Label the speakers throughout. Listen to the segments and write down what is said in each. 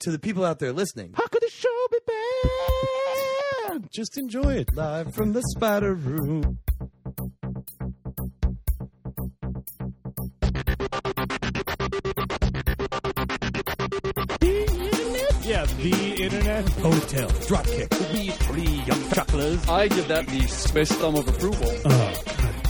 Speaker 1: to the people out there listening.
Speaker 2: How could the show be bad? Just enjoy it.
Speaker 1: Live from the Spider Room.
Speaker 2: Yeah, the internet.
Speaker 1: Hotel. Dropkick.
Speaker 2: We three young chucklers.
Speaker 3: I give that the space thumb of approval.
Speaker 2: Oh, God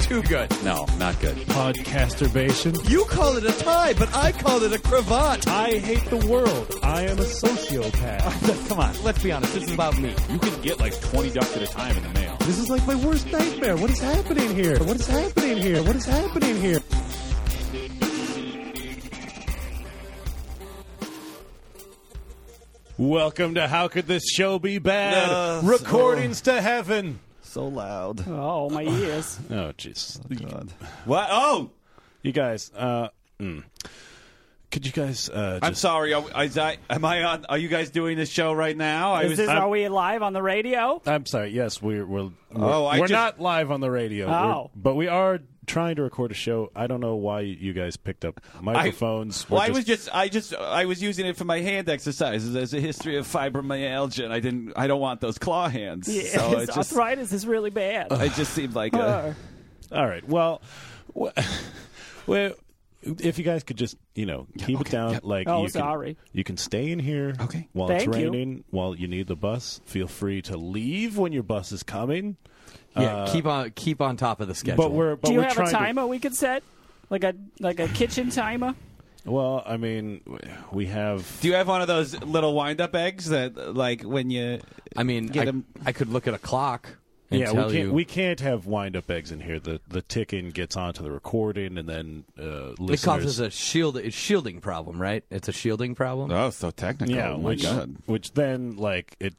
Speaker 3: Too good.
Speaker 2: No, not good. Podcasturbation.
Speaker 1: You call it a tie, but I call it a cravat.
Speaker 2: I hate the world. I am a sociopath. Come on.
Speaker 1: Let's be honest, this is about me.
Speaker 4: You can get like 20 ducks at a time in the mail.
Speaker 2: This is like my worst nightmare. What is happening here? What is happening here? What is happening here? Welcome to How Could This Show Be Bad?
Speaker 1: No.
Speaker 2: Recordings to Heaven.
Speaker 5: So loud. Oh,
Speaker 6: Oh, my ears.
Speaker 2: Oh, jeez.
Speaker 5: God.
Speaker 4: What? Oh!
Speaker 2: You guys, uh, mm. could you guys uh,
Speaker 4: I'm
Speaker 2: just.
Speaker 4: sorry. Are, is I, am I on? Are you guys doing this show right now? I
Speaker 6: Is this,
Speaker 4: I'm-
Speaker 6: are we live on the radio?
Speaker 2: I'm sorry. Yes, we're we're we're,
Speaker 4: Oh, I
Speaker 2: we're
Speaker 4: just-
Speaker 2: not live on the radio.
Speaker 6: Oh.
Speaker 2: We're- but we are trying to record a show. I don't know why you guys picked up microphones. We're
Speaker 4: well, I was just, I just, I was using it for my hand exercises as a history of fibromyalgia, and I didn't, I don't want those claw hands.
Speaker 6: Yes,
Speaker 4: So it just,
Speaker 6: arthritis is really bad.
Speaker 4: it just seemed like a,
Speaker 6: Uh,
Speaker 2: All right. Well, wh- well, if you guys could just you know keep it down, like
Speaker 6: Oh,
Speaker 2: you
Speaker 6: sorry.
Speaker 2: Can, you can stay in here.
Speaker 4: Okay.
Speaker 2: While it's
Speaker 6: Thank you.
Speaker 2: raining, while you need the bus, feel free to leave when your bus is coming.
Speaker 1: Yeah, keep on keep on top of the schedule.
Speaker 2: But we're but
Speaker 6: do you
Speaker 2: we're
Speaker 6: have
Speaker 2: trying
Speaker 6: a timer we could set? Like a like a kitchen timer?
Speaker 2: To, well, I mean, we have.
Speaker 4: do you have one of those little wind-up eggs that, like, when you?
Speaker 1: I mean,
Speaker 4: Get
Speaker 1: I,
Speaker 4: 'em.
Speaker 1: I could look at a clock and
Speaker 2: yeah, we
Speaker 1: tell
Speaker 2: can't
Speaker 1: you.
Speaker 2: we can't have wind up eggs in here. The the ticking gets onto the recording, and then uh,
Speaker 1: it causes
Speaker 2: listeners.
Speaker 1: a shield. It's shielding problem, right? It's a shielding problem.
Speaker 4: Oh, so technical.
Speaker 2: yeah, which which then like it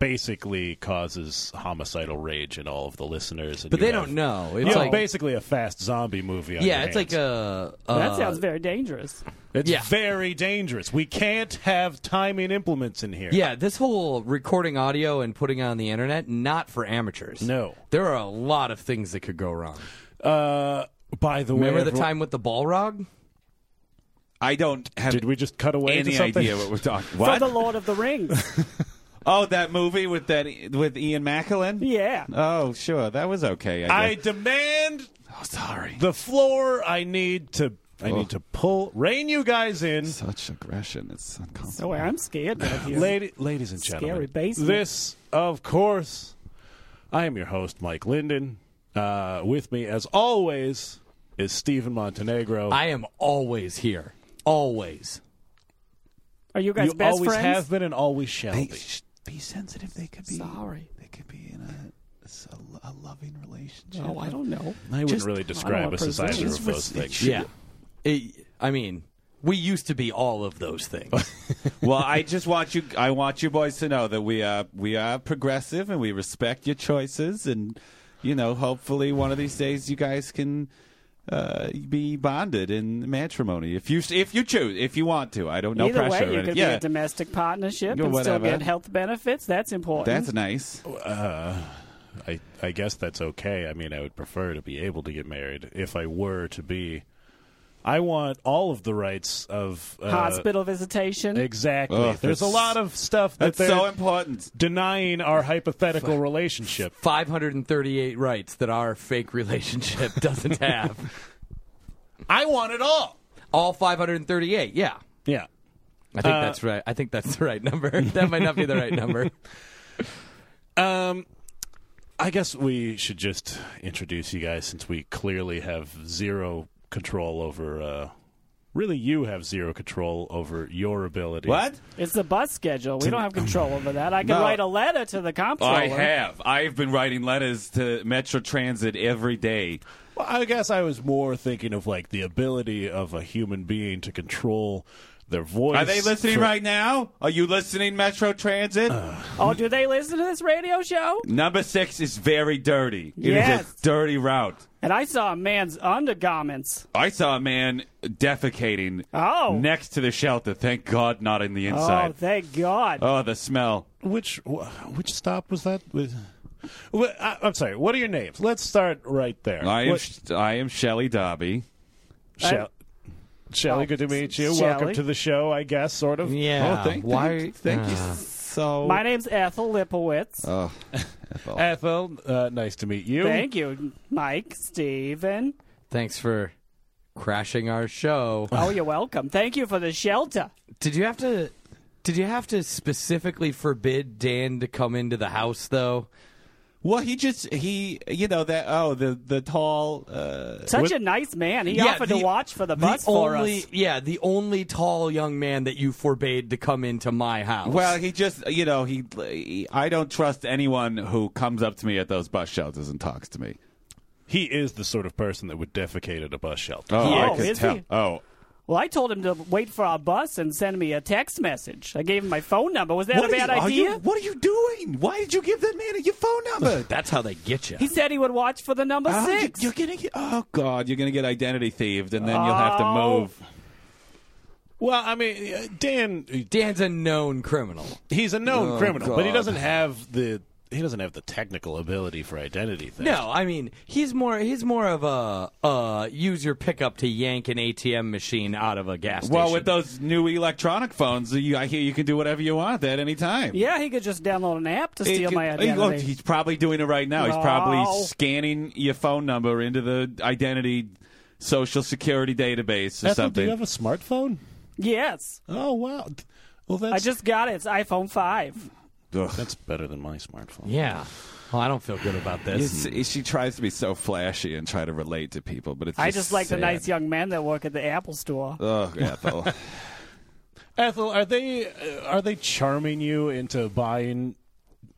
Speaker 2: basically causes homicidal rage in all of the listeners. And
Speaker 1: but
Speaker 2: you
Speaker 1: they
Speaker 2: have-
Speaker 1: don't know.
Speaker 2: You
Speaker 1: It's
Speaker 2: know,
Speaker 1: like
Speaker 2: basically a fast zombie movie. On
Speaker 1: yeah,
Speaker 2: your
Speaker 1: it's like
Speaker 2: hands.
Speaker 1: a
Speaker 6: that
Speaker 1: uh,
Speaker 6: sounds very dangerous.
Speaker 2: It's
Speaker 1: yeah.
Speaker 2: very dangerous. We can't have timing implements in here.
Speaker 1: Yeah, this whole recording audio and putting it on the internet not for amateurs.
Speaker 2: No.
Speaker 1: there are a lot of things that could go wrong.
Speaker 2: Uh, by the way,
Speaker 1: Remember the
Speaker 2: everyone-
Speaker 1: time with the Balrog?
Speaker 4: I don't have
Speaker 2: Did we just cut away to
Speaker 4: any
Speaker 2: something?
Speaker 4: idea what we're talking.
Speaker 6: For
Speaker 4: What?
Speaker 6: the Lord of the Rings.
Speaker 4: Oh, that movie with that with Ian McKellen.
Speaker 6: yeah.
Speaker 4: Oh, sure, that was okay. I,
Speaker 2: I
Speaker 4: guess.
Speaker 2: demand
Speaker 4: oh, sorry.
Speaker 2: the floor. I need to. I
Speaker 6: Oh.
Speaker 2: need to pull rein you guys in.
Speaker 4: Such aggression. It's uncomfortable.
Speaker 6: So Oh, I'm scared of you.
Speaker 2: Lady, ladies and gentlemen,
Speaker 6: Scary basement.
Speaker 2: this, of course, I am your host, Mike Linden. Uh, with me, as always, is Stephen Montenegro.
Speaker 1: I am always here, always.
Speaker 6: Are you guys
Speaker 2: you
Speaker 6: best
Speaker 2: always
Speaker 6: friends?
Speaker 2: have been and always shall be.
Speaker 4: be sensitive. They could be.
Speaker 6: Sorry.
Speaker 4: They could be in a, a, loving relationship.
Speaker 6: Oh, I don't know.
Speaker 2: I wouldn't really
Speaker 6: I
Speaker 2: describe
Speaker 6: don't
Speaker 2: us as
Speaker 6: wanna
Speaker 2: either
Speaker 6: presume.
Speaker 2: of those things.
Speaker 1: Yeah, It- I mean, we used to be all of those things.
Speaker 4: well, I just want you. I want you boys to know that we are we are progressive and we respect your choices and you know hopefully one of these days you guys can uh, be bonded in matrimony if you if you choose if you want to. I don't know
Speaker 6: Either
Speaker 4: pressure.
Speaker 6: way,
Speaker 4: or
Speaker 6: you could
Speaker 4: anything.
Speaker 6: be
Speaker 4: yeah,
Speaker 6: a domestic partnership
Speaker 4: Yeah,
Speaker 6: and still
Speaker 4: whatever.
Speaker 6: get health benefits. That's important.
Speaker 4: that's nice.
Speaker 2: I, I guess that's okay. I mean, I would prefer to be able to get married if I were to be. I want all of the rights of uh,
Speaker 6: Hospital visitation.
Speaker 2: Exactly.
Speaker 4: Ugh,
Speaker 2: There's a
Speaker 4: that's-
Speaker 2: lot of stuff that
Speaker 4: That's
Speaker 2: they're
Speaker 4: so important.
Speaker 2: denying our hypothetical relationship.
Speaker 1: 538 rights that our fake relationship doesn't have.
Speaker 2: I want it all.
Speaker 1: All 538. Yeah.
Speaker 2: Yeah.
Speaker 1: I
Speaker 4: Uh,
Speaker 1: think that's right. I think that's the right number. that might not be the right number.
Speaker 2: Um, I guess we should just introduce you guys since we clearly have zero control over. Uh, really, you have zero control over your ability.
Speaker 4: What?
Speaker 6: It's the bus schedule. We don't have control over that. I can
Speaker 4: No.
Speaker 6: write a letter to the comptroller.
Speaker 4: I have. I've been writing letters to Metro Transit every day.
Speaker 2: Well, I guess I was more thinking of like the ability of a human being to control their voice.
Speaker 4: Are they listening
Speaker 2: for-
Speaker 4: right now? Are you listening, Metro Transit?
Speaker 6: Oh, do they listen to this radio show?
Speaker 4: Number six is very dirty. It is
Speaker 6: Yes.
Speaker 4: a dirty route.
Speaker 6: And I saw a man's undergarments.
Speaker 4: I saw a man defecating
Speaker 6: Oh.
Speaker 4: next to the shelter. Thank God, not in the
Speaker 6: Oh,
Speaker 4: inside.
Speaker 6: thank God.
Speaker 4: Oh, the smell.
Speaker 2: Which wh- which stop was that? With Wh- I, I'm sorry. What are your names? Let's start right there.
Speaker 4: I am,
Speaker 2: What-
Speaker 4: I am Shelly Dobby.
Speaker 2: Shell- Shelly, good to meet you. Welcome
Speaker 6: Shelly.
Speaker 2: to the show, I guess, sort of.
Speaker 1: Yeah.
Speaker 4: oh, thank,
Speaker 1: Why? Ah.
Speaker 4: thank, thank you so
Speaker 6: My name's Ethel Lipowitz.
Speaker 4: Oh.
Speaker 2: Ethel, uh, nice to meet you.
Speaker 6: Thank you, Mike, Steven.
Speaker 1: Thanks for crashing our show.
Speaker 6: Oh, you're welcome. Thank you for the shelter.
Speaker 1: Did you have to? Did you have to specifically forbid Dan to come into the house though?
Speaker 4: Well, he just he you know that oh the the tall uh,
Speaker 6: Such a nice man. He offered
Speaker 1: the-
Speaker 6: to watch for the bus for
Speaker 1: only,
Speaker 6: us.
Speaker 1: Yeah, the only tall young man that you forbade to come into my house.
Speaker 4: well he just you know he, he I don't trust anyone who comes up to me at those bus shelters and talks to me.
Speaker 2: He is the sort of person that would defecate at a bus shelter.
Speaker 4: Oh,
Speaker 6: He
Speaker 4: I
Speaker 6: is.
Speaker 4: could
Speaker 6: Is
Speaker 4: tell.
Speaker 6: he?
Speaker 4: Oh,
Speaker 6: Well, I told him to wait for our bus and send me a text message. I gave him my phone number. Was that
Speaker 4: What
Speaker 6: a
Speaker 4: are
Speaker 6: bad
Speaker 4: you- are
Speaker 6: idea?
Speaker 4: you- what are you doing? Why did you give that man your phone number?
Speaker 1: that's how they get you.
Speaker 6: He said he would watch for the number
Speaker 4: Oh,
Speaker 6: six.
Speaker 4: You, are gonna get, oh god, you're gonna get identity thieved, and then you'll have to
Speaker 6: Oh.
Speaker 4: move.
Speaker 2: Well, I mean, uh, Dan,
Speaker 1: Dan's a known criminal.
Speaker 2: he's a known
Speaker 4: Oh,
Speaker 2: criminal, but he
Speaker 4: God.
Speaker 2: doesn't have the he doesn't have the technical ability for identity things.
Speaker 1: No, I mean he's more he's more of a uh, use your pickup to yank an ATM machine out of a gas station.
Speaker 4: Well, with those new electronic phones, you, I hear you can do whatever you want at any time.
Speaker 6: yeah, he could just download an app to
Speaker 4: It
Speaker 6: steal
Speaker 4: could- oh,
Speaker 6: my
Speaker 4: Hey,
Speaker 6: identity.
Speaker 4: look, he's probably doing it right now. He's probably
Speaker 6: No.
Speaker 4: scanning your phone number into the identity social security database or
Speaker 2: Ethel, do
Speaker 4: something.
Speaker 2: you have a smartphone?
Speaker 6: yes,
Speaker 2: Oh wow. Well, that's
Speaker 6: I just got it. It's iPhone five.
Speaker 2: that's better than my smartphone.
Speaker 1: yeah. Well, I don't feel good about this.
Speaker 4: It's- it- she tries to be so flashy and try to relate to people, but it's just
Speaker 6: I just like
Speaker 4: sad.
Speaker 6: the nice young men that work at the Apple store.
Speaker 4: Ugh, Ethel.
Speaker 2: Ethel, are they uh, are they charming you into buying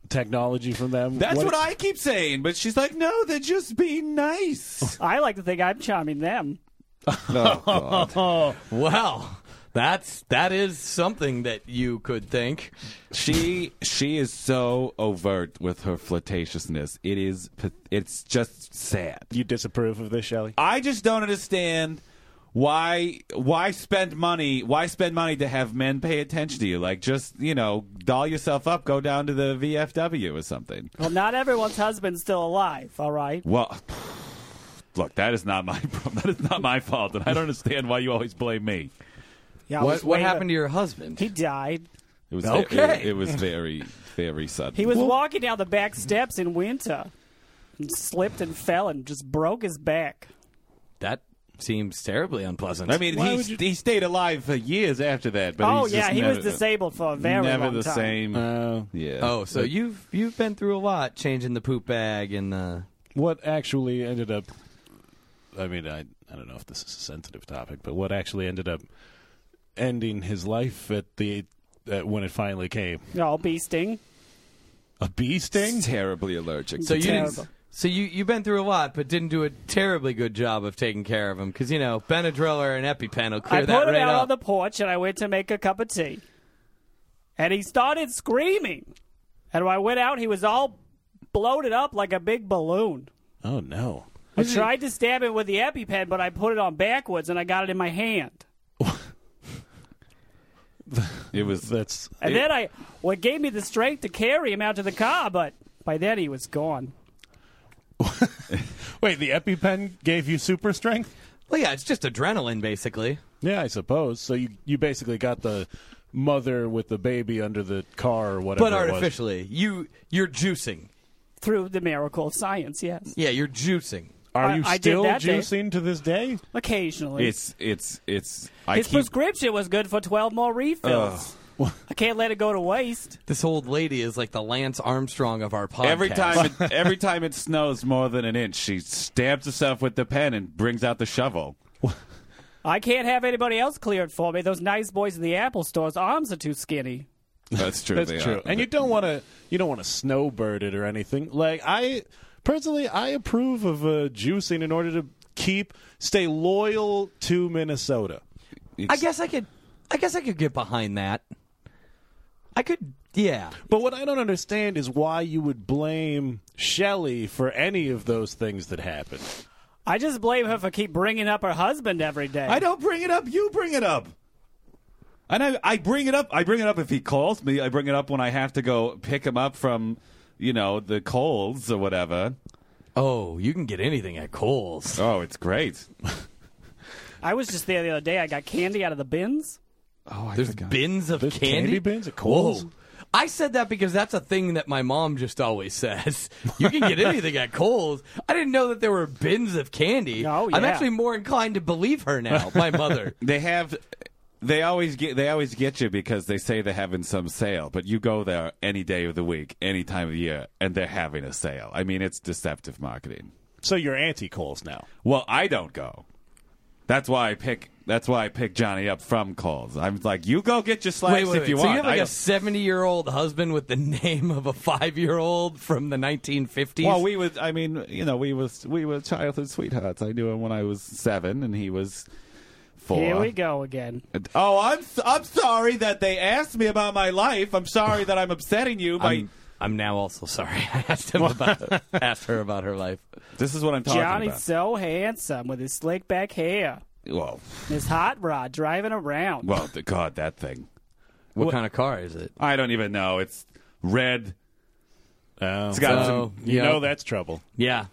Speaker 2: technology from them?
Speaker 4: That's what I keep saying, but she's like, no, they're just being nice.
Speaker 6: I like to think I'm charming them.
Speaker 4: oh, God.
Speaker 1: Well, that's that is something that you could think.
Speaker 4: She she is so overt with her flirtatiousness. It is pa- it's just sad.
Speaker 2: you disapprove of this, Shelley?
Speaker 4: I just don't understand why why spend money why spend money to have men pay attention to you. Like just you know doll yourself up, go down to the VFW or something.
Speaker 6: Well, not everyone's husband's still alive. All right.
Speaker 4: Well. Look, that is not my problem. That is not my fault, and I don't understand why you always blame me.
Speaker 6: Yeah, I
Speaker 1: What
Speaker 6: was
Speaker 1: what
Speaker 6: way
Speaker 1: happened to
Speaker 6: to-
Speaker 1: your husband?
Speaker 6: He died.
Speaker 4: It was
Speaker 1: Okay.
Speaker 4: It, was very, very sudden.
Speaker 6: He was walking down the back steps in winter and slipped and fell and just broke his back.
Speaker 1: that seems terribly unpleasant.
Speaker 4: I mean,
Speaker 2: Why
Speaker 4: he,
Speaker 2: would you-
Speaker 4: he stayed alive for years after that. But
Speaker 6: oh
Speaker 4: he's
Speaker 6: yeah,
Speaker 4: just
Speaker 6: he
Speaker 4: never,
Speaker 6: was disabled for a very
Speaker 4: Never
Speaker 6: long
Speaker 4: the
Speaker 6: time.
Speaker 4: same.
Speaker 2: Uh,
Speaker 4: yeah.
Speaker 1: Oh, so you've you've been through a lot, changing the poop bag and uh, the.
Speaker 2: what actually ended up I mean, I I don't know if this is a sensitive topic, but what actually ended up ending his life at the at when it finally came?
Speaker 6: Oh, bee sting.
Speaker 2: A bee sting?
Speaker 4: It's terribly allergic.
Speaker 1: So
Speaker 4: to
Speaker 1: you didn't,
Speaker 6: Terrible.
Speaker 1: so you you've been through a lot, but didn't do a terribly good job of taking care of him because you know Benadryl or an EpiPen will clear
Speaker 6: I
Speaker 1: that
Speaker 6: put him
Speaker 1: right
Speaker 6: out
Speaker 1: up.
Speaker 6: on the porch and I went to make a cup of tea. And he started screaming. And when I went out, he was all bloated up like a big balloon.
Speaker 2: Oh no.
Speaker 6: I tried to stab him with the EpiPen, but I put it on backwards and I got it in my hand.
Speaker 4: it was
Speaker 2: That's
Speaker 6: And then I, well, it gave me the strength to carry him out to the car, but by then he was gone.
Speaker 2: Wait, the EpiPen gave you super strength?
Speaker 1: well, yeah, it's just adrenaline basically.
Speaker 2: Yeah, I suppose. So you you basically got the mother with the baby under the car or whatever
Speaker 1: But
Speaker 2: it was.
Speaker 1: artificially, you you're juicing.
Speaker 6: Through the miracle of science, yes.
Speaker 1: Yeah, you're juicing.
Speaker 2: Are
Speaker 6: I-
Speaker 2: you
Speaker 6: I did
Speaker 2: still
Speaker 6: that day.
Speaker 2: juicing to this day?
Speaker 6: Occasionally.
Speaker 4: It's it's it's. I
Speaker 6: His
Speaker 4: keep.
Speaker 6: prescription was good for 12 more refills. I can't let it go to waste.
Speaker 1: This old lady is like the Lance Armstrong of our podcast.
Speaker 4: Every time, it, every time it snows more than an inch, she stabs herself with the pen and brings out the shovel.
Speaker 6: I can't have anybody else cleared for me. Those nice boys in the Apple store's arms are too skinny.
Speaker 4: That's true.
Speaker 2: That's
Speaker 4: they
Speaker 2: true.
Speaker 4: are.
Speaker 2: And you don't want to you don't want to snowbird it or anything. Like I personally, I approve of uh, juicing in order to keep stay loyal to Minnesota.
Speaker 1: I guess I could, I guess I could get behind that. I could, yeah.
Speaker 2: But what I don't understand is why you would blame Shelley for any of those things that happened.
Speaker 6: I just blame her for keep bringing up her husband every day.
Speaker 4: I don't bring it up. You bring it up. And I, I bring it up. I bring it up if he calls me. I bring it up when I have to go pick him up from, you know, the colds or whatever.
Speaker 1: Oh, you can get anything at Kohl's.
Speaker 4: Oh, it's great.
Speaker 6: I was just there the other day. I got candy out of the bins.
Speaker 4: Oh, I
Speaker 1: There's
Speaker 4: forgot.
Speaker 1: bins of
Speaker 2: There's
Speaker 1: candy?
Speaker 2: candy bins at Kohl's?
Speaker 1: Whoa. I said that because that's a thing that my mom just always says. You can get anything at Kohl's. I didn't know that there were bins of candy.
Speaker 6: Oh,
Speaker 1: I'm
Speaker 6: yeah.
Speaker 1: actually more inclined to believe her now, my mother.
Speaker 4: they have they always get they always get you because they say they're having some sale but you go there any day of the week any time of the year and they're having a sale i mean it's deceptive marketing
Speaker 2: So you're anti Coles now.
Speaker 4: well i don't go that's why i pick that's why i pick johnny up from calls i'm like you go get your slice
Speaker 1: wait, wait,
Speaker 4: if
Speaker 1: wait.
Speaker 4: you
Speaker 1: so
Speaker 4: want
Speaker 1: you have like
Speaker 4: I
Speaker 1: a
Speaker 4: don't-
Speaker 1: 70 year old husband with the name of a five year old from the 1950s?
Speaker 4: well, we was. I mean, you know, we was we were childhood sweethearts. I knew him when I was seven, and he was four.
Speaker 6: Here we go again.
Speaker 4: Oh, I'm s- I'm sorry that they asked me about my life. I'm sorry that I'm upsetting you by
Speaker 1: I'm, I'm now also sorry. I asked, him about, asked her about her life.
Speaker 4: This is what I'm talking
Speaker 6: Johnny's
Speaker 4: about.
Speaker 6: so handsome with his slick back hair,
Speaker 4: Well,
Speaker 6: his hot rod driving around.
Speaker 4: well, th- God, that thing.
Speaker 1: What, kind of car is it?
Speaker 4: I don't even know. It's red.
Speaker 2: Oh.
Speaker 4: It's
Speaker 1: Oh,
Speaker 4: got some.
Speaker 2: You
Speaker 1: yeah.
Speaker 2: know that's trouble.
Speaker 1: Yeah.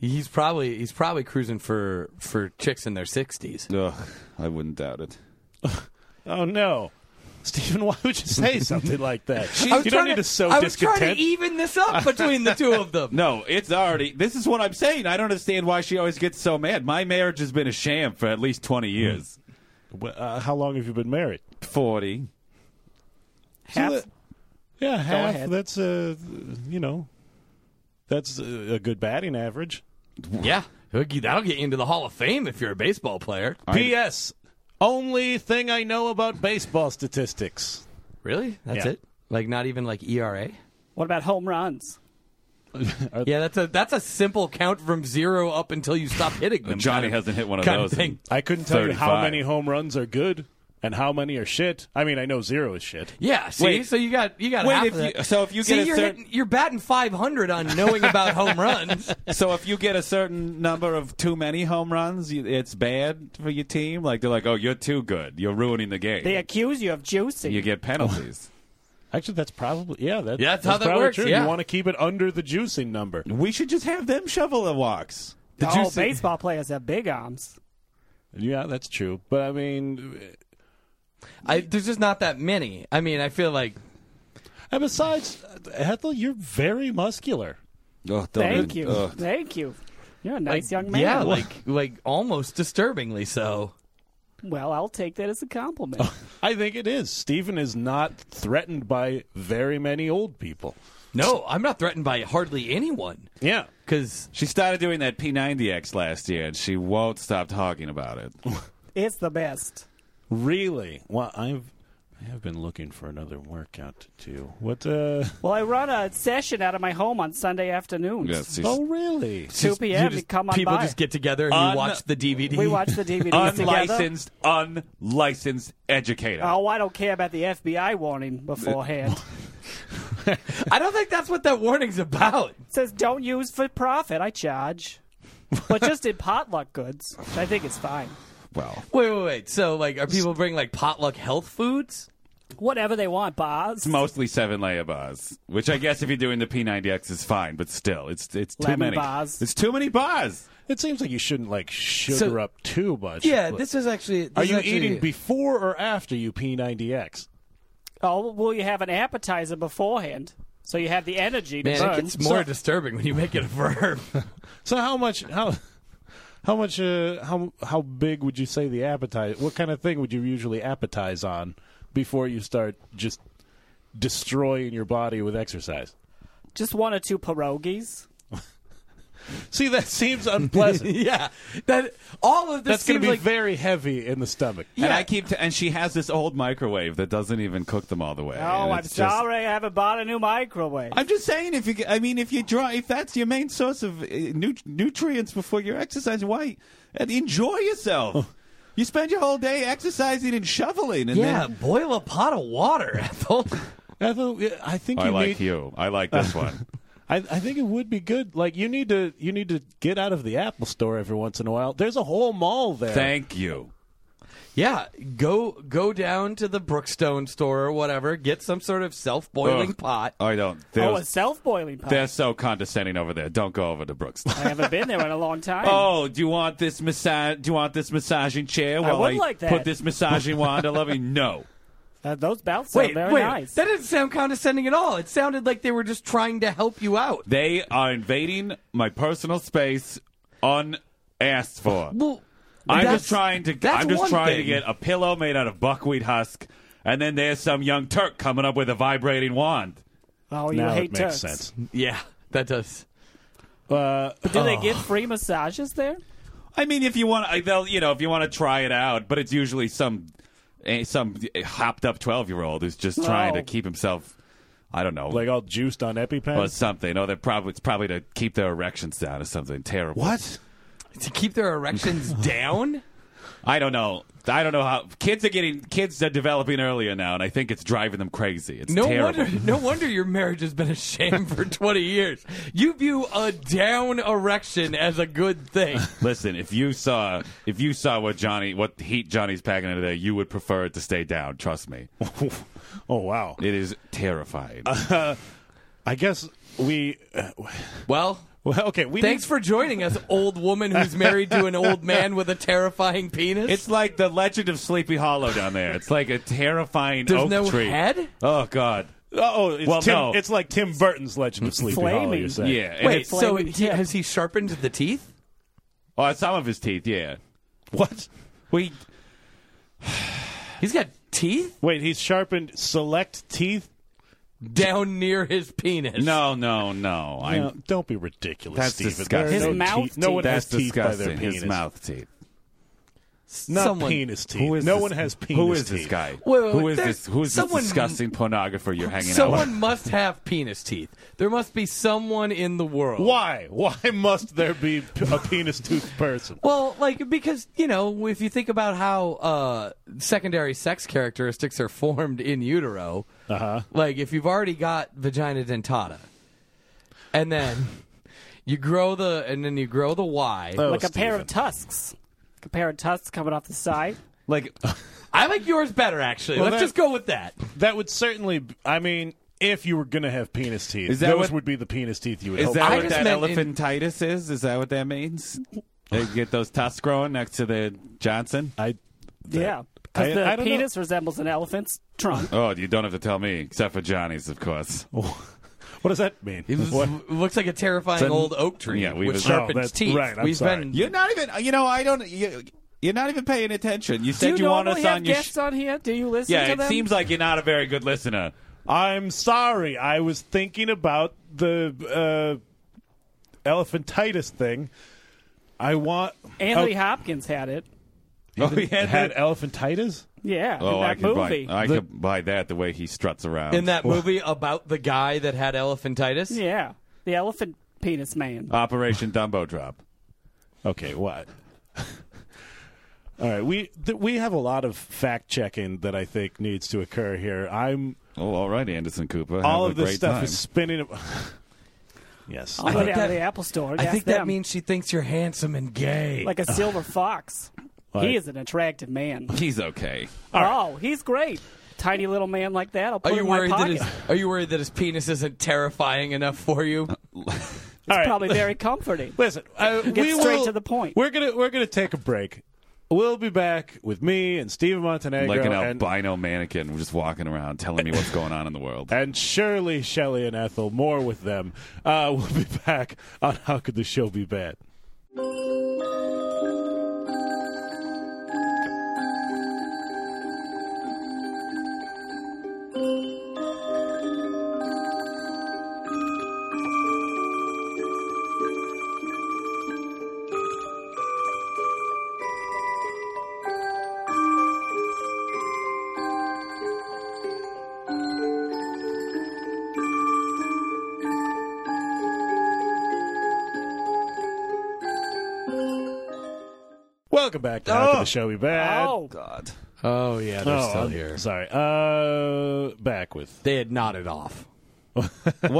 Speaker 1: He's probably he's probably cruising for for chicks in their 60s.
Speaker 4: Ugh, I wouldn't doubt it.
Speaker 2: Oh no. Stephen, why would you say something like that?
Speaker 1: I was
Speaker 2: you don't
Speaker 1: trying
Speaker 2: need to sow
Speaker 1: I was trying
Speaker 2: discontent.
Speaker 1: to even this up between the two of them.
Speaker 4: No, it's already. This is what I'm saying. I don't understand why she always gets so mad. My marriage has been a sham for at least 20 years.
Speaker 2: Wh- uh, how long have you been married?
Speaker 4: Hmm. 40.
Speaker 6: Half-
Speaker 2: that- Yeah, half.
Speaker 6: ahead.
Speaker 2: That's uh, you know, that's uh, a good batting average.
Speaker 1: Yeah. That'll get you into the Hall of Fame if you're a baseball player.
Speaker 2: P.S. Only thing I know about baseball statistics.
Speaker 1: Really? That's
Speaker 2: Yeah.
Speaker 1: it? Like not even like E ERA?
Speaker 6: what about home runs?
Speaker 4: Uh,
Speaker 1: Yeah, that's a that's a simple count from 0 up until you stop hitting them. kind
Speaker 4: Johnny
Speaker 1: of-
Speaker 4: hasn't hit one of
Speaker 1: kind
Speaker 4: those. in-
Speaker 1: thing.
Speaker 2: I couldn't tell you how
Speaker 4: 35.
Speaker 2: many home runs are good and how many are shit. I mean, I know zero is shit.
Speaker 1: Yeah, see,
Speaker 4: Wait.
Speaker 1: so you got you got
Speaker 4: Wait,
Speaker 1: half
Speaker 4: if
Speaker 1: of that.
Speaker 4: you- so if you
Speaker 1: see,
Speaker 4: get a
Speaker 1: you're
Speaker 4: certain-
Speaker 1: hitting, you're batting 500 on knowing about home runs.
Speaker 4: So if you get a certain number of too many home runs, you, it's bad for your team. Like they're like, "Oh, you're too good. You're ruining the game."
Speaker 6: They accuse you of juicing.
Speaker 4: you get penalties.
Speaker 2: Actually, that's probably yeah. That,
Speaker 1: Yeah, that's how that
Speaker 2: probably
Speaker 1: works,
Speaker 2: True.
Speaker 1: yeah.
Speaker 2: You want to keep it under the juicing number.
Speaker 4: we should just have them shovel the walks.
Speaker 6: oh,
Speaker 1: juicing-
Speaker 6: baseball players have big arms.
Speaker 2: Yeah, that's true. But I mean, uh,
Speaker 1: I, there's just not that many. I mean, I feel like
Speaker 2: and besides, uh, Ethel, you're very muscular.
Speaker 4: Oh, don't
Speaker 6: Thank
Speaker 4: even-
Speaker 6: you.
Speaker 4: ugh.
Speaker 6: Thank you. You're a nice young man.
Speaker 1: Yeah, like like almost disturbingly so.
Speaker 6: well, I'll take that as a compliment.
Speaker 2: I think it is. Stephen is not threatened by very many old people.
Speaker 1: No, I'm not threatened by hardly anyone
Speaker 2: Yeah.
Speaker 1: because
Speaker 4: She started doing that P90X last year, and she won't stop talking about it.
Speaker 6: it's the best.
Speaker 2: Really? Well, I've I have been looking for another workout to do. What? Uh,
Speaker 6: Well, I run a session out of my home on Sunday afternoons.
Speaker 4: Yes, she's-
Speaker 2: oh, really?
Speaker 6: 2 p.m.
Speaker 1: just-
Speaker 6: come on
Speaker 1: people
Speaker 6: by.
Speaker 1: just get together and
Speaker 4: Un-
Speaker 1: you watch the DVD.
Speaker 6: we watch the DVDs together.
Speaker 4: unlicensed, unlicensed educator.
Speaker 6: Oh, I don't care about the FBI warning beforehand. it
Speaker 1: I don't think that's what that warning's about.
Speaker 6: says don't use for profit. I charge, but just in potluck goods, which I think is fine.
Speaker 4: Well,
Speaker 1: Wait, wait, wait. So, like, are people bringing like potluck health foods?
Speaker 6: Whatever they want, bars.
Speaker 4: mostly seven layer bars, which I guess if you're doing the P90X is fine, but still, it's it's too
Speaker 6: Lemon
Speaker 4: many
Speaker 6: bars.
Speaker 4: It's too many bars.
Speaker 2: It seems like you shouldn't like sugar
Speaker 1: So-
Speaker 2: up too much.
Speaker 1: Yeah,
Speaker 2: But-
Speaker 1: this is actually.
Speaker 2: Are you eating before or after you P90X?
Speaker 6: Oh, well, you have an appetizer beforehand, so you have the energy to
Speaker 1: Man,
Speaker 6: burn.
Speaker 1: it gets more
Speaker 2: So-
Speaker 1: disturbing when you make it a verb.
Speaker 2: So how much how how much uh, how how big would you say the appetite? What kind of thing would you usually appetize on before you start just destroying your body with exercise?
Speaker 6: just one or two pierogies.
Speaker 2: See, that seems unpleasant.
Speaker 1: yeah, that all of this
Speaker 2: That's going
Speaker 1: seems
Speaker 2: to be
Speaker 1: like
Speaker 2: very heavy in the stomach.
Speaker 4: And I keep t- and she has this old microwave that doesn't even cook them all the way.
Speaker 6: Oh,
Speaker 4: and
Speaker 6: I'm
Speaker 4: it's just-
Speaker 6: sorry, I haven't bought a new microwave.
Speaker 4: I'm just saying, if you, g- I mean, if you draw, if that's your main source of uh, nu- nutrients before your exercise, why and enjoy
Speaker 2: Oh.
Speaker 4: yourself? You spend your whole day exercising and shoveling, and
Speaker 1: yeah.
Speaker 4: then
Speaker 1: Boil a pot of water, Ethel.
Speaker 2: Ethel, I think
Speaker 4: Oh, I
Speaker 2: you
Speaker 4: like
Speaker 2: need.
Speaker 4: you. I like this one.
Speaker 2: I, I think it would be good. Like you need to you need to get out of the Apple Store every once in a while. There's a whole mall there.
Speaker 4: Thank you.
Speaker 1: Yeah, go go down to the Brookstone store or whatever. Get some sort of self boiling
Speaker 4: Ugh.
Speaker 1: pot.
Speaker 4: I don't.
Speaker 6: Oh, a
Speaker 4: They're,
Speaker 6: self boiling pot.
Speaker 4: they're so condescending over there. Don't go over to Brooks.
Speaker 6: I haven't been there in a long time.
Speaker 4: Oh, do you want this massage? Do you want this massaging chair? While
Speaker 6: would like that.
Speaker 4: Put this massaging wand. I love you. No.
Speaker 6: Uh, those belts
Speaker 1: Wait,
Speaker 6: are very
Speaker 1: wait,
Speaker 6: nice.
Speaker 1: that didn't sound condescending at all. It sounded like they were just trying to help you out.
Speaker 4: They are invading my personal space unasked for.
Speaker 1: Well,
Speaker 4: I'm
Speaker 1: that's-
Speaker 4: just trying to
Speaker 1: that's
Speaker 4: I'm just
Speaker 1: one
Speaker 4: trying to
Speaker 1: thing.
Speaker 4: get a pillow made out of buckwheat husk and then there's some young Turk coming up with a vibrating wand.
Speaker 6: oh, you
Speaker 2: Now
Speaker 6: hate
Speaker 2: it makes
Speaker 6: Turks.
Speaker 2: sense.
Speaker 1: Yeah, that does.
Speaker 2: Uh,
Speaker 6: Do they get free massages there?
Speaker 4: I mean if you want I- they'll you know if you want to try it out but it's usually some eh, some hopped up 12 year old who's just trying to
Speaker 6: Oh.
Speaker 4: keep himself I don't know
Speaker 2: like all juiced on EpiPen.
Speaker 4: or something or they're probably it's probably to keep their erections down or something terrible.
Speaker 2: what?
Speaker 1: To keep their erections down?
Speaker 4: I don't know. I don't know how kids are getting kids are developing earlier now, and I think it's driving them crazy. It's
Speaker 1: No
Speaker 4: terrible.
Speaker 1: wonder no wonder your marriage has been a sham for 20 years. You view a down erection as a good thing.
Speaker 4: Listen, if you saw if you saw what Johnny what heat Johnny's packing into there, you would prefer it to stay down. Trust me,
Speaker 2: Oh wow.
Speaker 4: it is terrifying.
Speaker 1: Uh,
Speaker 2: I guess we. Uh,
Speaker 1: Well,
Speaker 2: well, okay. We
Speaker 1: thanks
Speaker 2: need-
Speaker 1: for joining us, old woman who's married to an old man with a terrifying penis.
Speaker 4: it's like the Legend of Sleepy Hollow down there. It's like a terrifying
Speaker 1: There's
Speaker 4: oak
Speaker 1: no
Speaker 4: tree.
Speaker 1: head? Uh,
Speaker 4: Oh God.
Speaker 2: Oh, it's,
Speaker 4: Well,
Speaker 2: Tim,
Speaker 4: no.
Speaker 2: it's like Tim Burton's Legend of Sleepy Hollow.
Speaker 6: Flaming.
Speaker 2: You're saying.
Speaker 4: Yeah. and
Speaker 1: Wait,
Speaker 4: it's-
Speaker 1: so
Speaker 6: flaming
Speaker 1: he,
Speaker 6: tip.
Speaker 1: has he sharpened the teeth?
Speaker 4: oh, some of his teeth. Yeah.
Speaker 2: What?
Speaker 4: We.
Speaker 1: He's got teeth
Speaker 2: Wait, he's sharpened select teeth.
Speaker 1: down near his penis.
Speaker 4: No, no, no. I.
Speaker 2: No, don't be ridiculous,
Speaker 4: That's
Speaker 2: Stephen. There
Speaker 4: disgusting.
Speaker 2: are
Speaker 6: His
Speaker 2: no
Speaker 6: mouth
Speaker 2: teeth. No one
Speaker 4: That's
Speaker 2: has teeth by their
Speaker 4: disgusting.
Speaker 2: penis.
Speaker 4: His mouth teeth.
Speaker 2: Not
Speaker 1: Someone-
Speaker 2: penis teeth.
Speaker 4: Who is
Speaker 2: no
Speaker 4: this-
Speaker 2: one has penis
Speaker 4: Who is
Speaker 2: teeth.
Speaker 4: this guy?
Speaker 1: Wait, wait,
Speaker 4: who
Speaker 1: wait,
Speaker 4: is
Speaker 1: there's
Speaker 4: this? Who is
Speaker 1: someone-
Speaker 4: this disgusting pornographer you're hanging out with?
Speaker 1: Someone must have penis teeth. There must be someone in the world.
Speaker 2: Why? Why must there be p- a penis tooth person?
Speaker 1: Well, like because you know, if you think about how uh, secondary sex characteristics are formed in utero, uh-huh. like if you've already got vagina dentata, and then you grow the and then you grow the Y. I
Speaker 2: Oh,
Speaker 6: like a pair of
Speaker 2: Stephen.
Speaker 6: tusks. Like a pair of tusks coming off the side.
Speaker 4: Like,
Speaker 1: like yours better actually.
Speaker 2: Well,
Speaker 1: Let's
Speaker 2: that-
Speaker 1: just go with that.
Speaker 2: That would certainly. b- I mean, if you were going to have penis teeth,
Speaker 4: Is that
Speaker 2: those
Speaker 4: what-
Speaker 2: would be the penis teeth you would.
Speaker 4: is
Speaker 2: hope
Speaker 4: that
Speaker 1: I
Speaker 2: for.
Speaker 4: what
Speaker 1: just
Speaker 4: that
Speaker 1: meant in-
Speaker 4: elephantitis is? Is that what that means? They get those tusks growing next to the Johnson.
Speaker 2: I. that-
Speaker 6: Yeah.
Speaker 2: I-
Speaker 6: Because
Speaker 2: I
Speaker 6: the
Speaker 2: don't know.
Speaker 6: penis resembles an elephant's trunk.
Speaker 4: Oh, you don't have to tell me, except for Johnny's, of course.
Speaker 2: What does that mean?
Speaker 1: It was-
Speaker 2: What-
Speaker 1: looks like a terrifying
Speaker 4: It's a-
Speaker 1: old oak tree
Speaker 4: Yeah, we
Speaker 1: with
Speaker 4: was-
Speaker 2: Oh,
Speaker 1: sharpened
Speaker 2: that's
Speaker 1: teeth.
Speaker 2: right, I'm
Speaker 1: We've
Speaker 2: sorry.
Speaker 1: been
Speaker 4: You're not even. You know, I don't. You, you're not even paying attention. You
Speaker 6: Do
Speaker 4: said
Speaker 6: you,
Speaker 4: you, want
Speaker 6: normally
Speaker 4: us
Speaker 6: have
Speaker 4: on your.
Speaker 6: guests on here? Do you listen
Speaker 4: yeah,
Speaker 6: to
Speaker 4: it
Speaker 6: them?
Speaker 4: seems like you're not a very good listener.
Speaker 2: I'm sorry. I was thinking about the uh, elephantitis thing. I want. oh,
Speaker 6: Anthony Hopkins had it.
Speaker 4: Oh, he
Speaker 2: Had,
Speaker 4: had that-
Speaker 2: elephantitis.
Speaker 6: Yeah,
Speaker 4: Oh,
Speaker 6: in
Speaker 4: I
Speaker 6: that
Speaker 4: could
Speaker 6: movie.
Speaker 4: buy. I could buy that the way he struts around.
Speaker 1: in that movie about the guy that had elephantitis.
Speaker 6: yeah, the elephant penis man.
Speaker 4: Uh, Operation Dumbo Drop.
Speaker 2: Okay, what? All right, we th- we have a lot of fact checking that I think needs to occur here. I'm
Speaker 4: Oh, all right, Anderson Cooper. Have
Speaker 2: all
Speaker 4: a
Speaker 2: of this
Speaker 4: great
Speaker 2: stuff
Speaker 4: time.
Speaker 2: is spinning. yes,
Speaker 6: I'll go
Speaker 1: think
Speaker 6: down to
Speaker 1: that-
Speaker 6: the Apple Store. and
Speaker 1: I
Speaker 6: ask
Speaker 1: think that
Speaker 6: them.
Speaker 1: means she thinks you're handsome and gay.
Speaker 6: like a silver fox.
Speaker 2: Like-
Speaker 6: he is an attractive man.
Speaker 4: He's okay.
Speaker 6: Oh, he's great. Tiny little man like that. I'll put
Speaker 1: Are
Speaker 6: it
Speaker 1: you
Speaker 6: in
Speaker 1: worried
Speaker 6: my
Speaker 1: that
Speaker 6: pocket.
Speaker 1: his Are you worried that his penis isn't terrifying enough for you?
Speaker 4: Uh,
Speaker 2: All right,
Speaker 6: Probably very comforting.
Speaker 2: Listen, uh, we
Speaker 6: straight
Speaker 2: will-
Speaker 6: to the point.
Speaker 2: We're gonna we're gonna take a break. We'll be back with me and Steven Montenegro
Speaker 4: like an
Speaker 2: and,
Speaker 4: albino mannequin just walking around telling me what's going on in the world.
Speaker 2: and Shirley, Shelley, and Ethel. More with them. Uh, we'll be back on How Could the Show Be Bad? Welcome back to How Could the Show Be Bad?
Speaker 6: oh,
Speaker 4: God.
Speaker 1: Oh yeah,
Speaker 2: Oh, I'm Sorry. Uh, back with
Speaker 1: They had nodded off.
Speaker 4: well,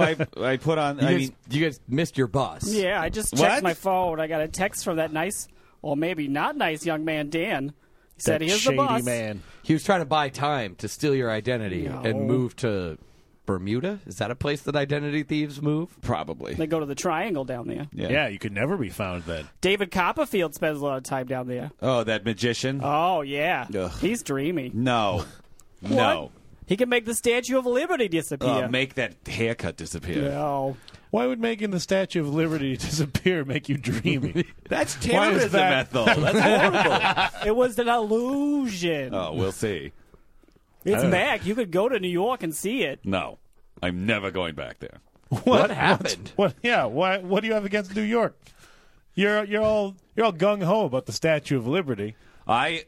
Speaker 4: I, I put on.
Speaker 1: You,
Speaker 4: I
Speaker 1: guys,
Speaker 4: mean,
Speaker 1: you guys missed your bus.
Speaker 6: Yeah, I just checked
Speaker 4: What?
Speaker 6: my phone. I got a text from that nice, or maybe not nice, young man Dan. He said
Speaker 2: That
Speaker 6: here's
Speaker 2: shady
Speaker 6: the boss.
Speaker 2: man.
Speaker 1: He was trying to buy time to steal your identity and move to Bermuda. Is that a place that identity thieves move?
Speaker 4: probably.
Speaker 6: They go to the triangle down there.
Speaker 2: Yeah. you could never be found then.
Speaker 6: David Copperfield spends a lot of time down there.
Speaker 4: Oh, that magician.
Speaker 2: Uh,
Speaker 6: Oh yeah,
Speaker 4: Ugh.
Speaker 6: he's dreamy.
Speaker 4: no, no.
Speaker 6: He can make the Statue of Liberty disappear.
Speaker 4: Oh, make that haircut disappear.
Speaker 6: No.
Speaker 2: Why would making the Statue of Liberty disappear make you dreamy?
Speaker 4: That's
Speaker 2: Why is
Speaker 4: terrorism,
Speaker 2: that-
Speaker 4: Ethel. That's horrible.
Speaker 6: It was an illusion.
Speaker 4: oh, we'll see.
Speaker 6: it's back. You could go to New York and see it.
Speaker 4: No, I'm never going back there.
Speaker 1: What happened?
Speaker 2: what? Yeah. Why? What do you have against New York? You're you're all you're all gung ho about the Statue of Liberty.
Speaker 4: I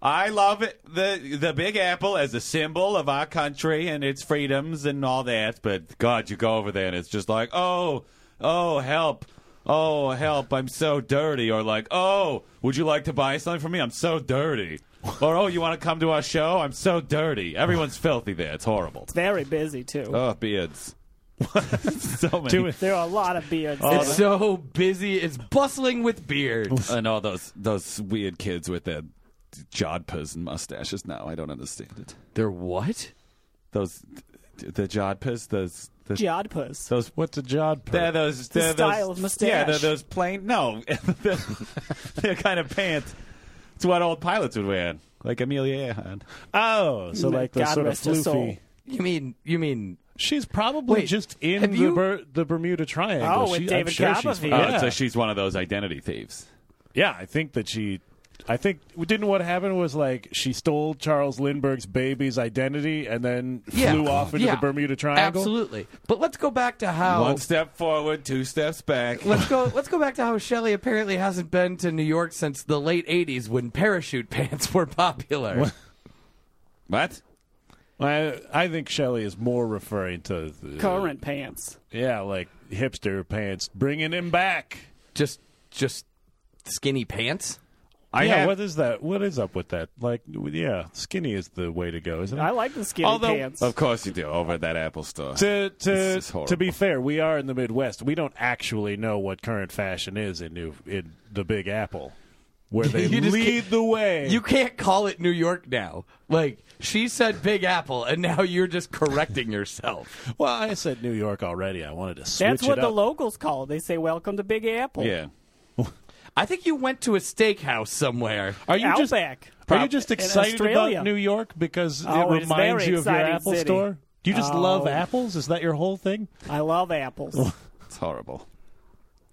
Speaker 4: I love it, the the Big Apple as a symbol of our country and its freedoms and all that. But God, you go over there and it's just like, oh, oh, help. Oh help! I'm so dirty. Or like, oh, would you like to buy something from me? I'm so dirty. Or oh, you want to come to our show? I'm so dirty. Everyone's filthy there. It's horrible.
Speaker 6: Very busy too.
Speaker 4: Oh, beards. so many
Speaker 2: Doing
Speaker 6: there are a lot of beards.
Speaker 2: Oh,
Speaker 1: It's so busy. It's bustling with beards.
Speaker 4: and all those those weird kids with their jodhpurs and mustaches now. I don't understand it.
Speaker 1: They're what?
Speaker 4: Those the jodhpurs, those the,
Speaker 6: Jodhpurs.
Speaker 4: those
Speaker 2: what's a job? per-
Speaker 4: they're those they're
Speaker 6: style
Speaker 4: those,
Speaker 6: of mustache.
Speaker 4: Yeah, they're those plain no, they're, they're kind of pants. It's what old pilots would wear, like Amelia Earhart.
Speaker 2: Oh, so
Speaker 6: May
Speaker 2: like the
Speaker 6: God
Speaker 2: sort of
Speaker 6: rest his soul.
Speaker 2: floofy.
Speaker 1: You mean you mean
Speaker 2: She's probably
Speaker 1: Wait,
Speaker 2: just in
Speaker 1: have
Speaker 2: the,
Speaker 1: you-
Speaker 2: Ber- the Bermuda Triangle.
Speaker 6: Oh, with
Speaker 2: She- I'm
Speaker 6: David
Speaker 2: sure she's-
Speaker 6: Copperfield.
Speaker 2: Yeah.
Speaker 4: Oh, so she's one of those identity thieves.
Speaker 2: yeah, I think that she. I think didn't what happened was like she stole Charles Lindbergh's baby's identity and then
Speaker 1: Yeah.
Speaker 2: flew off into
Speaker 1: Yeah.
Speaker 2: the Bermuda Triangle.
Speaker 1: Absolutely. But let's go back to
Speaker 2: Oh.
Speaker 1: how
Speaker 4: One step forward, two steps back.
Speaker 1: let's go let's go back to how Shelley apparently hasn't been to New York since the late eighties when parachute pants were popular.
Speaker 4: What?
Speaker 2: I, I think Shelley is more referring to the,
Speaker 6: Current pants.
Speaker 2: Yeah, like hipster pants, bringing him back.
Speaker 1: just just skinny pants?
Speaker 4: I
Speaker 2: yeah,
Speaker 4: have-
Speaker 2: what is that? What is up with that? Like, yeah, skinny is the way to go, isn't it?
Speaker 6: I like the skinny
Speaker 2: Although-
Speaker 6: pants.
Speaker 4: Of course you do. Over at that Apple store.
Speaker 2: to
Speaker 4: This
Speaker 2: to
Speaker 4: is horrible.
Speaker 2: to be fair, we are in the Midwest. We don't actually know what current fashion is in New in the Big Apple, where they
Speaker 1: You just
Speaker 2: lead
Speaker 1: can't-
Speaker 2: the way.
Speaker 1: You can't call it New York now. Like she said Big Apple and now you're just correcting yourself.
Speaker 2: well, I said New York already. I wanted to switch
Speaker 6: That's what
Speaker 2: it
Speaker 6: the
Speaker 2: up.
Speaker 6: locals call. it. They say, "Welcome to Big Apple."
Speaker 4: yeah.
Speaker 1: I think you went to a steakhouse somewhere.
Speaker 2: are you just
Speaker 6: Outback.
Speaker 2: are you just excited
Speaker 6: Australia.
Speaker 2: about New York because
Speaker 6: Oh,
Speaker 2: it
Speaker 6: it's
Speaker 2: reminds
Speaker 6: very
Speaker 2: you of your
Speaker 6: exciting
Speaker 2: Apple
Speaker 6: city.
Speaker 2: store? Do you just love
Speaker 6: Oh.
Speaker 2: apples? Is that your whole thing?
Speaker 6: I love apples.
Speaker 4: It's horrible.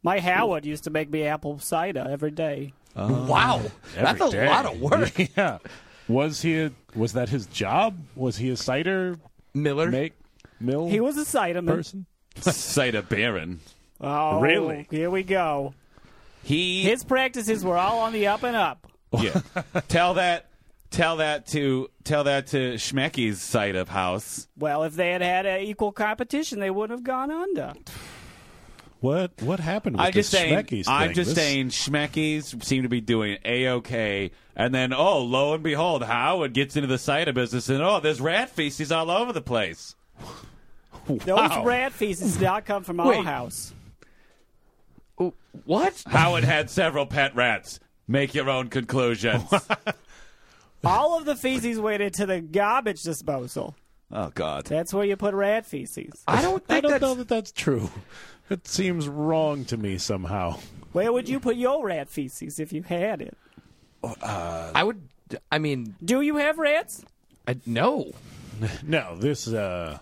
Speaker 6: My Howard used to make me apple cider every day.
Speaker 1: wow. That's a
Speaker 2: Um, day.
Speaker 1: lot of work.
Speaker 2: yeah. Was he? A, was that his job? Was he a cider
Speaker 1: Miller.
Speaker 2: make mill
Speaker 6: He was a ciderman.
Speaker 2: Oh. person?
Speaker 4: Cider Baron.
Speaker 6: Oh,
Speaker 2: Really?
Speaker 6: Here we go.
Speaker 4: He
Speaker 6: His practices were all on the up and up.
Speaker 4: Yeah. tell that tell that to tell that to Schmecky's side of house.
Speaker 6: Well, if they had had uh, equal competition, they wouldn't have gone under.
Speaker 2: What what happened with
Speaker 4: I'm just
Speaker 2: the
Speaker 4: saying
Speaker 2: Schmecky's
Speaker 4: I'm
Speaker 2: thing?
Speaker 4: just
Speaker 2: This-
Speaker 4: saying Schmecky's seem to be doing A okay and then oh lo and behold Howard gets into the cider business and oh there's rat feces all over the place.
Speaker 2: Wow.
Speaker 6: Those rat feces did not come from our
Speaker 1: Wait.
Speaker 6: house.
Speaker 2: Oh.
Speaker 1: What?
Speaker 4: Howard had several pet rats. Make your own conclusions.
Speaker 6: All of the feces went into the garbage disposal.
Speaker 4: oh God.
Speaker 6: That's where you put rat feces.
Speaker 1: I don't
Speaker 2: I
Speaker 1: think
Speaker 2: don't
Speaker 1: that's
Speaker 2: know that that's true. It seems wrong to me somehow.
Speaker 6: Where would you put your rat feces if you had it?
Speaker 1: I would I mean,
Speaker 6: Do you have rats?
Speaker 1: I, no.
Speaker 2: No, this uh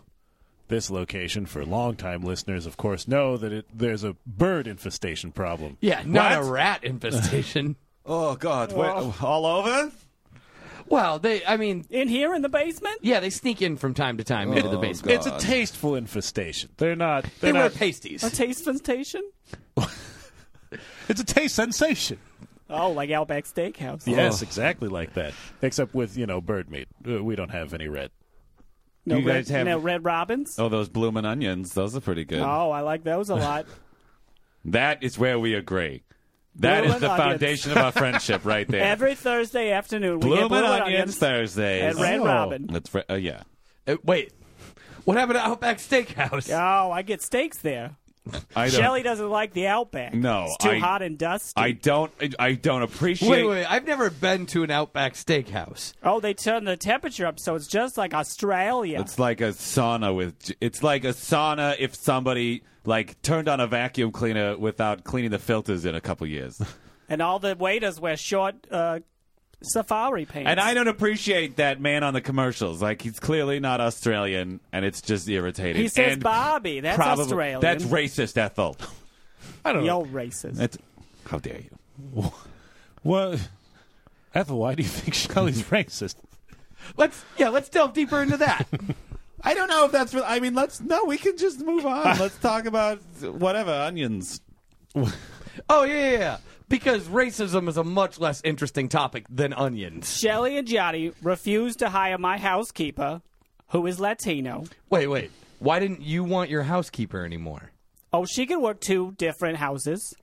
Speaker 2: this location for longtime listeners of course know that it, there's a bird infestation problem.
Speaker 1: Yeah, not
Speaker 4: What?
Speaker 1: a rat infestation.
Speaker 4: Oh God. Wait, all over?
Speaker 1: well, they I mean,
Speaker 6: In here in the basement?
Speaker 1: yeah, they sneak in from time to time into the basement.
Speaker 2: It's a tasteful infestation. They're not
Speaker 1: They
Speaker 2: they're
Speaker 1: wear
Speaker 2: not,
Speaker 6: A
Speaker 1: pasties.
Speaker 6: taste sensation?
Speaker 2: It's a taste sensation.
Speaker 6: Oh, like Outback Steakhouse.
Speaker 2: Yes, exactly like that. Except with, you know, bird meat. Uh, we don't have any red.
Speaker 6: No,
Speaker 4: You
Speaker 6: red,
Speaker 4: guys have-
Speaker 6: no red robins?
Speaker 4: Oh those bloomin' onions, those are pretty good.
Speaker 6: Oh, I like those a lot.
Speaker 4: That is where we agree. That is
Speaker 6: Bloomin'
Speaker 4: the
Speaker 6: onions.
Speaker 4: foundation of our friendship right there.
Speaker 6: Every Thursday afternoon, we
Speaker 4: Bloomin'
Speaker 6: get bloomin'
Speaker 4: onions,
Speaker 6: onions,
Speaker 4: Thursdays.
Speaker 6: and red
Speaker 2: Oh.
Speaker 6: robin.
Speaker 4: That's fr- uh, yeah.
Speaker 1: Uh, wait. What happened to Outback Steakhouse?
Speaker 6: Oh, I get steaks there.
Speaker 4: I don't,
Speaker 6: Shelly doesn't like the Outback.
Speaker 4: No,
Speaker 6: it's too
Speaker 4: I-
Speaker 6: hot and dusty.
Speaker 4: I don't. I- I don't appreciate.
Speaker 1: Wait, wait, I've never been to an Outback Steakhouse.
Speaker 6: oh, they turn the temperature up, so it's just like Australia.
Speaker 4: It's like a sauna with. It's like a sauna if somebody like turned on a vacuum cleaner without cleaning the filters in a couple years.
Speaker 6: and all the waiters wear short uh, safari pants.
Speaker 4: And I don't appreciate that man on the commercials. Like he's clearly not Australian, and it's just irritating.
Speaker 6: He says
Speaker 4: And
Speaker 6: Bobby. That's
Speaker 4: probably-
Speaker 6: Australian.
Speaker 4: That's racist, Ethel.
Speaker 2: I don't know.
Speaker 6: You're racist.
Speaker 4: That's, how dare you?
Speaker 2: What? Ethel, why do you think Shelley's racist?
Speaker 1: Let's yeah, let's delve deeper into that.
Speaker 4: I don't know if that's. I mean, let's no. We can just move on. let's talk about whatever onions.
Speaker 1: oh yeah, yeah, yeah. Because racism is a much less interesting topic than onions.
Speaker 6: Shelly and Johnny refuse to hire my housekeeper, who is Latino.
Speaker 1: Wait, wait. Why didn't you want your housekeeper anymore?
Speaker 6: Oh, she can work two different houses.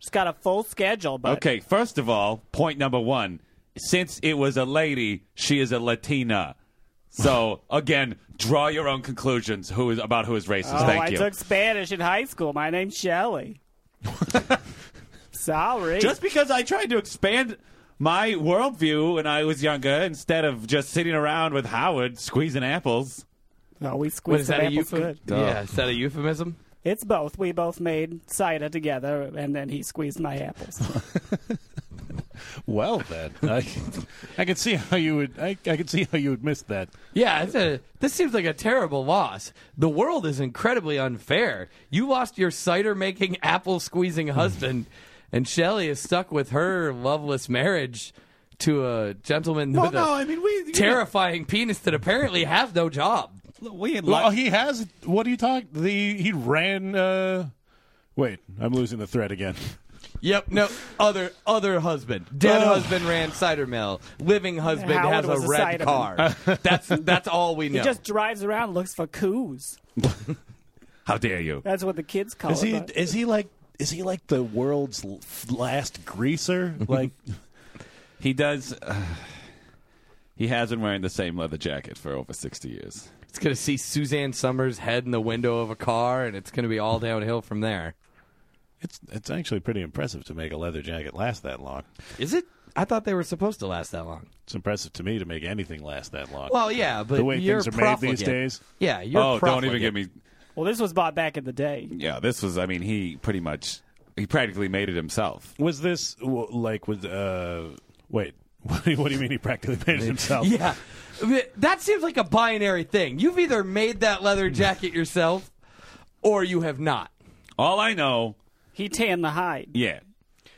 Speaker 6: She's got a full schedule, but
Speaker 4: Okay, first of all, point number one. Since it was a lady, she is a Latina. So again, draw your own conclusions. Who is about who is racist?
Speaker 6: oh,
Speaker 4: Thank
Speaker 6: I
Speaker 4: you.
Speaker 6: took Spanish in high school. My name's Shelly. Sorry.
Speaker 4: just because I tried to expand my worldview when I was younger, instead of just sitting around with Howard squeezing apples.
Speaker 6: no, Oh, we
Speaker 1: What
Speaker 6: squeezed
Speaker 1: is that
Speaker 6: some
Speaker 1: a
Speaker 6: apples
Speaker 1: euphemism?
Speaker 6: good.
Speaker 1: Yeah, is that a euphemism?
Speaker 6: It's both. We both made cider together, and then he squeezed my apples.
Speaker 2: Well, then I, I could see how you would. I, I could see how you would miss that.
Speaker 1: Yeah, it's a, this seems like a terrible loss. The world is incredibly unfair. You lost your cider making, apple squeezing husband, and Shelley is stuck with her loveless marriage to a gentleman with
Speaker 2: uh,
Speaker 1: a
Speaker 4: mean we
Speaker 1: terrifying penis that apparently has no job.
Speaker 4: We had
Speaker 2: Well, he has. What are you talking? The he ran. Uh, wait, I'm losing the thread again.
Speaker 1: Yep, no other other husband. Dead husband ran cider mill. Living husband
Speaker 6: Howard
Speaker 1: has
Speaker 6: was
Speaker 1: a
Speaker 6: a
Speaker 1: red
Speaker 6: cider
Speaker 1: car. that's that's all we know.
Speaker 6: He just drives around, looks for coos.
Speaker 4: How dare you?
Speaker 6: That's what the kids call
Speaker 2: Is
Speaker 6: it.
Speaker 2: he?
Speaker 6: but-
Speaker 2: Is he like? Is he like the world's l- last greaser? Like,
Speaker 4: He does. Uh, he has been wearing the same leather jacket for over sixty years.
Speaker 1: it's gonna see Suzanne Summers' head in the window of a car, and it's gonna be all downhill from there.
Speaker 2: it's it's actually pretty impressive to make a leather jacket last that long.
Speaker 1: Is it? I thought they were supposed to last that long.
Speaker 2: It's impressive to me to make anything last that long.
Speaker 1: Well, yeah, but
Speaker 2: the way
Speaker 1: you're
Speaker 2: things are made
Speaker 1: profligate.
Speaker 2: these days.
Speaker 1: Yeah, you're.
Speaker 4: oh, don't
Speaker 1: profligate.
Speaker 4: even give me.
Speaker 6: well, this was bought back in the day.
Speaker 4: Yeah, this was. I mean, he pretty much. He practically made it himself.
Speaker 2: Was this w- like was uh? Wait, what do you, what do you mean he practically made it himself?
Speaker 1: Yeah, Th- that seems like a binary thing. You've either made that leather jacket yourself, or you have not.
Speaker 4: All I know,
Speaker 6: He tanned the hide.
Speaker 4: yeah.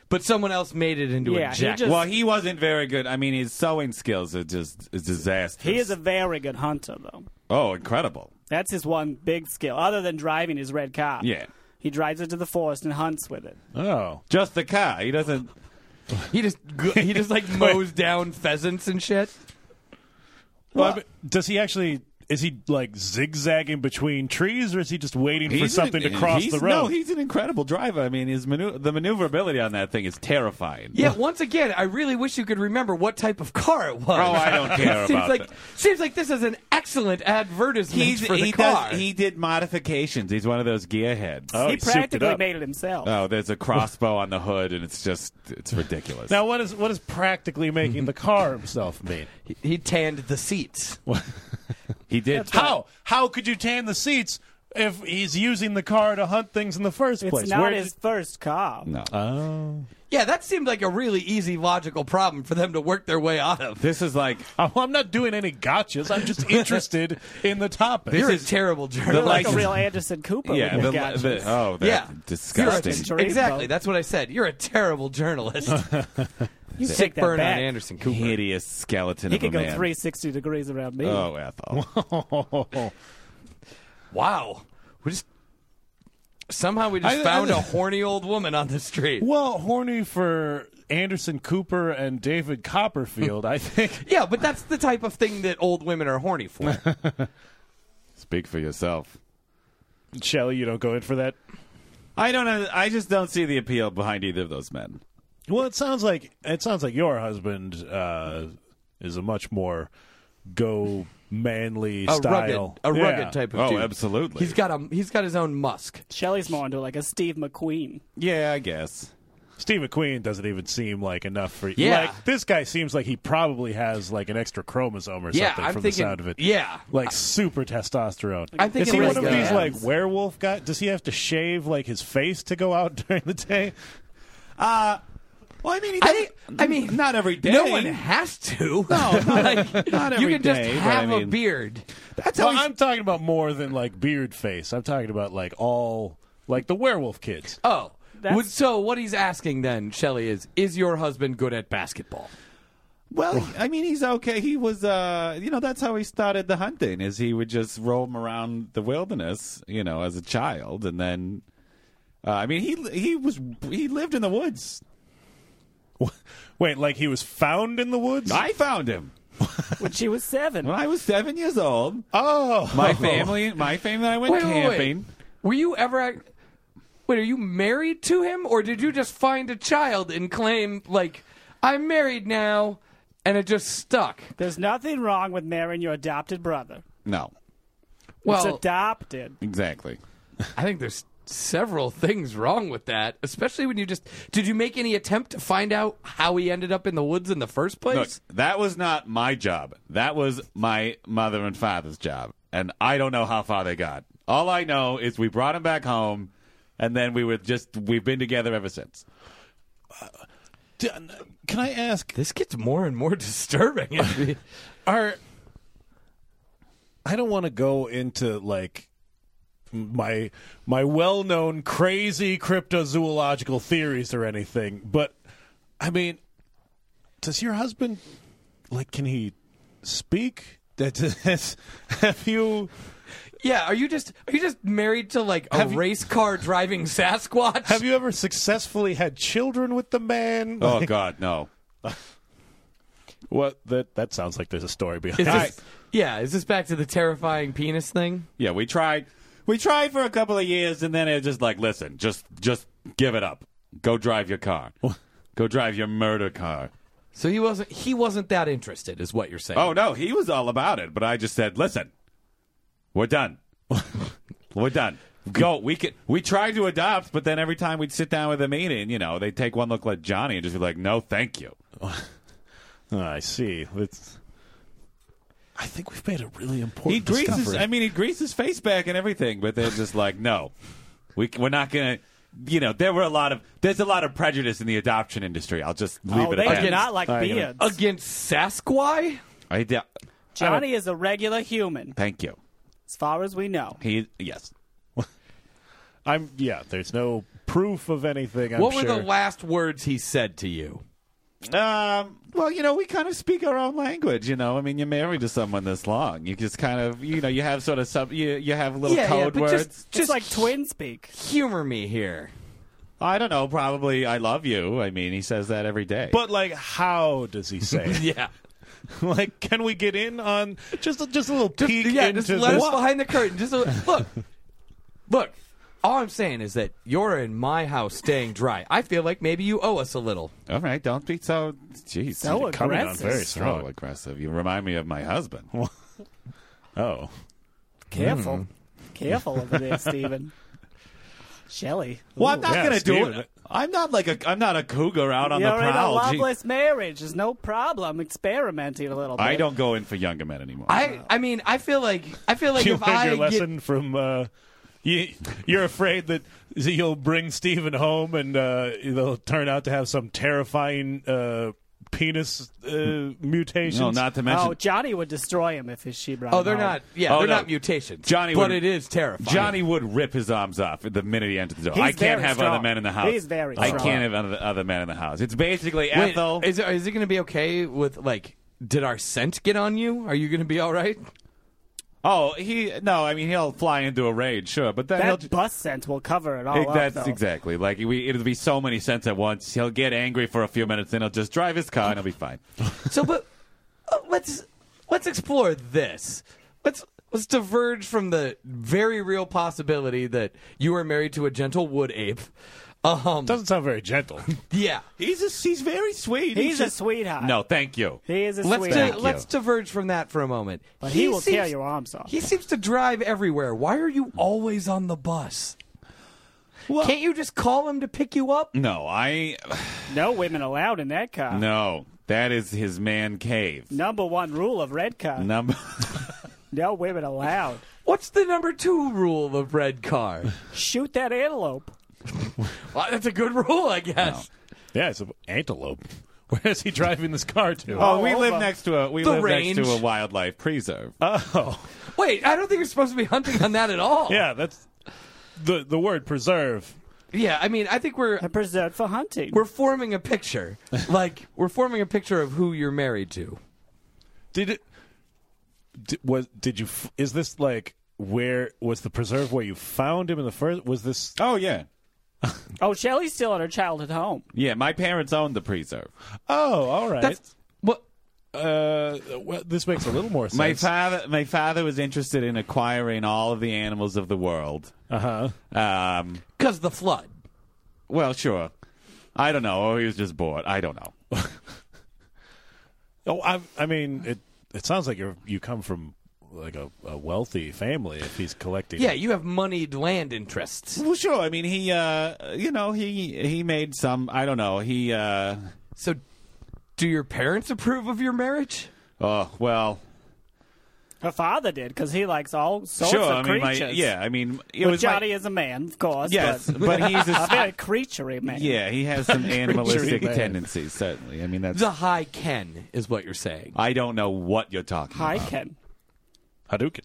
Speaker 1: But someone else made it into
Speaker 6: Yeah,
Speaker 1: a
Speaker 6: he
Speaker 1: jacket.
Speaker 6: just-
Speaker 4: Well, he wasn't very good. I mean, his sewing skills are just is disastrous.
Speaker 6: He is a very good hunter, though.
Speaker 4: oh, incredible.
Speaker 6: That's his one big skill, other than driving his red car.
Speaker 4: Yeah,
Speaker 6: He drives it to the forest and hunts with it.
Speaker 2: Oh,
Speaker 4: just the car. He doesn't.
Speaker 1: He just go- he just like mows down pheasants and shit.
Speaker 2: Well, I mean, does he actually? Is he like zigzagging between trees, or is he just waiting for
Speaker 4: He's
Speaker 2: something
Speaker 4: an-
Speaker 2: to cross
Speaker 4: he's-
Speaker 2: the road?
Speaker 4: No, he's an incredible driver. I mean, his manu- the maneuverability on that thing is terrifying.
Speaker 1: Yeah, once again, I really wish you could remember what type of car it was.
Speaker 4: Oh, I don't care
Speaker 1: it seems
Speaker 4: about
Speaker 1: like
Speaker 4: that.
Speaker 1: seems like this is an excellent advertisement
Speaker 4: He's,
Speaker 1: for the
Speaker 4: he
Speaker 1: car.
Speaker 4: does. He did modifications. He's one of those gearheads.
Speaker 2: Oh,
Speaker 6: he
Speaker 2: he souped it
Speaker 6: practically
Speaker 2: up.
Speaker 6: made it himself.
Speaker 4: Oh, there's a crossbow on the hood, and it's just it's ridiculous.
Speaker 2: now, what is what is practically making the car himself mean?
Speaker 1: He- he tanned the seats.
Speaker 4: he did.
Speaker 2: How how could you tan the seats if he's using the car to hunt things in the first
Speaker 6: it's
Speaker 2: place?
Speaker 6: not
Speaker 2: Where did-
Speaker 6: his first car.
Speaker 4: No.
Speaker 2: Oh,
Speaker 1: Yeah, that seemed like a really easy logical problem for them to work their way out of.
Speaker 4: This is like
Speaker 2: Oh, I'm not doing any gotchas. I'm just interested in the topic.
Speaker 1: You're a
Speaker 4: is-
Speaker 1: terrible
Speaker 4: the
Speaker 1: journalist.
Speaker 6: Like
Speaker 4: Like-
Speaker 6: a real Anderson Cooper.
Speaker 4: yeah.
Speaker 6: with
Speaker 4: The,
Speaker 6: his gadgets.
Speaker 4: the- oh, that
Speaker 1: Yeah.
Speaker 4: disgusting.
Speaker 6: You're a-
Speaker 1: exactly, that's what I said. You're a terrible journalist.
Speaker 6: you
Speaker 1: Sick
Speaker 6: can take that
Speaker 1: burn
Speaker 6: back.
Speaker 1: on Anderson Cooper.
Speaker 4: hideous skeleton.
Speaker 6: He
Speaker 4: of a
Speaker 6: could go
Speaker 4: man.
Speaker 6: 360 degrees around me.
Speaker 4: Oh, Ethel.
Speaker 1: Wow, we just somehow we just
Speaker 2: I- I-
Speaker 1: found a horny old woman on the street.
Speaker 2: well, horny for Anderson Cooper and David Copperfield. I think
Speaker 1: Yeah, but that's the type of thing that old women are horny for.
Speaker 4: Speak for yourself.
Speaker 2: Shelley, you don't go in for that.
Speaker 4: I don't. know- I just don't see the appeal behind either of those men.
Speaker 2: Well, it sounds like it sounds like your husband uh, is a much more go manly
Speaker 1: a
Speaker 2: style,
Speaker 1: rugged, a
Speaker 2: Yeah.
Speaker 1: rugged type of
Speaker 4: Oh,
Speaker 1: dude.
Speaker 4: absolutely.
Speaker 1: He's got a he's got his own Musk.
Speaker 6: Shelley's more into like a Steve McQueen.
Speaker 4: Yeah, I guess.
Speaker 2: Steve McQueen doesn't even seem like enough for
Speaker 1: Yeah.
Speaker 2: Like this guy seems like he probably has like an extra chromosome or
Speaker 1: Yeah,
Speaker 2: something
Speaker 1: I'm
Speaker 2: from
Speaker 1: thinking.
Speaker 2: the sound of it.
Speaker 1: Yeah,
Speaker 2: Like super testosterone.
Speaker 1: I'm
Speaker 2: Is
Speaker 1: thinking
Speaker 2: he
Speaker 1: like,
Speaker 2: one of
Speaker 1: uh,
Speaker 2: these like werewolf guys? Does he have to shave like his face to go out during the day?
Speaker 1: Uh,
Speaker 4: Well, I mean, he
Speaker 1: I
Speaker 4: doesn't-
Speaker 1: think- I mean,
Speaker 4: not every day.
Speaker 1: No one has to. No, like,
Speaker 4: not
Speaker 1: you
Speaker 4: every
Speaker 1: can just
Speaker 4: day, but
Speaker 1: have
Speaker 4: I
Speaker 1: a
Speaker 4: mean-
Speaker 1: beard.
Speaker 4: That's
Speaker 2: Well,
Speaker 4: how he's-
Speaker 2: I'm talking about more than like beard face. I'm talking about like all like the werewolf kids.
Speaker 1: Oh,
Speaker 6: That's-
Speaker 1: Would- so what he's asking then, Shelley, is is your husband good at basketball?
Speaker 4: Well, I mean, he's okay. He was, uh, you know, that's how he started the hunting. Is he would just roam around the wilderness, you know, as a child, and then, uh, I mean, he he was he lived in the woods.
Speaker 1: Uh,
Speaker 2: Wait, like he was found in the woods?
Speaker 4: I found him
Speaker 6: When she was seven.
Speaker 4: when I was seven years old.
Speaker 2: oh,
Speaker 4: My family, my family, and I went
Speaker 1: Wait, wait, wait.
Speaker 4: camping.
Speaker 1: Were you ever? At, wait, are you married to him, or did you just find a child and claim like I'm married now, and it just stuck?
Speaker 6: There's nothing wrong with marrying your adopted brother.
Speaker 4: No,
Speaker 6: it's
Speaker 1: Well,
Speaker 6: adopted.
Speaker 4: exactly.
Speaker 1: I think there's several things wrong with that, especially when you just did you make any attempt to find out how he ended up in the woods in the first
Speaker 4: Look,
Speaker 1: place?
Speaker 4: that was not my job. That was my mother and father's job. And I don't know how far they got. All I know is we brought him back home and then we were just we've been together ever since.
Speaker 2: D- Can I ask?
Speaker 1: this gets more and more disturbing. as we-
Speaker 2: Are I don't want to go into like my my well-known crazy cryptozoological theories or anything, but I mean, does your husband like can he speak? That that's- have you
Speaker 1: yeah, are you just are you just married to like a
Speaker 2: you-
Speaker 1: race car driving Sasquatch?
Speaker 2: have you ever successfully had children with the man?
Speaker 4: Oh god, no.
Speaker 2: What that that sounds like there's a story behind.
Speaker 1: Is
Speaker 2: it.
Speaker 1: this, yeah, is this back to the terrifying penis thing?
Speaker 4: Yeah, we tried we tried for a couple of years and then it was just like, listen, just just give it up. Go drive your car. Go drive your murder car.
Speaker 1: So he wasn't he wasn't that interested, is what you're saying.
Speaker 4: Oh no, he was all about it, but I just said, "Listen, we're done. we're done. Go. We could. We tried to adopt, but then every time we'd sit down with a meeting, you know, they'd take one look like Johnny and just be like, "No, thank you."
Speaker 2: Oh, I see. It's, I think we've made a really
Speaker 4: He
Speaker 2: important
Speaker 4: greases.
Speaker 2: discovery.
Speaker 4: I mean, he greased his face back and everything, but they're just like, "No, we c- we're not gonna." You know, there were a lot of there's a lot of prejudice in the adoption industry. I'll just leave
Speaker 6: oh,
Speaker 4: it
Speaker 6: they
Speaker 4: at
Speaker 6: do
Speaker 4: that.
Speaker 6: not like
Speaker 2: I get it.
Speaker 6: beards.
Speaker 1: Against Sasquatch?
Speaker 4: I d-
Speaker 6: Johnny is a regular human,
Speaker 4: thank you.
Speaker 6: as far as we know.
Speaker 4: He yes.
Speaker 2: I'm yeah. There's no proof of anything. I'm
Speaker 1: what
Speaker 2: sure.
Speaker 1: were the last words he said to you?
Speaker 4: Um, well, you know, we kind of speak our own language. You know, I mean, you're married to someone this long. You just kind of, you know, you have sort of sub, you you have little code
Speaker 1: but
Speaker 4: words.
Speaker 1: just,
Speaker 6: Just
Speaker 1: just
Speaker 6: like twin speak.
Speaker 1: humor me here.
Speaker 4: I don't know. Probably, I love you. I mean, he says that every day.
Speaker 2: but like, how does he say? it?
Speaker 1: Yeah.
Speaker 2: like, can we get in on just just a little peek
Speaker 1: yeah,
Speaker 2: into
Speaker 1: just let
Speaker 2: this?
Speaker 1: us behind the curtain. Just a- look, look. All I'm saying is that you're in my house, staying dry. I feel like maybe you owe us a little.
Speaker 4: all right, don't be so. Jeez,
Speaker 6: So
Speaker 4: you're
Speaker 2: coming on
Speaker 6: aggressive.
Speaker 2: very
Speaker 4: so
Speaker 2: strong.
Speaker 4: aggressive. You remind me of my husband.
Speaker 2: Oh,
Speaker 6: Careful. Careful over there, Stephen. Shelley.
Speaker 4: Well, I'm not
Speaker 2: yeah,
Speaker 4: gonna do
Speaker 2: Steven.
Speaker 4: it. I'm not like a. I'm not a cougar out on
Speaker 6: You're
Speaker 4: the
Speaker 6: in a
Speaker 4: prowl. Gee,
Speaker 6: loveless marriage. There's no problem experimenting a little bit.
Speaker 4: I don't go in for younger men anymore.
Speaker 1: I, I mean, I feel like, I feel like
Speaker 2: you
Speaker 1: if
Speaker 2: learned
Speaker 1: I
Speaker 2: your
Speaker 1: get,
Speaker 2: lesson from. Uh, you, you're afraid that you'll bring Stephen home and uh, they'll turn out to have some terrifying uh, penis uh, mutations.
Speaker 4: no, not to mention
Speaker 6: Oh, Johnny would destroy him if his she brought
Speaker 1: oh,
Speaker 6: him
Speaker 1: they're
Speaker 6: home.
Speaker 1: not, yeah,
Speaker 4: Oh,
Speaker 1: they're
Speaker 4: no.
Speaker 1: not mutations,
Speaker 4: Johnny
Speaker 1: But
Speaker 4: would-
Speaker 1: it is terrifying.
Speaker 4: Johnny would rip his arms off the minute he entered the door.
Speaker 6: He's
Speaker 4: I can't
Speaker 6: very
Speaker 4: have
Speaker 6: strong.
Speaker 4: other men in the house.
Speaker 6: He's very
Speaker 4: I
Speaker 6: strong.
Speaker 4: can't have other, other men in the house. It's basically
Speaker 1: Wait,
Speaker 4: Ethel.
Speaker 1: is it, is it going to be okay with like? Did our scent get on you? Are you going to be all right?
Speaker 4: oh, he no. I mean, he'll fly into a rage, sure, but then he'll.
Speaker 6: That
Speaker 4: ju-
Speaker 6: bus scent will cover it all.
Speaker 4: It-
Speaker 6: up,
Speaker 4: that's
Speaker 6: though.
Speaker 4: exactly like we, it'll be so many cents at once. He'll get angry for a few minutes, then he'll just drive his car and he'll be fine.
Speaker 1: So, but uh, let's let's explore this. Let's let's diverge from the very real possibility that you are married to a gentle wood ape Um,
Speaker 2: Doesn't sound very gentle.
Speaker 1: yeah.
Speaker 4: He's a, he's very sweet.
Speaker 6: He's a
Speaker 4: just-
Speaker 6: sweetheart.
Speaker 4: No, thank you.
Speaker 6: He is a
Speaker 1: Let's
Speaker 6: sweetheart.
Speaker 1: di- let's diverge from that for a moment.
Speaker 6: But he will tear your arms off.
Speaker 1: He seems to drive everywhere. Why are you always on the bus?
Speaker 4: Well-
Speaker 1: Can't you just call him to pick you up?
Speaker 4: No, I
Speaker 6: no women allowed in that car.
Speaker 4: no. That is his man cave.
Speaker 6: Number one rule of red car. No,
Speaker 4: Number.
Speaker 6: women allowed.
Speaker 1: What's the number two rule of red car?
Speaker 6: Shoot that antelope.
Speaker 1: Well, that's a good rule, I guess.
Speaker 2: yeah, it's an antelope. Where is he driving this car to?
Speaker 4: Oh, we
Speaker 6: over.
Speaker 4: live next to a we
Speaker 1: The
Speaker 4: live next
Speaker 1: range.
Speaker 4: to a wildlife preserve.
Speaker 1: Wait, I don't think you're supposed to be hunting on that at all.
Speaker 2: Oh, yeah, that's the the word preserve.
Speaker 1: Yeah, I mean, I think we're
Speaker 6: And preserved for hunting.
Speaker 1: we're forming a picture. like we're forming a picture of who you're married to.
Speaker 2: Did it? Did, was did you? f- Is this like where was the preserve where you found him in the first? Was this?
Speaker 4: oh yeah,
Speaker 6: oh, Shelley's still at her childhood home.
Speaker 4: yeah. My parents owned the preserve.
Speaker 2: Oh, all right.
Speaker 1: That's what
Speaker 2: uh, well, this makes a little more sense.
Speaker 4: My father, my father was interested in acquiring all of the animals of the world.
Speaker 2: uh huh.
Speaker 6: Uh-huh.
Speaker 4: Um,
Speaker 1: cuz the flood.
Speaker 4: well, sure. I don't know. Or he was just bored. I don't know.
Speaker 2: Oh, I, I mean, it it sounds like you you come from like a, a wealthy family. If he's collecting,
Speaker 1: Yeah, you have moneyed land interests.
Speaker 4: Well, sure. I mean, he, uh, you know, he he made some. I don't know. He, uh,
Speaker 1: So do your parents approve of your marriage?
Speaker 4: oh well,
Speaker 6: Her father did because he likes all sorts
Speaker 4: sure. I
Speaker 6: of
Speaker 4: mean, my,
Speaker 6: creatures.
Speaker 4: yeah. I mean, it
Speaker 6: But
Speaker 4: was my-
Speaker 6: Johnny is a man, of course.
Speaker 4: yes,
Speaker 6: but
Speaker 4: but he's
Speaker 6: a
Speaker 4: a,
Speaker 6: very creaturey man.
Speaker 4: yeah. He has some animalistic
Speaker 2: man.
Speaker 4: tendencies. Certainly. I mean, that's.
Speaker 1: The high Ken is what you're saying.
Speaker 4: I don't know what you're talking.
Speaker 6: Hi,
Speaker 4: about.
Speaker 6: Ken.
Speaker 2: Hadouken.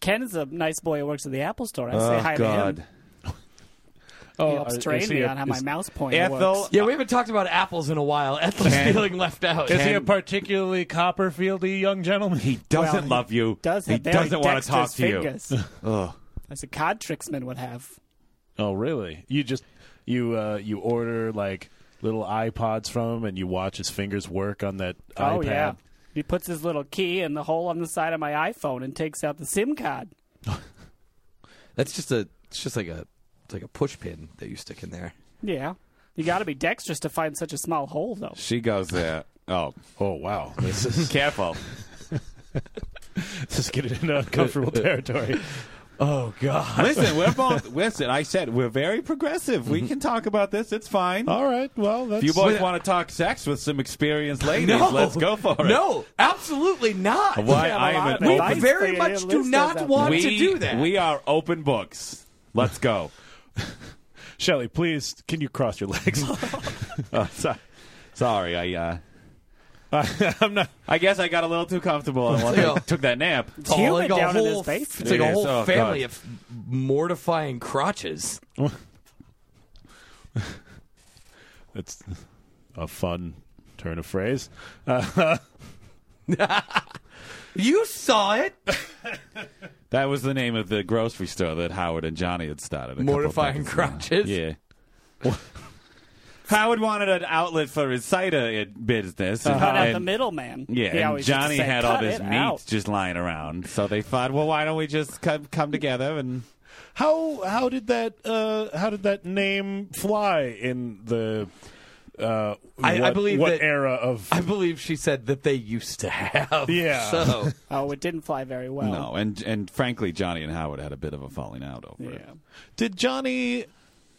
Speaker 6: Ken is a nice boy who works at the Apple store. I say
Speaker 4: Oh,
Speaker 6: hi
Speaker 4: God.
Speaker 6: to him.
Speaker 2: Oh,
Speaker 6: He helps train me on how my mouse pointer
Speaker 4: Ethel-
Speaker 6: works.
Speaker 1: Yeah, we haven't talked about apples in a while. Ethel's
Speaker 4: Ken-
Speaker 1: feeling left out.
Speaker 2: Is he a particularly Copperfieldy young gentleman?
Speaker 4: He doesn't
Speaker 6: Well,
Speaker 4: love you.
Speaker 6: Does
Speaker 4: he
Speaker 6: have very
Speaker 4: doesn't want to
Speaker 6: dexterous
Speaker 4: talk to
Speaker 6: fingers, you.
Speaker 4: you. Ugh.
Speaker 6: As a card tricksman would have.
Speaker 2: Oh, really? You just you uh, you order like little iPods from him, and you watch his fingers work on that
Speaker 6: Oh
Speaker 2: iPad.
Speaker 6: yeah. He puts his little key in the hole on the side of my iPhone and takes out the SIM card.
Speaker 1: That's just a it's just like a it's like a push pin that you stick in there.
Speaker 6: Yeah. You got to be dexterous to find such a small hole, though.
Speaker 4: She goes there. Oh,
Speaker 2: Oh wow, this is
Speaker 4: careful.
Speaker 2: this is getting into uncomfortable territory.
Speaker 1: Oh god.
Speaker 4: listen, we're both. Listen, I said we're very progressive. We can talk about this. It's fine.
Speaker 2: All right, well that's
Speaker 4: if you boys want to talk sex with some experienced ladies, let's go for it.
Speaker 1: No, absolutely not.
Speaker 4: Why
Speaker 6: have a
Speaker 4: I
Speaker 6: lot
Speaker 4: am
Speaker 6: of
Speaker 4: an
Speaker 1: We
Speaker 6: advice
Speaker 4: open,
Speaker 6: for
Speaker 1: very
Speaker 6: you.
Speaker 1: much do
Speaker 6: Listeners
Speaker 1: not
Speaker 6: out
Speaker 1: want
Speaker 4: we,
Speaker 1: to do that.
Speaker 4: We are open books. Let's go.
Speaker 2: Shelly, please can you cross your legs?
Speaker 4: Oh, so- sorry, I. Uh,
Speaker 2: I'm not.
Speaker 4: I guess I got a little too comfortable and went-
Speaker 1: Yeah.
Speaker 4: took that nap.
Speaker 1: It's all
Speaker 6: Human down in his face.
Speaker 1: It's like
Speaker 4: It
Speaker 1: a
Speaker 4: is.
Speaker 1: whole
Speaker 4: Oh,
Speaker 1: family
Speaker 4: God.
Speaker 1: of mortifying crotches.
Speaker 2: It's a fun turn of phrase.
Speaker 1: You saw it.
Speaker 4: That was the name of the grocery store that Howard and Johnny had started. a couple of
Speaker 1: Mortifying
Speaker 4: months ago.
Speaker 1: crotches.
Speaker 4: Yeah. Howard wanted an outlet for his cider i- business. and-
Speaker 6: Cut out
Speaker 4: and-
Speaker 6: the middleman. He
Speaker 4: Yeah, and
Speaker 6: always used to
Speaker 4: Johnny
Speaker 6: say,
Speaker 4: had all
Speaker 6: "Cut
Speaker 4: this
Speaker 6: it
Speaker 4: meat
Speaker 6: out."
Speaker 4: just lying around. So they thought, well, why don't we just come, come together and.
Speaker 2: How how did that uh, how did that name fly in the uh,
Speaker 1: I- I
Speaker 2: what,
Speaker 1: believe
Speaker 2: what
Speaker 1: that-
Speaker 2: era of
Speaker 1: I believe she said that they used to have.
Speaker 2: Yeah.
Speaker 1: So
Speaker 6: Oh, it didn't fly very well.
Speaker 4: No, and and frankly, Johnny and Howard had a bit of a falling out over it.
Speaker 6: Yeah.
Speaker 2: Did Johnny?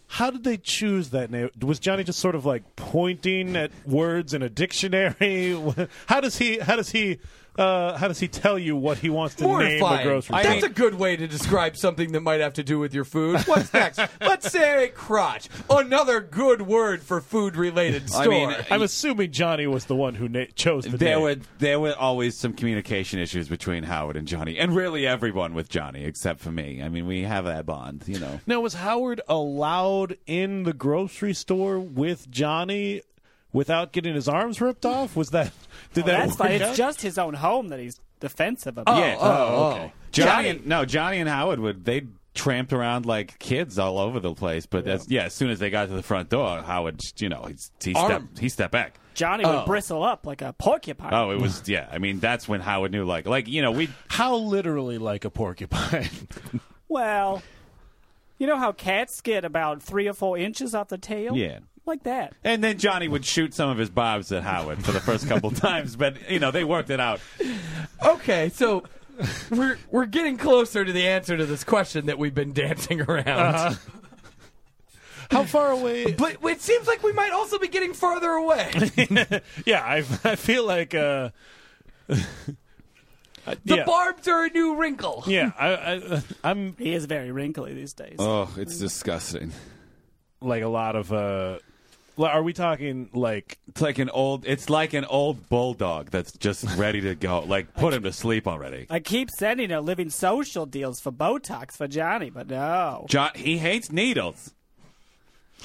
Speaker 2: How did they choose that name? Was Johnny just sort of like pointing at words in a dictionary? How does he? How does he? Uh, how does he tell you what he wants to name a
Speaker 1: mortifying.
Speaker 2: grocery
Speaker 1: That's
Speaker 2: store?
Speaker 1: a good way to describe something that might have to do with your food. What's next? Let's say crotch. Another good word for food-related store.
Speaker 4: I mean,
Speaker 2: I'm assuming Johnny was the one who na- chose the
Speaker 4: There
Speaker 2: name.
Speaker 4: were there were always some communication issues between Howard and Johnny, and really everyone with Johnny except for me. I mean, we have that bond, you know.
Speaker 2: now, was Howard allowed in the grocery store with Johnny without getting his arms ripped off? Was that? Did that?
Speaker 6: That's
Speaker 2: work
Speaker 6: fine. It's
Speaker 2: out?
Speaker 6: just his own home that he's defensive about.
Speaker 4: yeah.
Speaker 1: oh,
Speaker 4: okay.
Speaker 1: oh.
Speaker 4: Johnny, and, no, Johnny and Howard would they tramped around like kids all over the place. But that's yeah, as soon as they got to the front door, Howard, you know, he, he
Speaker 1: Arm.
Speaker 4: stepped he stepped back.
Speaker 6: Johnny would bristle up like a porcupine.
Speaker 4: Oh, it was yeah. I mean, that's when Howard knew, like, like you know, we
Speaker 2: How literally like a porcupine?
Speaker 6: Well, You know how cats get about three or four inches off the tail?
Speaker 4: Yeah.
Speaker 6: Like that.
Speaker 4: And then Johnny would shoot some of his bobs at Howard for the first couple times, but you know they worked it out.
Speaker 1: Okay, so we're we're getting closer to the answer to this question that we've been dancing around.
Speaker 2: Uh-huh. How far away?
Speaker 1: But it seems like we might also be getting farther away.
Speaker 2: yeah, I, I feel like. Uh, the
Speaker 1: The
Speaker 2: yeah,
Speaker 1: barbs are a new wrinkle.
Speaker 2: Yeah, I, I, I'm
Speaker 6: He is very wrinkly these days.
Speaker 4: Oh, it's disgusting.
Speaker 2: like a lot of. Uh, li- are we talking like
Speaker 4: It's like an old. It's like an old bulldog that's just ready to go. Like put him to sleep already.
Speaker 6: I keep sending her living social deals for Botox for Johnny, but no.
Speaker 4: John, he hates needles.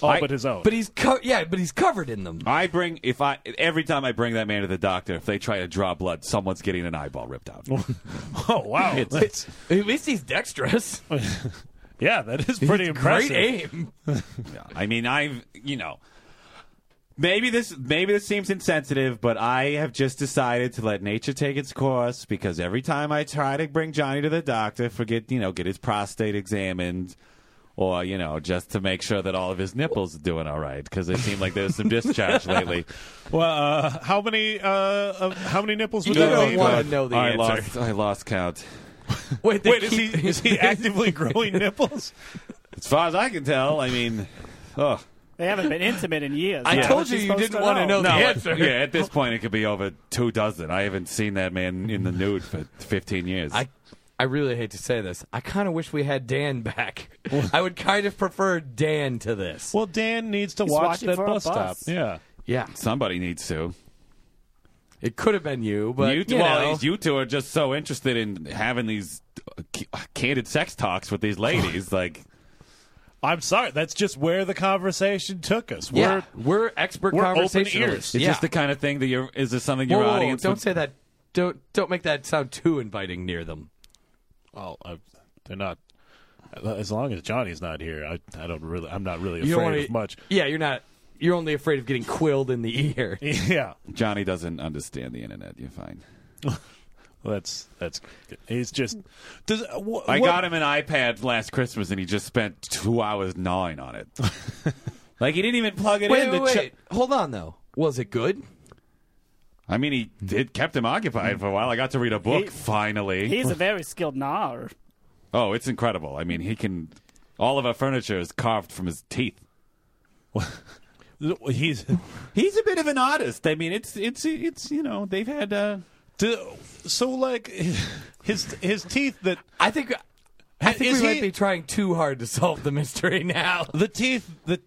Speaker 2: all
Speaker 4: I-
Speaker 2: but his own?
Speaker 1: But he's co- yeah, but he's covered in them.
Speaker 4: I bring if I every time I bring that man to the doctor, if they try to draw blood, someone's getting an eyeball ripped out.
Speaker 2: oh wow, that's,
Speaker 1: At least he's dexterous.
Speaker 2: yeah, that is pretty impressive.
Speaker 1: Great aim.
Speaker 4: I mean, I've you know, maybe this maybe this seems insensitive, but I have just decided to let nature take its course because every time I try to bring Johnny to the doctor for get you know get his prostate examined. Or you know, just to make sure that all of his nipples are doing all right, because it seemed like there's some discharge lately.
Speaker 2: Well, uh, how many uh, of, how many nipples would
Speaker 1: You
Speaker 2: that
Speaker 1: don't
Speaker 2: be?
Speaker 1: wanna know the
Speaker 4: I
Speaker 1: answer.
Speaker 4: Lost, I lost count.
Speaker 1: Wait, they
Speaker 2: Wait, is he
Speaker 1: keep-
Speaker 2: is he actively growing nipples?
Speaker 4: As far as I can tell, I mean, oh
Speaker 6: They haven't been intimate in years.
Speaker 1: I
Speaker 6: How
Speaker 1: told
Speaker 6: is
Speaker 1: you
Speaker 6: she
Speaker 1: you
Speaker 6: supposed
Speaker 1: didn't wanna know the
Speaker 4: no, at-
Speaker 1: answer.
Speaker 4: yeah. At this point, it could be over two dozen. I haven't seen that man in the nude for 15 years.
Speaker 1: I I really hate to say this. I kind of wish we had Dan back. I would kind of prefer Dan to this.
Speaker 2: Well, Dan needs to
Speaker 6: He's
Speaker 2: watch
Speaker 6: watching
Speaker 2: that
Speaker 6: for a
Speaker 2: bus, stop.
Speaker 6: bus.
Speaker 2: Yeah.
Speaker 1: Yeah,
Speaker 4: Somebody needs to.
Speaker 1: it could have been you, but
Speaker 4: you,
Speaker 1: you,
Speaker 4: two,
Speaker 1: know.
Speaker 4: well, these, you two are just so interested in having these uh, ca- candid sex talks with these ladies. like,
Speaker 2: I'm sorry. That's just where the conversation took us.
Speaker 1: yeah,
Speaker 2: We're
Speaker 1: we're, expert
Speaker 2: we're open
Speaker 1: conversationalists.
Speaker 2: ears.
Speaker 4: it's
Speaker 1: Yeah.
Speaker 4: just the kind of thing that you're. Is this something
Speaker 1: Whoa,
Speaker 4: your
Speaker 1: whoa, whoa,
Speaker 4: audience?
Speaker 1: Don't
Speaker 4: would-
Speaker 1: say that. Don't don't make that sound too inviting near them.
Speaker 2: well, I, they're not. As long as Johnny's not here, I, I don't really. I'm not really
Speaker 1: You don't
Speaker 2: afraid
Speaker 1: wanna- e-
Speaker 2: of much.
Speaker 1: Yeah, you're not. You're only afraid of getting quilled in the ear.
Speaker 2: Yeah,
Speaker 4: Johnny doesn't understand the internet. You're fine.
Speaker 2: that's that's. He's just. Does wh-
Speaker 4: I
Speaker 2: what-
Speaker 4: got him an iPad last Christmas, and he just spent two hours gnawing on it. like he didn't even plug it
Speaker 1: Wait,
Speaker 4: in.
Speaker 1: wait,
Speaker 4: to
Speaker 1: wait.
Speaker 4: ch-
Speaker 1: Hold on though. Was it good?
Speaker 4: I mean, he did kept him
Speaker 1: Mm.
Speaker 4: occupied for a while. I got to read a book
Speaker 6: He-
Speaker 4: finally.
Speaker 6: He's a very skilled gnar.
Speaker 4: oh, it's incredible. I mean, he can. All of our furniture is carved from his teeth.
Speaker 2: He's.
Speaker 4: He's a bit of an artist. I mean, it's it's it's you know they've had. Uh,
Speaker 2: do- so like, his his teeth that
Speaker 1: I think. I think
Speaker 2: Is
Speaker 1: we might
Speaker 2: he-
Speaker 1: be trying too hard to solve the mystery now.
Speaker 2: the teeth that.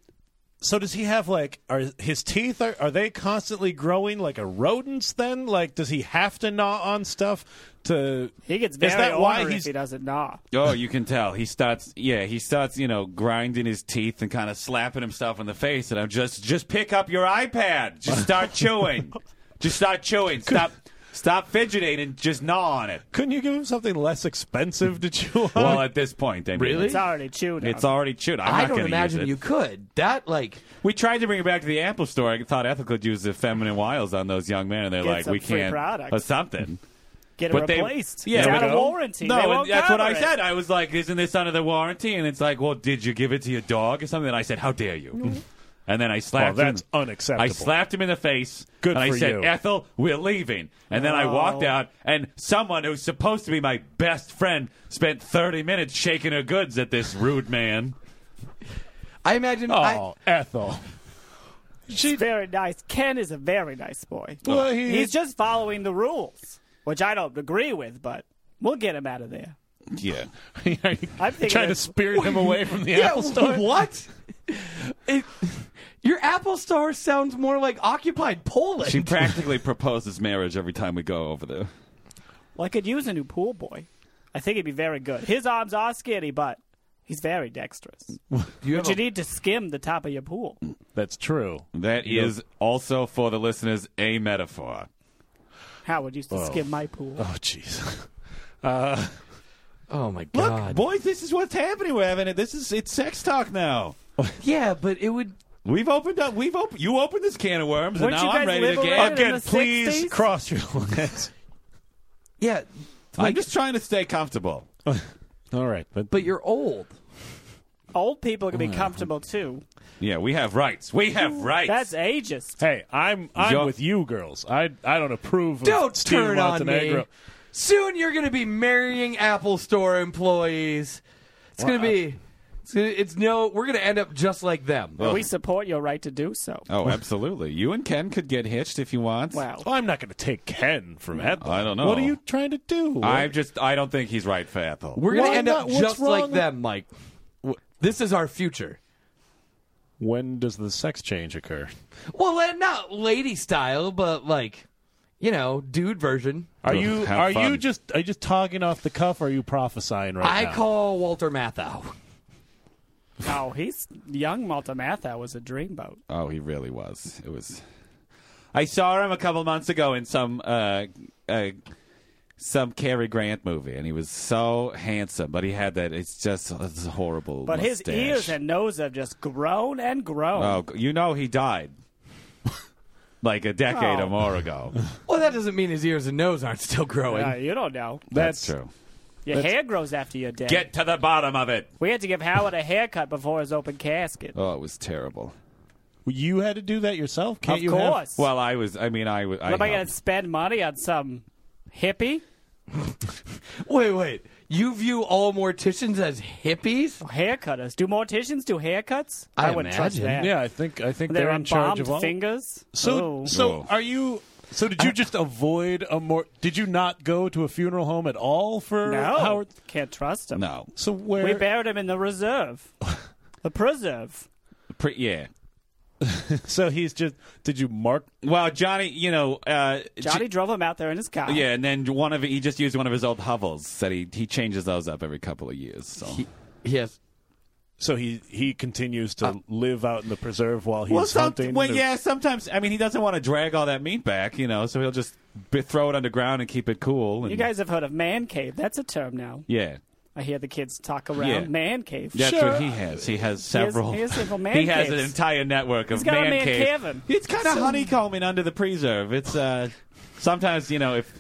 Speaker 2: So does he have like are his teeth are are they constantly growing like a rodent's then? Like does he have to gnaw on stuff to
Speaker 6: He gets
Speaker 2: Is
Speaker 6: very
Speaker 2: that why
Speaker 6: ornery
Speaker 2: he's-
Speaker 6: if he doesn't gnaw.
Speaker 4: oh, you can tell he starts. Yeah, he starts. You know, grinding his teeth and kind of slapping himself in the face. And I'm just just pick up your iPad. Just start chewing. Just start chewing. Stop stop fidgeting and just gnaw on it.
Speaker 2: Couldn't you give him something less expensive to chew on?
Speaker 4: Well, at this point, I mean,
Speaker 1: Really?
Speaker 6: It's already chewed.
Speaker 4: It's
Speaker 6: on.
Speaker 4: already chewed. I'm
Speaker 1: I
Speaker 4: not
Speaker 1: don't
Speaker 4: gonna use
Speaker 1: imagine
Speaker 4: it.
Speaker 1: you could. That like
Speaker 4: We tried to bring it back to the Apple store. I thought Ethical could use the feminine wiles on those young men, and they're
Speaker 6: Get
Speaker 4: like,
Speaker 6: some
Speaker 4: "We
Speaker 6: free
Speaker 4: can't,"
Speaker 6: product.
Speaker 4: or something.
Speaker 6: Get it
Speaker 4: But they
Speaker 6: replaced.
Speaker 4: yeah,
Speaker 6: it's
Speaker 4: we
Speaker 6: out of
Speaker 4: don't.
Speaker 6: warranty.
Speaker 4: No,
Speaker 6: They
Speaker 4: and
Speaker 6: won't
Speaker 4: that's what I
Speaker 6: cover it.
Speaker 4: said. I was like, "Isn't this under the warranty?" And it's like, "Well, did you give it to your dog or something?" And I said, "How dare
Speaker 6: Mm-hmm.
Speaker 4: you!" and then I
Speaker 2: Well,
Speaker 4: slapped
Speaker 2: Oh, that's
Speaker 4: him.
Speaker 2: unacceptable.
Speaker 4: I slapped him in the face.
Speaker 2: Good
Speaker 4: and
Speaker 2: for
Speaker 4: I said,
Speaker 2: you.
Speaker 4: "Ethel, we're leaving." And then I walked out, and someone who's supposed to be my best friend spent 30 minutes shaking her goods at this rude man.
Speaker 1: I imagine. I,
Speaker 2: Oh, Ethel.
Speaker 6: She's very nice. Ken is a very nice boy.
Speaker 2: Well, he-
Speaker 6: He's just following the rules, which I don't agree with, but we'll get him out of there.
Speaker 4: Yeah,
Speaker 2: Are you
Speaker 6: I'm thinking
Speaker 2: trying to
Speaker 6: of-
Speaker 2: spirit him away from the
Speaker 1: yeah,
Speaker 2: Apple Store.
Speaker 1: What? It, your Apple Store sounds more like occupied Poland.
Speaker 4: she practically proposes marriage every time we go over there.
Speaker 6: Well, I could use a new pool boy. I think he'd be very good. His arms are skinny, but he's very dexterous.
Speaker 1: you have
Speaker 6: But you
Speaker 2: Oh.
Speaker 1: a-
Speaker 6: need to skim the top of your pool.
Speaker 2: That's true.
Speaker 4: That is also for the listeners a metaphor.
Speaker 6: Howard used to skim my pool.
Speaker 2: Oh, jeez.
Speaker 1: oh my god.
Speaker 4: boys, this is what's happening. We're having it. This is it's sex talk now.
Speaker 1: Yeah, but it would.
Speaker 4: We've opened up. We've opened. You opened this can of worms,
Speaker 6: Weren't
Speaker 4: and now
Speaker 6: you guys
Speaker 4: I'm ready to
Speaker 6: liberated? Again,
Speaker 4: get.
Speaker 6: in
Speaker 2: Again,
Speaker 6: the
Speaker 2: please
Speaker 6: 60s?
Speaker 2: cross your legs.
Speaker 1: Yeah,
Speaker 4: I'm just trying to stay comfortable.
Speaker 2: All right, but
Speaker 1: but you're old.
Speaker 6: Old people can be comfortable
Speaker 2: uh,
Speaker 6: too.
Speaker 4: Yeah, we have rights. We have rights.
Speaker 6: That's ageist.
Speaker 2: Hey, I'm I'm
Speaker 4: Yo-
Speaker 2: with you girls. I I don't approve of
Speaker 1: Don't
Speaker 2: Steve
Speaker 1: turn on
Speaker 2: Montenegro.
Speaker 1: me. Soon you're going to be marrying Apple Store employees. It's going to be. It's, gonna- it's no. We're going to end up just like them.
Speaker 6: We support your right to do so.
Speaker 4: oh, absolutely. You and Ken could get hitched if you want.
Speaker 6: Wow.
Speaker 2: Oh, I'm not going to take Ken from Ethel.
Speaker 4: I don't know.
Speaker 2: What are you trying to do?
Speaker 4: I just I don't think he's right for Ethel.
Speaker 1: We're going
Speaker 2: Why
Speaker 1: to end
Speaker 2: not?
Speaker 1: up
Speaker 2: What's
Speaker 1: just like
Speaker 2: wrong?
Speaker 1: them, Mike. This is our future.
Speaker 2: when does the sex change occur?
Speaker 1: Well, uh, not lady style, but like, you know, dude version.
Speaker 2: Are
Speaker 4: Ugh,
Speaker 2: you
Speaker 4: have
Speaker 2: are
Speaker 4: fun.
Speaker 2: you just are you just talking off the cuff? Or are you prophesying
Speaker 4: Oh,
Speaker 2: right
Speaker 1: I
Speaker 2: now?
Speaker 1: call Walter Matthau.
Speaker 6: Oh, he's young. Maltamatha was a dreamboat.
Speaker 4: Oh, he really was. It was. I saw him a couple months ago in some uh, uh, some Cary Grant movie, and he was so handsome, but he had that. It's just oh, it's horrible.
Speaker 6: But his
Speaker 4: mustache.
Speaker 6: ears and nose have just grown and grown.
Speaker 4: oh, you know he died like a decade
Speaker 6: Oh.
Speaker 4: or more ago.
Speaker 1: Well, that doesn't mean his ears and nose aren't still growing.
Speaker 6: Uh, you don't know.
Speaker 4: That's, true.
Speaker 6: Your hair grows after you're dead.
Speaker 4: Get to the bottom of it.
Speaker 6: we had to give Howard a haircut before his open casket.
Speaker 4: Oh, it was terrible.
Speaker 2: You had to do that yourself. Can't
Speaker 6: of
Speaker 2: you have-
Speaker 6: course.
Speaker 4: Well, I was. I mean, I was. I
Speaker 6: Am I going
Speaker 4: helped.
Speaker 6: to spend money on some hippie?
Speaker 1: Wait, wait. You view all morticians as hippies?
Speaker 6: Haircutters. Do morticians do haircuts?
Speaker 1: I
Speaker 6: wouldn't touch
Speaker 1: imagine.
Speaker 6: that.
Speaker 2: yeah, I think I think
Speaker 6: They're
Speaker 2: they're in charge
Speaker 6: embalmed
Speaker 2: of all.
Speaker 6: fingers.
Speaker 2: So
Speaker 6: Oh.
Speaker 2: so
Speaker 4: Whoa.
Speaker 2: are you? So did you just avoid a more? Did you not go to a funeral home at all for
Speaker 6: no,
Speaker 2: Howard?
Speaker 6: can't trust him.
Speaker 4: No.
Speaker 2: So where?
Speaker 6: We buried him in the reserve. the preserve.
Speaker 4: Pre- yeah.
Speaker 2: so he's just. Did you mark?
Speaker 4: Well, Johnny, you know, uh,
Speaker 6: Johnny drove him out there in his car.
Speaker 4: Yeah, and then one of he just used one of his old hovels. That he he changes those up every couple of years. So
Speaker 1: Yes.
Speaker 2: So he he continues
Speaker 6: Uh,
Speaker 2: to live out in the preserve while he's
Speaker 4: well, some,
Speaker 2: hunting.
Speaker 4: well,
Speaker 2: or-
Speaker 4: yeah, sometimes I mean he doesn't want to drag all that meat back, you know, so he'll just b- throw it underground and keep it cool. And,
Speaker 6: You guys have heard of man cave. That's a term now.
Speaker 4: yeah,
Speaker 6: I hear the kids talk around
Speaker 4: Yeah.
Speaker 6: man cave.
Speaker 4: that's
Speaker 2: Sure.
Speaker 4: what he has. He has several.
Speaker 6: he has several man
Speaker 4: he has
Speaker 6: caves.
Speaker 4: an entire network of
Speaker 6: He's got a man
Speaker 4: cave-
Speaker 6: cavern.
Speaker 4: It's kind of honeycombing under the preserve. It's uh, sometimes you know if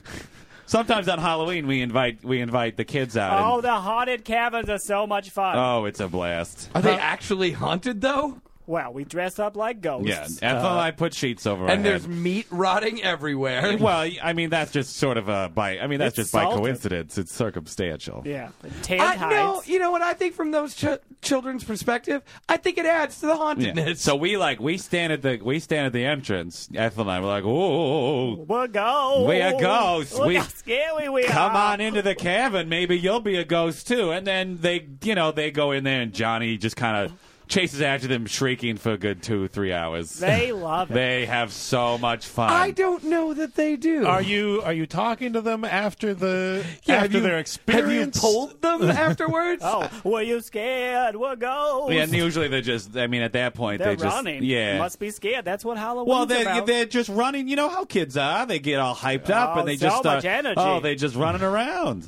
Speaker 4: sometimes on Halloween we invite we invite the kids out. and-
Speaker 6: Oh, the haunted caverns are so much fun.
Speaker 4: oh, it's a blast.
Speaker 1: Are they actually haunted, though?
Speaker 6: well, we dress up like ghosts.
Speaker 4: Yeah, Ethel,
Speaker 6: uh,
Speaker 4: I put sheets over. her
Speaker 1: And there's
Speaker 4: head.
Speaker 1: meat rotting everywhere.
Speaker 4: Well, I mean that's just sort of a by. I mean that's
Speaker 6: It's
Speaker 4: just by
Speaker 6: salted.
Speaker 4: coincidence. It's circumstantial.
Speaker 6: Yeah. Tan
Speaker 1: I,
Speaker 6: hides.
Speaker 1: no, you know what I think from those ch- children's perspective? I think it adds to the hauntedness.
Speaker 4: Yeah. So we like we stand at the we stand at the entrance. Ethel and I were like, "Oh,
Speaker 6: We're ghosts.
Speaker 4: We're ghosts.
Speaker 6: Look
Speaker 4: We-
Speaker 6: how scary we are.
Speaker 4: come on into the cabin. Maybe you'll be a ghost too." And then they, you know, they go in there, and Johnny just kind of chases after them, shrieking for a good two three hours.
Speaker 6: They love it.
Speaker 4: They have so much fun.
Speaker 1: I don't know that they do.
Speaker 2: Are you are you talking to them after the
Speaker 1: Yeah, have
Speaker 2: after
Speaker 1: you-
Speaker 2: their experience?
Speaker 1: Have you told them afterwards?
Speaker 6: oh, were you scared? We're ghosts.
Speaker 4: Yeah, and usually they're just. I mean, at that point,
Speaker 6: They're
Speaker 4: they just
Speaker 6: running.
Speaker 4: yeah.
Speaker 6: Must be scared. That's what Halloween's
Speaker 4: Well, they're,
Speaker 6: about.
Speaker 4: they're just running. You know how kids are. They get all hyped up
Speaker 6: Oh,
Speaker 4: and they
Speaker 6: so
Speaker 4: just start.
Speaker 6: much energy.
Speaker 4: Oh, they just running around.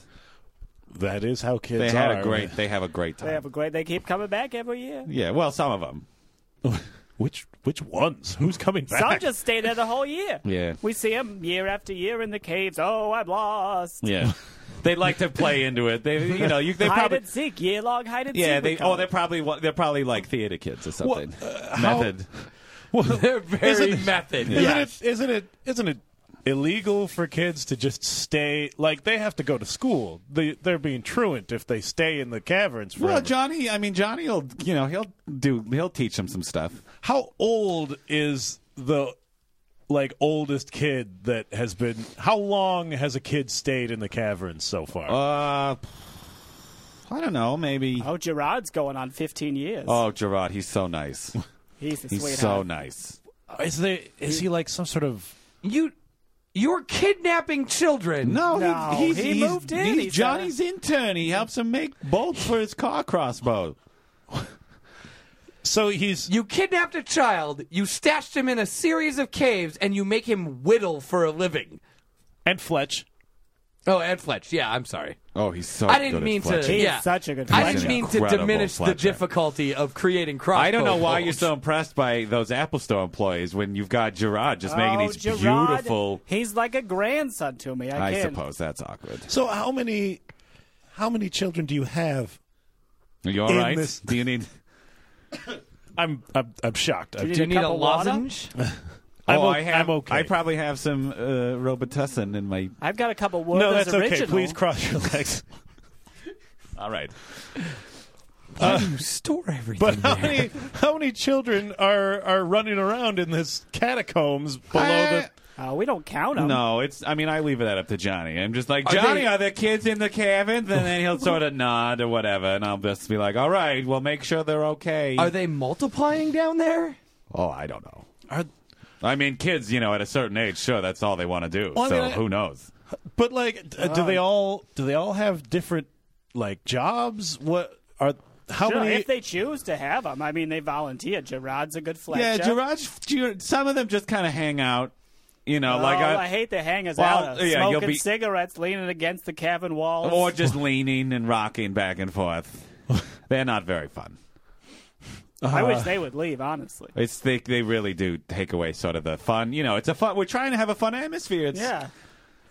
Speaker 2: That is how kids
Speaker 4: They had
Speaker 2: are.
Speaker 4: a great. They have a great time.
Speaker 6: They have a great. They keep coming back every year.
Speaker 4: yeah. Well, some of them.
Speaker 2: Which which ones? Who's coming back?
Speaker 6: Some just stay there the whole year.
Speaker 4: Yeah.
Speaker 6: We see them year after year in the caves. Oh, I'm lost.
Speaker 4: Yeah. they like to play into it. They, you know, you, they
Speaker 6: hide
Speaker 4: probably.
Speaker 6: and seek, year long hide and seek.
Speaker 4: Yeah. They.
Speaker 6: we call
Speaker 4: Oh, they're
Speaker 6: it.
Speaker 4: probably. wa- They're probably like theater kids or something.
Speaker 2: how-
Speaker 4: Method.
Speaker 1: They're very method.
Speaker 2: Isn't
Speaker 1: yes.
Speaker 2: it isn't it isn't it illegal for kids to just stay like they have to go to school. They they're being truant if they stay in the caverns forever.
Speaker 4: Well, Johnny. I mean, Johnny will. You know, he'll do. He'll teach them some stuff.
Speaker 2: how old is the like oldest kid that has been how long has a kid stayed in the caverns so far?
Speaker 4: Uh, I don't know. Maybe.
Speaker 6: Oh, Gerard's going on 15 years.
Speaker 4: Oh, Gerard. He's so nice.
Speaker 6: he's a
Speaker 4: He's
Speaker 6: sweetheart.
Speaker 4: so nice.
Speaker 2: Uh, is there is he like some sort of
Speaker 1: You, you're kidnapping children.
Speaker 4: No,
Speaker 6: No,
Speaker 4: he, he's,
Speaker 6: he
Speaker 4: he's-
Speaker 6: moved in.
Speaker 4: He's,
Speaker 6: He's
Speaker 4: Johnny's intern. He helps him make bolts for his car crossbow.
Speaker 2: so he's
Speaker 1: You kidnapped a child, you stashed him in a series of caves, and you make him whittle for a living.
Speaker 2: and Fletch.
Speaker 1: Oh, and Fletch. Yeah, I'm sorry.
Speaker 4: Oh, he's so.
Speaker 1: I didn't mean to.
Speaker 6: He is
Speaker 1: yeah.
Speaker 6: such a good
Speaker 1: I
Speaker 6: Fletcher.
Speaker 1: didn't mean to
Speaker 4: Incredible
Speaker 1: diminish the
Speaker 4: Fletcher.
Speaker 1: difficulty of creating cross.
Speaker 4: I don't know why you're so impressed by those Apple Store employees when you've got Gerard just making
Speaker 6: Oh,
Speaker 4: these
Speaker 6: Gerard,
Speaker 4: beautiful.
Speaker 6: He's like a grandson to me. I,
Speaker 4: I
Speaker 6: can't.
Speaker 4: suppose that's awkward.
Speaker 2: So how many how many children do you have
Speaker 4: Are you all
Speaker 2: In
Speaker 4: right?
Speaker 2: this-
Speaker 4: Do you need?
Speaker 2: I'm I'm, I'm shocked. I'm,
Speaker 6: you
Speaker 1: Do you
Speaker 6: a
Speaker 1: need
Speaker 6: cup
Speaker 1: a
Speaker 6: of water?
Speaker 1: lozenge?
Speaker 2: I'm,
Speaker 4: oh,
Speaker 2: o-
Speaker 4: I
Speaker 2: I'm
Speaker 4: have,
Speaker 2: okay.
Speaker 4: I probably have some uh, Robitussin in my.
Speaker 6: I've got a couple of
Speaker 2: no,
Speaker 6: Werther's
Speaker 2: that's okay.
Speaker 6: original.
Speaker 2: Please cross your legs.
Speaker 4: All right.
Speaker 1: Why do Uh, you store everything
Speaker 2: But how
Speaker 1: there?
Speaker 2: many how many children are are running around in this catacombs below the?
Speaker 6: Oh, we don't count them.
Speaker 4: No, it's. I mean, I leave that up to Johnny. I'm just like
Speaker 1: Are
Speaker 4: Johnny.
Speaker 1: they-
Speaker 4: are there kids in the cabins? And then he'll sort of nod or whatever, and I'll just be like, "All right, well, make sure they're okay."
Speaker 1: Are they multiplying down there?
Speaker 4: oh, I don't know. I mean, kids, you know, at a certain age, sure, that's all they want to do.
Speaker 2: Well, I
Speaker 4: so
Speaker 2: mean, I-
Speaker 4: who knows?
Speaker 2: But like, d- do they all do they all have different like jobs? What are how
Speaker 6: Sure,
Speaker 2: many?
Speaker 6: if they choose to have them. I mean, they volunteer. Gerard's a good flat.
Speaker 4: Yeah,
Speaker 6: check.
Speaker 4: Jiraj, Jir- some of them just kind of hang out. You know,
Speaker 6: Oh,
Speaker 4: like
Speaker 6: I,
Speaker 4: I,
Speaker 6: hate the hangers
Speaker 4: Well,
Speaker 6: out.
Speaker 4: yeah, you'll
Speaker 6: smoking
Speaker 4: be-
Speaker 6: cigarettes, leaning against the cabin walls.
Speaker 4: or just leaning and rocking back and forth. They're not very fun.
Speaker 6: I
Speaker 4: Uh-huh.
Speaker 6: wish they would leave. Honestly.
Speaker 4: It's they they really do take away sort of the fun. You know, it's a fun. We're trying to have a fun atmosphere. It's,
Speaker 6: Yeah.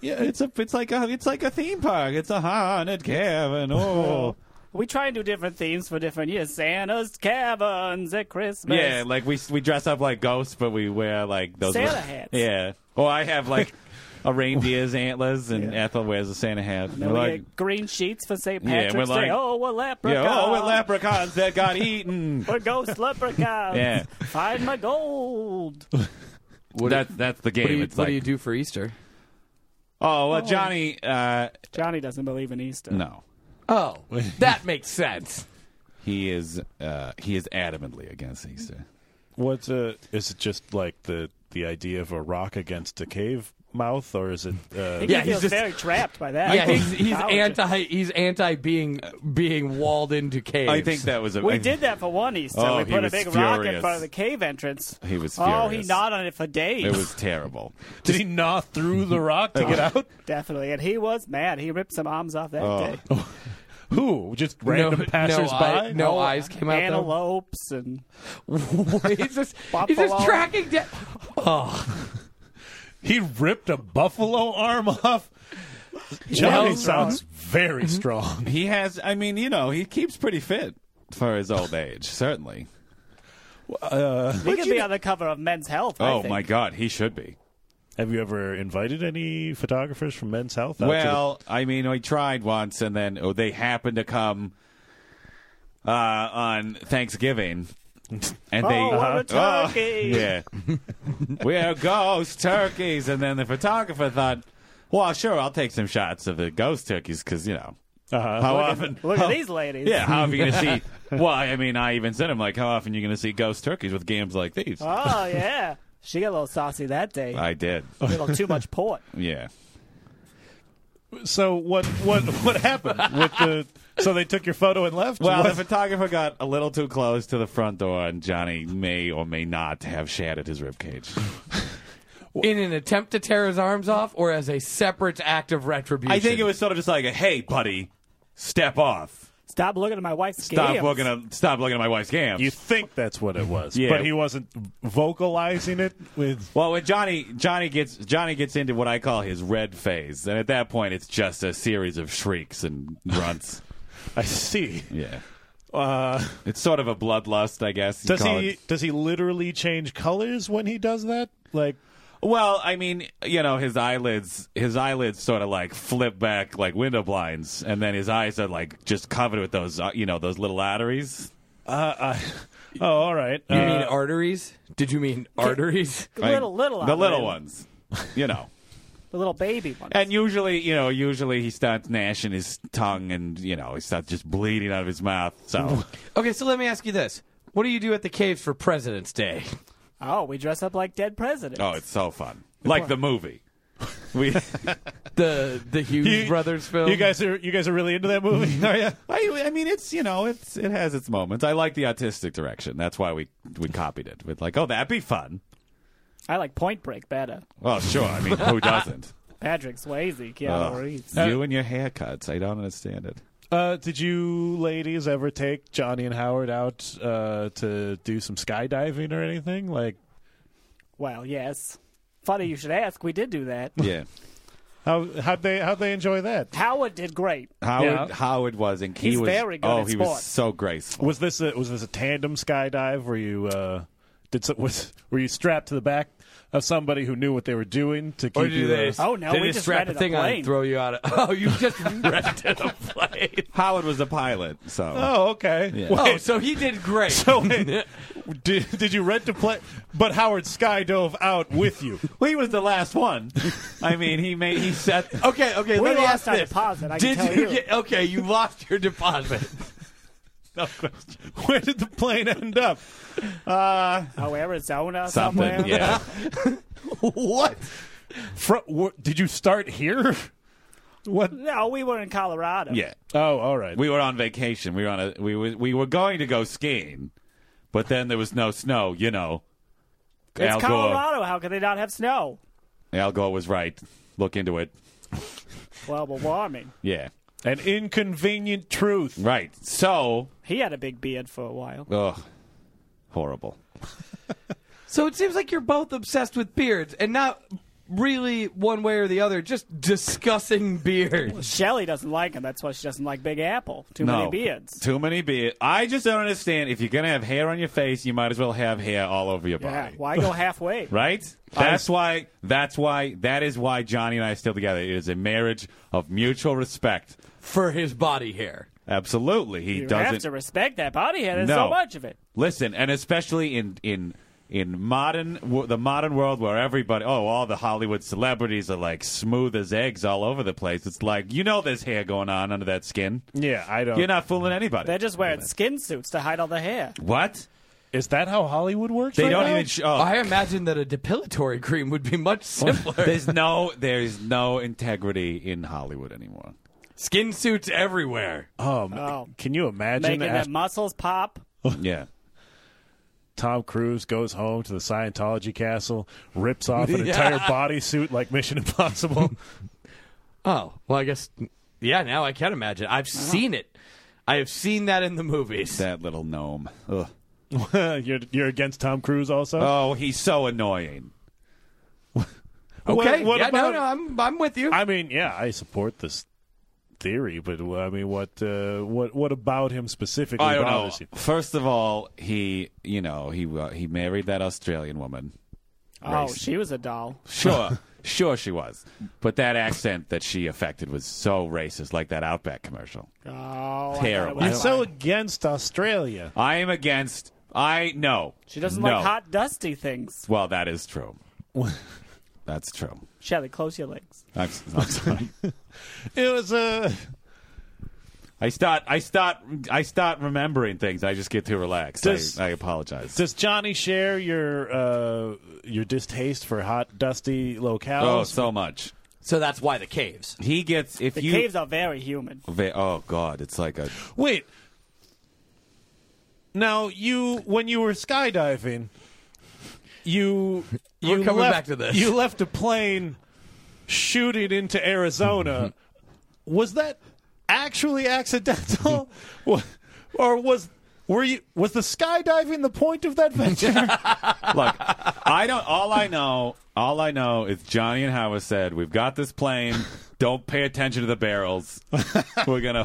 Speaker 4: yeah. It's a it's like a it's like a theme park. It's a haunted cabin. Oh,
Speaker 6: We try and do different themes for different years. Santa's caverns at Christmas.
Speaker 4: yeah. Like we we dress up like ghosts, but we wear like those
Speaker 6: Santa hats.
Speaker 4: Yeah. Or I have like a reindeer's antlers, and Ethel wears a Santa hat.
Speaker 6: Then
Speaker 4: We're
Speaker 6: we
Speaker 4: like,
Speaker 6: get green sheets for St.
Speaker 4: Yeah, we're
Speaker 6: Patrick's Day.
Speaker 4: like-
Speaker 6: Oh, we're leprechauns.
Speaker 4: yeah. Oh, we're leprechauns that got eaten.
Speaker 6: We're ghost leprechauns.
Speaker 4: Yeah.
Speaker 6: Find my gold.
Speaker 4: that's that's the game.
Speaker 1: What do you,
Speaker 4: it's
Speaker 1: what
Speaker 4: like,
Speaker 1: do, you do for Easter?
Speaker 4: oh well, Johnny. Uh,
Speaker 6: Johnny doesn't believe in Easter.
Speaker 4: no,
Speaker 1: Oh, that makes sense.
Speaker 4: he is uh, he is adamantly against Easter.
Speaker 2: What's uh is it just like the the idea of a rock against a cave mouth, or is it? Uh,
Speaker 6: He
Speaker 1: Yeah, he's
Speaker 6: feels
Speaker 1: just-
Speaker 6: very trapped by that.
Speaker 1: Yeah, he's, he's
Speaker 6: Ouch.
Speaker 1: anti. He's anti being being walled into caves.
Speaker 4: I think that was a
Speaker 6: We
Speaker 4: I-
Speaker 6: did that for one Easter.
Speaker 4: Oh,
Speaker 6: we
Speaker 4: he
Speaker 6: put a
Speaker 4: was
Speaker 6: big rock in
Speaker 4: furious.
Speaker 6: front of the cave entrance.
Speaker 4: He was
Speaker 6: Oh, he
Speaker 4: furious.
Speaker 6: gnawed on it for days.
Speaker 4: It was terrible.
Speaker 2: did he gnaw through the rock to get out?
Speaker 6: Definitely. And he was mad. He ripped some arms off
Speaker 4: Oh.
Speaker 6: that day.
Speaker 2: Who? Just
Speaker 1: no,
Speaker 2: random
Speaker 1: no
Speaker 2: passersby?
Speaker 1: eye- no eyes came out. though.
Speaker 6: Antelopes and
Speaker 1: he's just he's
Speaker 6: Buffalo.
Speaker 1: just tracking down. Oh,
Speaker 2: He ripped a buffalo arm off.
Speaker 1: Well
Speaker 2: Johnny
Speaker 1: done.
Speaker 2: sounds very strong.
Speaker 4: He has. I mean, you know, he keeps pretty fit for his old age. Certainly.
Speaker 6: he could be on the cover of Men's Health. I
Speaker 4: Oh
Speaker 6: think.
Speaker 4: my God, he should be.
Speaker 2: Have you ever invited any photographers from Men's Health? out to the-
Speaker 4: Well, I mean, I tried once, and then oh, they happened to come uh, on Thanksgiving, and they
Speaker 6: Oh, what a
Speaker 4: Uh-huh.
Speaker 6: turkey.
Speaker 4: Oh, yeah, we are ghost turkeys, and then the photographer thought, "Well, sure, I'll take some shots of the ghost turkeys because you know
Speaker 2: Uh-huh.
Speaker 4: how often."
Speaker 6: Look at these ladies.
Speaker 4: yeah, how often you gonna see? Well, I mean, I even said, "I'm like, how often you gonna see ghost turkeys with games like these?"
Speaker 6: Oh yeah. She got a little saucy that day.
Speaker 4: I did.
Speaker 6: A little too much port.
Speaker 4: Yeah.
Speaker 2: so what? What? What happened with the? So they took your photo and left.
Speaker 4: Well, the
Speaker 2: What-
Speaker 4: photographer got a little too close to the front door, and Johnny may or may not have shattered his ribcage.
Speaker 1: in an attempt to tear his arms off, or as a separate act of retribution.
Speaker 4: I think it was sort of just like, a, "Hey, buddy, step off.
Speaker 6: Stop looking at my wife's
Speaker 4: Stop
Speaker 6: scams.
Speaker 4: looking at stop looking at my wife's scams."
Speaker 2: you think that's what it was,
Speaker 4: Yeah.
Speaker 2: but he wasn't vocalizing it with.
Speaker 4: well, when Johnny Johnny gets Johnny gets into what I call his red phase, and at that point, it's just a series of shrieks and grunts.
Speaker 2: I see.
Speaker 4: yeah,
Speaker 2: Uh,
Speaker 4: it's sort of a bloodlust, I guess. you'd
Speaker 2: does
Speaker 4: call
Speaker 2: he?
Speaker 4: it.
Speaker 2: Does he literally change colors when he does that? Like,
Speaker 4: Well, I mean, you know, his eyelids, his eyelids sort of like flip back like window blinds, and then his eyes are like just covered with those, uh, you know, those little arteries.
Speaker 2: uh, I, oh, all right.
Speaker 1: You
Speaker 2: Uh,
Speaker 1: mean arteries? Did you mean arteries?
Speaker 6: little little
Speaker 4: the
Speaker 6: outlet.
Speaker 4: little ones, you know.
Speaker 6: The little baby one.
Speaker 4: And usually, you know, usually he starts gnashing his tongue, and you know, he starts just bleeding out of his mouth. So
Speaker 1: Okay, so let me ask you this: What do you do at the caves for President's Day?
Speaker 6: Oh, we dress up like dead presidents.
Speaker 4: oh, it's so fun, like the movie. We,
Speaker 1: The the Hughes
Speaker 2: You-
Speaker 1: brothers film.
Speaker 2: You guys are you guys are really into that movie, are you?
Speaker 4: I, I mean, it's you know, it's it has its moments. I like the artistic direction. That's why we we copied it. With like, oh, that'd be fun.
Speaker 6: I like Point Break better.
Speaker 4: Well, sure. I mean, who doesn't?
Speaker 6: Patrick Swayze, Keanu Reeves.
Speaker 4: Uh, you and your haircuts. I don't understand it.
Speaker 2: Uh, did you ladies ever take Johnny and Howard out uh, to do some skydiving or anything? Like,
Speaker 6: Well, yes. Funny you should ask. We did do that.
Speaker 4: Yeah.
Speaker 2: How how'd they how'd they enjoy that?
Speaker 6: Howard did great.
Speaker 4: Howard
Speaker 6: Yeah.
Speaker 4: Howard was and he
Speaker 6: He's
Speaker 4: was
Speaker 6: very good
Speaker 4: oh
Speaker 6: at
Speaker 4: he
Speaker 6: sport.
Speaker 4: was so graceful.
Speaker 2: Was this a, was this a tandem skydive? Were you uh, did so, was were you strapped to the back of somebody who knew what they were doing to keep
Speaker 1: Or
Speaker 2: you?
Speaker 1: do they?
Speaker 2: uh,
Speaker 6: Oh, no,
Speaker 1: they
Speaker 6: we
Speaker 1: just
Speaker 6: just
Speaker 1: strap
Speaker 6: rented a
Speaker 1: thing on,
Speaker 6: plane.
Speaker 1: and throw you out. Of, oh, you just rented a plane.
Speaker 4: Howard was a pilot, so
Speaker 2: oh, okay.
Speaker 4: Yeah.
Speaker 2: Well,
Speaker 1: Oh, so he did great.
Speaker 2: so wait, did, did you rent a plane? But Howard skydove out with you.
Speaker 4: Well, he was the last one. I mean, he made he set.
Speaker 1: okay, okay.
Speaker 6: We
Speaker 1: let me
Speaker 6: lost
Speaker 1: ask
Speaker 6: our
Speaker 1: this.
Speaker 6: deposit. I
Speaker 1: did
Speaker 6: can tell
Speaker 1: you
Speaker 6: you.
Speaker 1: get? Okay, you lost your deposit.
Speaker 2: Where did the plane end up? Uh,
Speaker 6: oh, Arizona
Speaker 4: Something,
Speaker 6: somewhere.
Speaker 4: yeah.
Speaker 1: what?
Speaker 2: fro- wh- did you start here? What?
Speaker 6: No, we were in Colorado.
Speaker 4: Yeah,
Speaker 2: Oh, all right.
Speaker 4: we were on vacation. We were on a we were, we were going to go skiing, but then there was no snow. You know,
Speaker 6: It's
Speaker 4: Al Gore.
Speaker 6: Colorado. How could they not have snow?
Speaker 4: Al Gore was right. Look into it.
Speaker 6: Global warming.
Speaker 4: Yeah,
Speaker 2: An inconvenient truth.
Speaker 4: right. So,
Speaker 6: He had a big beard for a while.
Speaker 4: ugh, horrible.
Speaker 1: So it seems like you're both obsessed with beards, and not really one way or the other. Just discussing beards.
Speaker 6: Shelly doesn't like him. That's why she doesn't like Big Apple. Too
Speaker 4: no
Speaker 6: many beards.
Speaker 4: Too many beards. I just don't understand. If you're gonna have hair on your face, you might as well have hair all over your
Speaker 6: Yeah.
Speaker 4: body.
Speaker 6: Why go halfway?
Speaker 4: Right? That's why. That's why. That is why Johnny and I are still together. It is a marriage of mutual respect.
Speaker 1: for his body hair.
Speaker 4: Absolutely, he
Speaker 6: You
Speaker 4: doesn't.
Speaker 6: have to respect that body hair. There's
Speaker 4: No.
Speaker 6: so much of it.
Speaker 4: Listen, and especially in in in modern wo- the modern world where everybody oh all the Hollywood celebrities are like smooth as eggs all over the place. It's like you know there's hair going on under that skin.
Speaker 2: Yeah, I don't.
Speaker 4: You're not fooling anybody.
Speaker 6: They're just wearing skin suits to hide all the hair.
Speaker 4: what?
Speaker 2: Is that how Hollywood works?
Speaker 4: They
Speaker 2: right
Speaker 4: don't
Speaker 2: now?
Speaker 4: even. Sh- oh,
Speaker 1: I imagine that a depilatory cream would be much simpler.
Speaker 4: there's no there's no integrity in Hollywood anymore.
Speaker 1: Skin suits everywhere.
Speaker 2: Oh, m-
Speaker 6: Oh.
Speaker 2: can you imagine?
Speaker 6: Making
Speaker 2: That
Speaker 6: their muscles pop.
Speaker 4: Yeah.
Speaker 2: Tom Cruise goes home to the Scientology castle, rips off an
Speaker 1: Yeah.
Speaker 2: entire bodysuit like Mission Impossible.
Speaker 1: Oh, well, I guess. Yeah, now I can imagine. I've seen it. I have seen Uh-huh. that in the movies.
Speaker 4: That little gnome. Ugh.
Speaker 2: you're you're against Tom Cruise also.
Speaker 4: Oh, he's so annoying.
Speaker 1: okay.
Speaker 2: What, what
Speaker 1: yeah, no,
Speaker 2: about?
Speaker 1: no, I'm, I'm with you.
Speaker 2: I mean, yeah, I support this theory, but well, I mean, what uh, what what about him specifically
Speaker 4: I don't know.
Speaker 2: bothers you?
Speaker 4: First of all, he you know he uh, he married that Australian woman.
Speaker 6: Oh,
Speaker 4: Racist.
Speaker 6: she was a doll.
Speaker 4: Sure, sure she was. But that accent that she affected was so racist, like that Outback commercial.
Speaker 6: Oh, I thought it
Speaker 4: Terrible.
Speaker 6: was
Speaker 4: You're
Speaker 2: You're
Speaker 4: don't-
Speaker 2: so
Speaker 6: fine.
Speaker 2: against Australia.
Speaker 4: I am against. I no.
Speaker 6: She doesn't
Speaker 4: No.
Speaker 6: like hot, dusty things.
Speaker 4: Well, that is true. That's true.
Speaker 6: Shelly, close your legs.
Speaker 4: I'm, I'm sorry.
Speaker 2: It was uh,
Speaker 4: I start. I start. I start remembering things. I just get too relaxed.
Speaker 2: Does-
Speaker 4: I, I apologize.
Speaker 2: Does Johnny share your uh, your distaste for hot, dusty locales?
Speaker 4: oh, so much.
Speaker 1: so that's why the caves.
Speaker 4: He gets if
Speaker 6: The
Speaker 4: you.
Speaker 6: caves are very humid.
Speaker 4: Va- oh God, it's like a.
Speaker 2: Wait. Now you, when you were skydiving, you
Speaker 1: We're
Speaker 2: you
Speaker 1: coming
Speaker 2: left,
Speaker 1: back to this.
Speaker 2: You left a plane shooting into Arizona. was that actually accidental, Wa- or was were you was the skydiving the point of that venture?
Speaker 4: Look, I don't. All I know, all I know is Johnny and Howard said, "We've got this plane. Don't pay attention to the barrels. We're gonna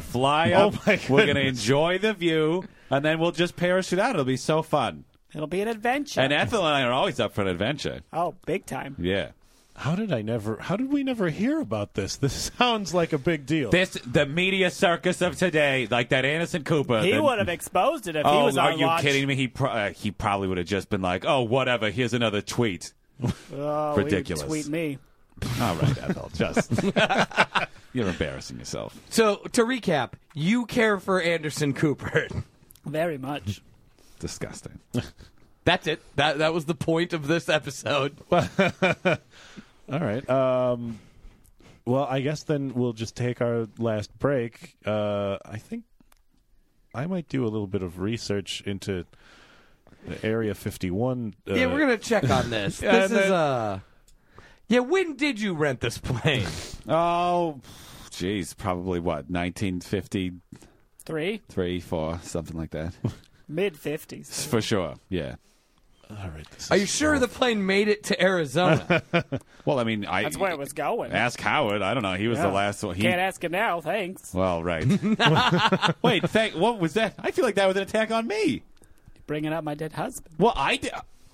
Speaker 4: fly
Speaker 2: Oh
Speaker 4: up.
Speaker 2: my
Speaker 4: We're gonna
Speaker 2: goodness.
Speaker 4: enjoy the view, and then we'll just parachute out. It'll be so fun."
Speaker 6: It'll be an adventure.
Speaker 4: And Ethel and I are always up for an adventure.
Speaker 6: oh, big time.
Speaker 4: Yeah.
Speaker 2: how did I never? How did we never hear about this? This sounds like a big deal.
Speaker 4: This the media circus of today, like that Anderson Cooper.
Speaker 6: He
Speaker 4: the-
Speaker 6: would have exposed it if
Speaker 4: Oh,
Speaker 6: he was
Speaker 4: are
Speaker 6: on
Speaker 4: you
Speaker 6: watch.
Speaker 4: kidding me? He pro- uh, he probably would have just been like, "Oh, whatever. Here's another tweet."
Speaker 6: Oh,
Speaker 4: Ridiculous.
Speaker 6: Tweet me.
Speaker 4: All right, Ethel, just you're embarrassing yourself.
Speaker 1: So to recap, you care for Anderson Cooper.
Speaker 6: Very much.
Speaker 4: Disgusting.
Speaker 1: That's it. That that was the point of this episode.
Speaker 2: All right. Um, well, I guess then we'll just take our last break. Uh, I think I might do a little bit of research into the Area 51. Uh,
Speaker 1: yeah, we're gonna check on this.
Speaker 2: Yeah,
Speaker 1: this
Speaker 2: and
Speaker 1: is
Speaker 2: then-
Speaker 1: uh. Yeah, when did you rent this plane?
Speaker 4: Oh, geez, probably what 1953,
Speaker 6: Three.
Speaker 4: four, something like that,
Speaker 6: Mid 50s.
Speaker 4: for sure. Yeah,
Speaker 2: All right. This
Speaker 1: Are
Speaker 2: is
Speaker 1: you sure the plane made it to Arizona?
Speaker 4: Well, I mean, I
Speaker 6: That's where it was going.
Speaker 4: ask Howard. I don't know. He was the
Speaker 6: Yeah.
Speaker 4: last one. He,
Speaker 6: Can't ask it now, thanks.
Speaker 4: well, right. Wait, thank, what was that? I feel like that was an attack on me.
Speaker 6: Bringing up my dead husband.
Speaker 4: Well, I did.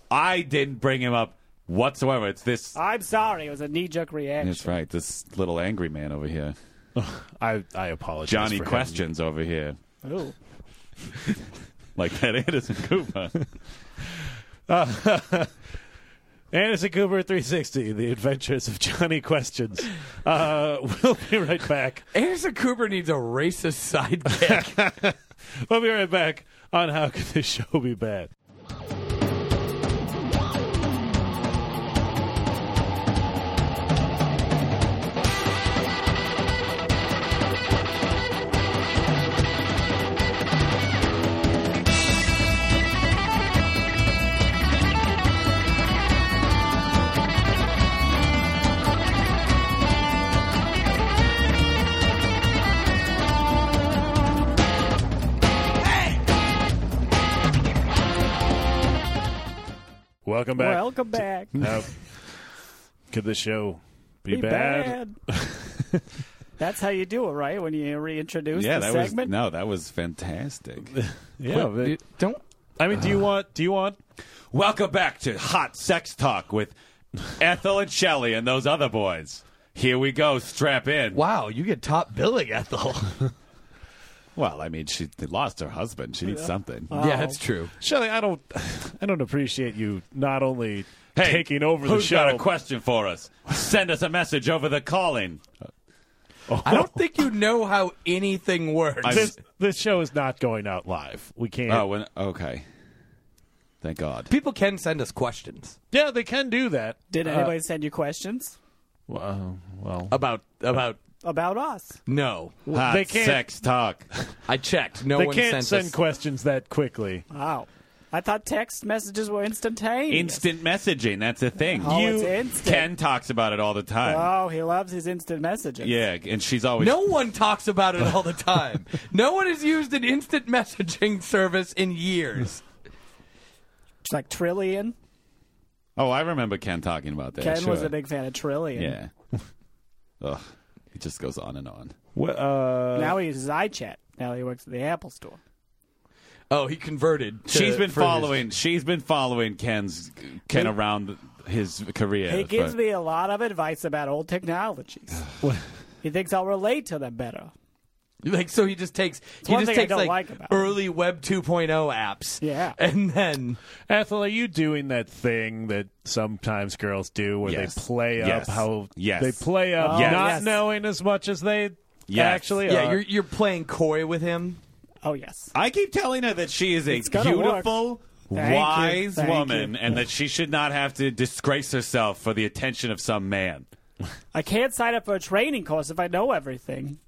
Speaker 4: I didn't bring him up whatsoever. It's this.
Speaker 6: I'm sorry. It was a knee jerk reaction.
Speaker 4: That's right. This little angry man over here,
Speaker 2: I I apologize.
Speaker 4: Johnny
Speaker 2: for him.
Speaker 4: questions over here,
Speaker 6: Ooh.
Speaker 4: like that Anderson Cooper.
Speaker 2: Anderson Cooper 360: The Adventures of Johnny Questions. Uh, we'll be right back.
Speaker 1: Anderson Cooper needs a racist sidekick.
Speaker 2: We'll be right back on How Could This Show Be Bad? Welcome back.
Speaker 6: Welcome back.
Speaker 2: How could this show be,
Speaker 6: Be
Speaker 2: bad?
Speaker 6: bad. That's how you do it, right? When you reintroduce
Speaker 4: yeah,
Speaker 6: the
Speaker 4: that was
Speaker 6: segment.
Speaker 4: no, that was fantastic.
Speaker 1: Oh,
Speaker 2: Yeah. but-
Speaker 1: Don't.
Speaker 2: I mean, do you want? Do you want?
Speaker 4: Welcome back to Hot Sex Talk with Ethel and Shelley and those other boys. Here we go. Strap in.
Speaker 1: Wow, you get top billing, Ethel.
Speaker 4: Well, I mean, she lost her husband. She needs something.
Speaker 1: Yeah, that's true.
Speaker 2: Shelley, I don't. I don't appreciate you not only
Speaker 4: Hey,
Speaker 2: taking over the
Speaker 4: who's
Speaker 2: show.
Speaker 4: got a question for us? Send us a message over the calling.
Speaker 1: I don't think you know how anything works.
Speaker 2: this, this show is not going out live. We can't.
Speaker 4: Oh, when, okay. Thank God.
Speaker 1: People can send us questions
Speaker 2: yeah, they can do that.
Speaker 4: uh,
Speaker 6: Did anybody send you questions
Speaker 2: Well, well,
Speaker 1: about about
Speaker 6: about us?
Speaker 1: no.
Speaker 4: Hot
Speaker 2: they can't-
Speaker 4: sex talk.
Speaker 1: I checked. No
Speaker 2: they
Speaker 1: one
Speaker 2: can't
Speaker 1: sent
Speaker 2: send
Speaker 1: us.
Speaker 2: questions that quickly.
Speaker 6: Wow. I thought text messages were instantaneous.
Speaker 4: Instant messaging. That's a thing.
Speaker 6: Oh,
Speaker 4: you
Speaker 6: it's instant.
Speaker 4: Ken talks about it all the time.
Speaker 6: Oh, he loves his instant messages.
Speaker 4: yeah, and she's always
Speaker 1: no one talks about it all the time. no one has used an instant messaging service in years.
Speaker 6: It's like Trillion.
Speaker 4: Oh, I remember Ken talking about that.
Speaker 6: Ken was
Speaker 4: sure.
Speaker 6: a big fan of Trillion.
Speaker 4: Yeah. Ugh. It just goes on and on.
Speaker 2: Well, uh,
Speaker 6: Now he uses iChat. Now he works at the Apple store.
Speaker 1: Oh, he converted. to-
Speaker 4: she's been
Speaker 1: for his-
Speaker 4: following. She's been following Ken's Ken around his career.
Speaker 6: He gives
Speaker 4: but-
Speaker 6: me a lot of advice about old technologies. he thinks I'll relate to them better.
Speaker 1: like so he just takes he
Speaker 6: one
Speaker 1: just
Speaker 6: thing I
Speaker 1: takes
Speaker 6: don't
Speaker 1: like,
Speaker 6: like about it.
Speaker 1: early web 2.0 apps.
Speaker 6: Yeah.
Speaker 1: And then
Speaker 2: Ethel, are you doing that thing that sometimes girls do where
Speaker 4: Yes.
Speaker 2: they play
Speaker 4: Yes.
Speaker 2: up how
Speaker 4: Yes.
Speaker 2: they play up
Speaker 6: Oh,
Speaker 2: not
Speaker 6: yes.
Speaker 2: knowing as much as they
Speaker 4: Yes.
Speaker 2: actually
Speaker 1: yeah,
Speaker 2: are?
Speaker 1: you're you're playing coy with him.
Speaker 6: Oh, yes.
Speaker 4: I keep telling her that she is a
Speaker 6: It's gonna
Speaker 4: beautiful,
Speaker 6: Thank you.
Speaker 4: wise
Speaker 6: Thank
Speaker 4: woman,
Speaker 6: you.
Speaker 4: and that she should not have to disgrace herself for the attention of some man.
Speaker 6: I can't sign up for a training course if I know everything.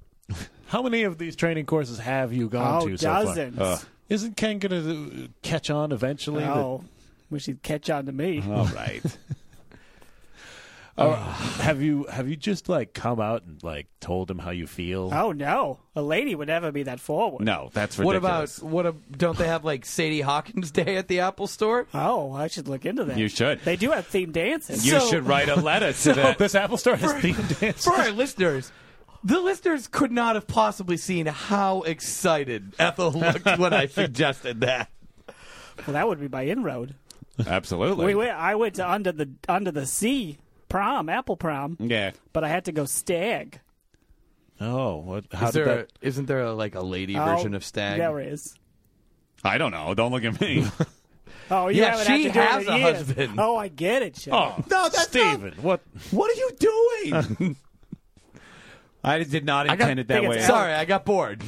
Speaker 2: How many of these training courses have you gone
Speaker 6: oh,
Speaker 2: to so far?
Speaker 6: dozens.
Speaker 2: Isn't Ken going to catch on eventually? that-
Speaker 6: oh, wish he'd catch on to me.
Speaker 4: All right.
Speaker 2: Or have you have you just like come out and like told him how you feel?
Speaker 6: Oh, no. A lady would never be that forward.
Speaker 4: No, that's
Speaker 1: What
Speaker 4: ridiculous.
Speaker 1: about what a, don't they have like Sadie Hawkins Day at the Apple Store?
Speaker 6: Oh, I should look into that.
Speaker 4: You should.
Speaker 6: They do have themed dances.
Speaker 4: You
Speaker 1: So-
Speaker 4: should write a letter to that.
Speaker 2: This Apple Store has themed dance.
Speaker 1: For our listeners, the listeners could not have possibly seen how excited Ethel looked when I suggested that.
Speaker 6: Well, that would be my inroad.
Speaker 4: Absolutely.
Speaker 6: We went, I went to under the under the sea prom, Apple prom,
Speaker 4: yeah.
Speaker 6: but I had to go stag.
Speaker 2: Oh, what? How
Speaker 1: Is
Speaker 2: did
Speaker 1: there
Speaker 2: that?
Speaker 1: a, isn't there a, like a lady version
Speaker 6: Oh,
Speaker 1: of Stag?
Speaker 6: There is.
Speaker 4: I don't know. Don't look at me.
Speaker 6: Oh, you
Speaker 1: Yeah,
Speaker 6: haven't
Speaker 1: she
Speaker 6: had to do
Speaker 1: has
Speaker 6: it in
Speaker 1: a
Speaker 6: years.
Speaker 1: husband.
Speaker 6: Oh, I get it. Shelley.
Speaker 2: Oh, no, that's Steven. What?
Speaker 1: What are you doing?
Speaker 4: I did not
Speaker 1: got-
Speaker 4: intend it that
Speaker 6: think
Speaker 4: way.
Speaker 6: it's
Speaker 1: Sorry, I got bored.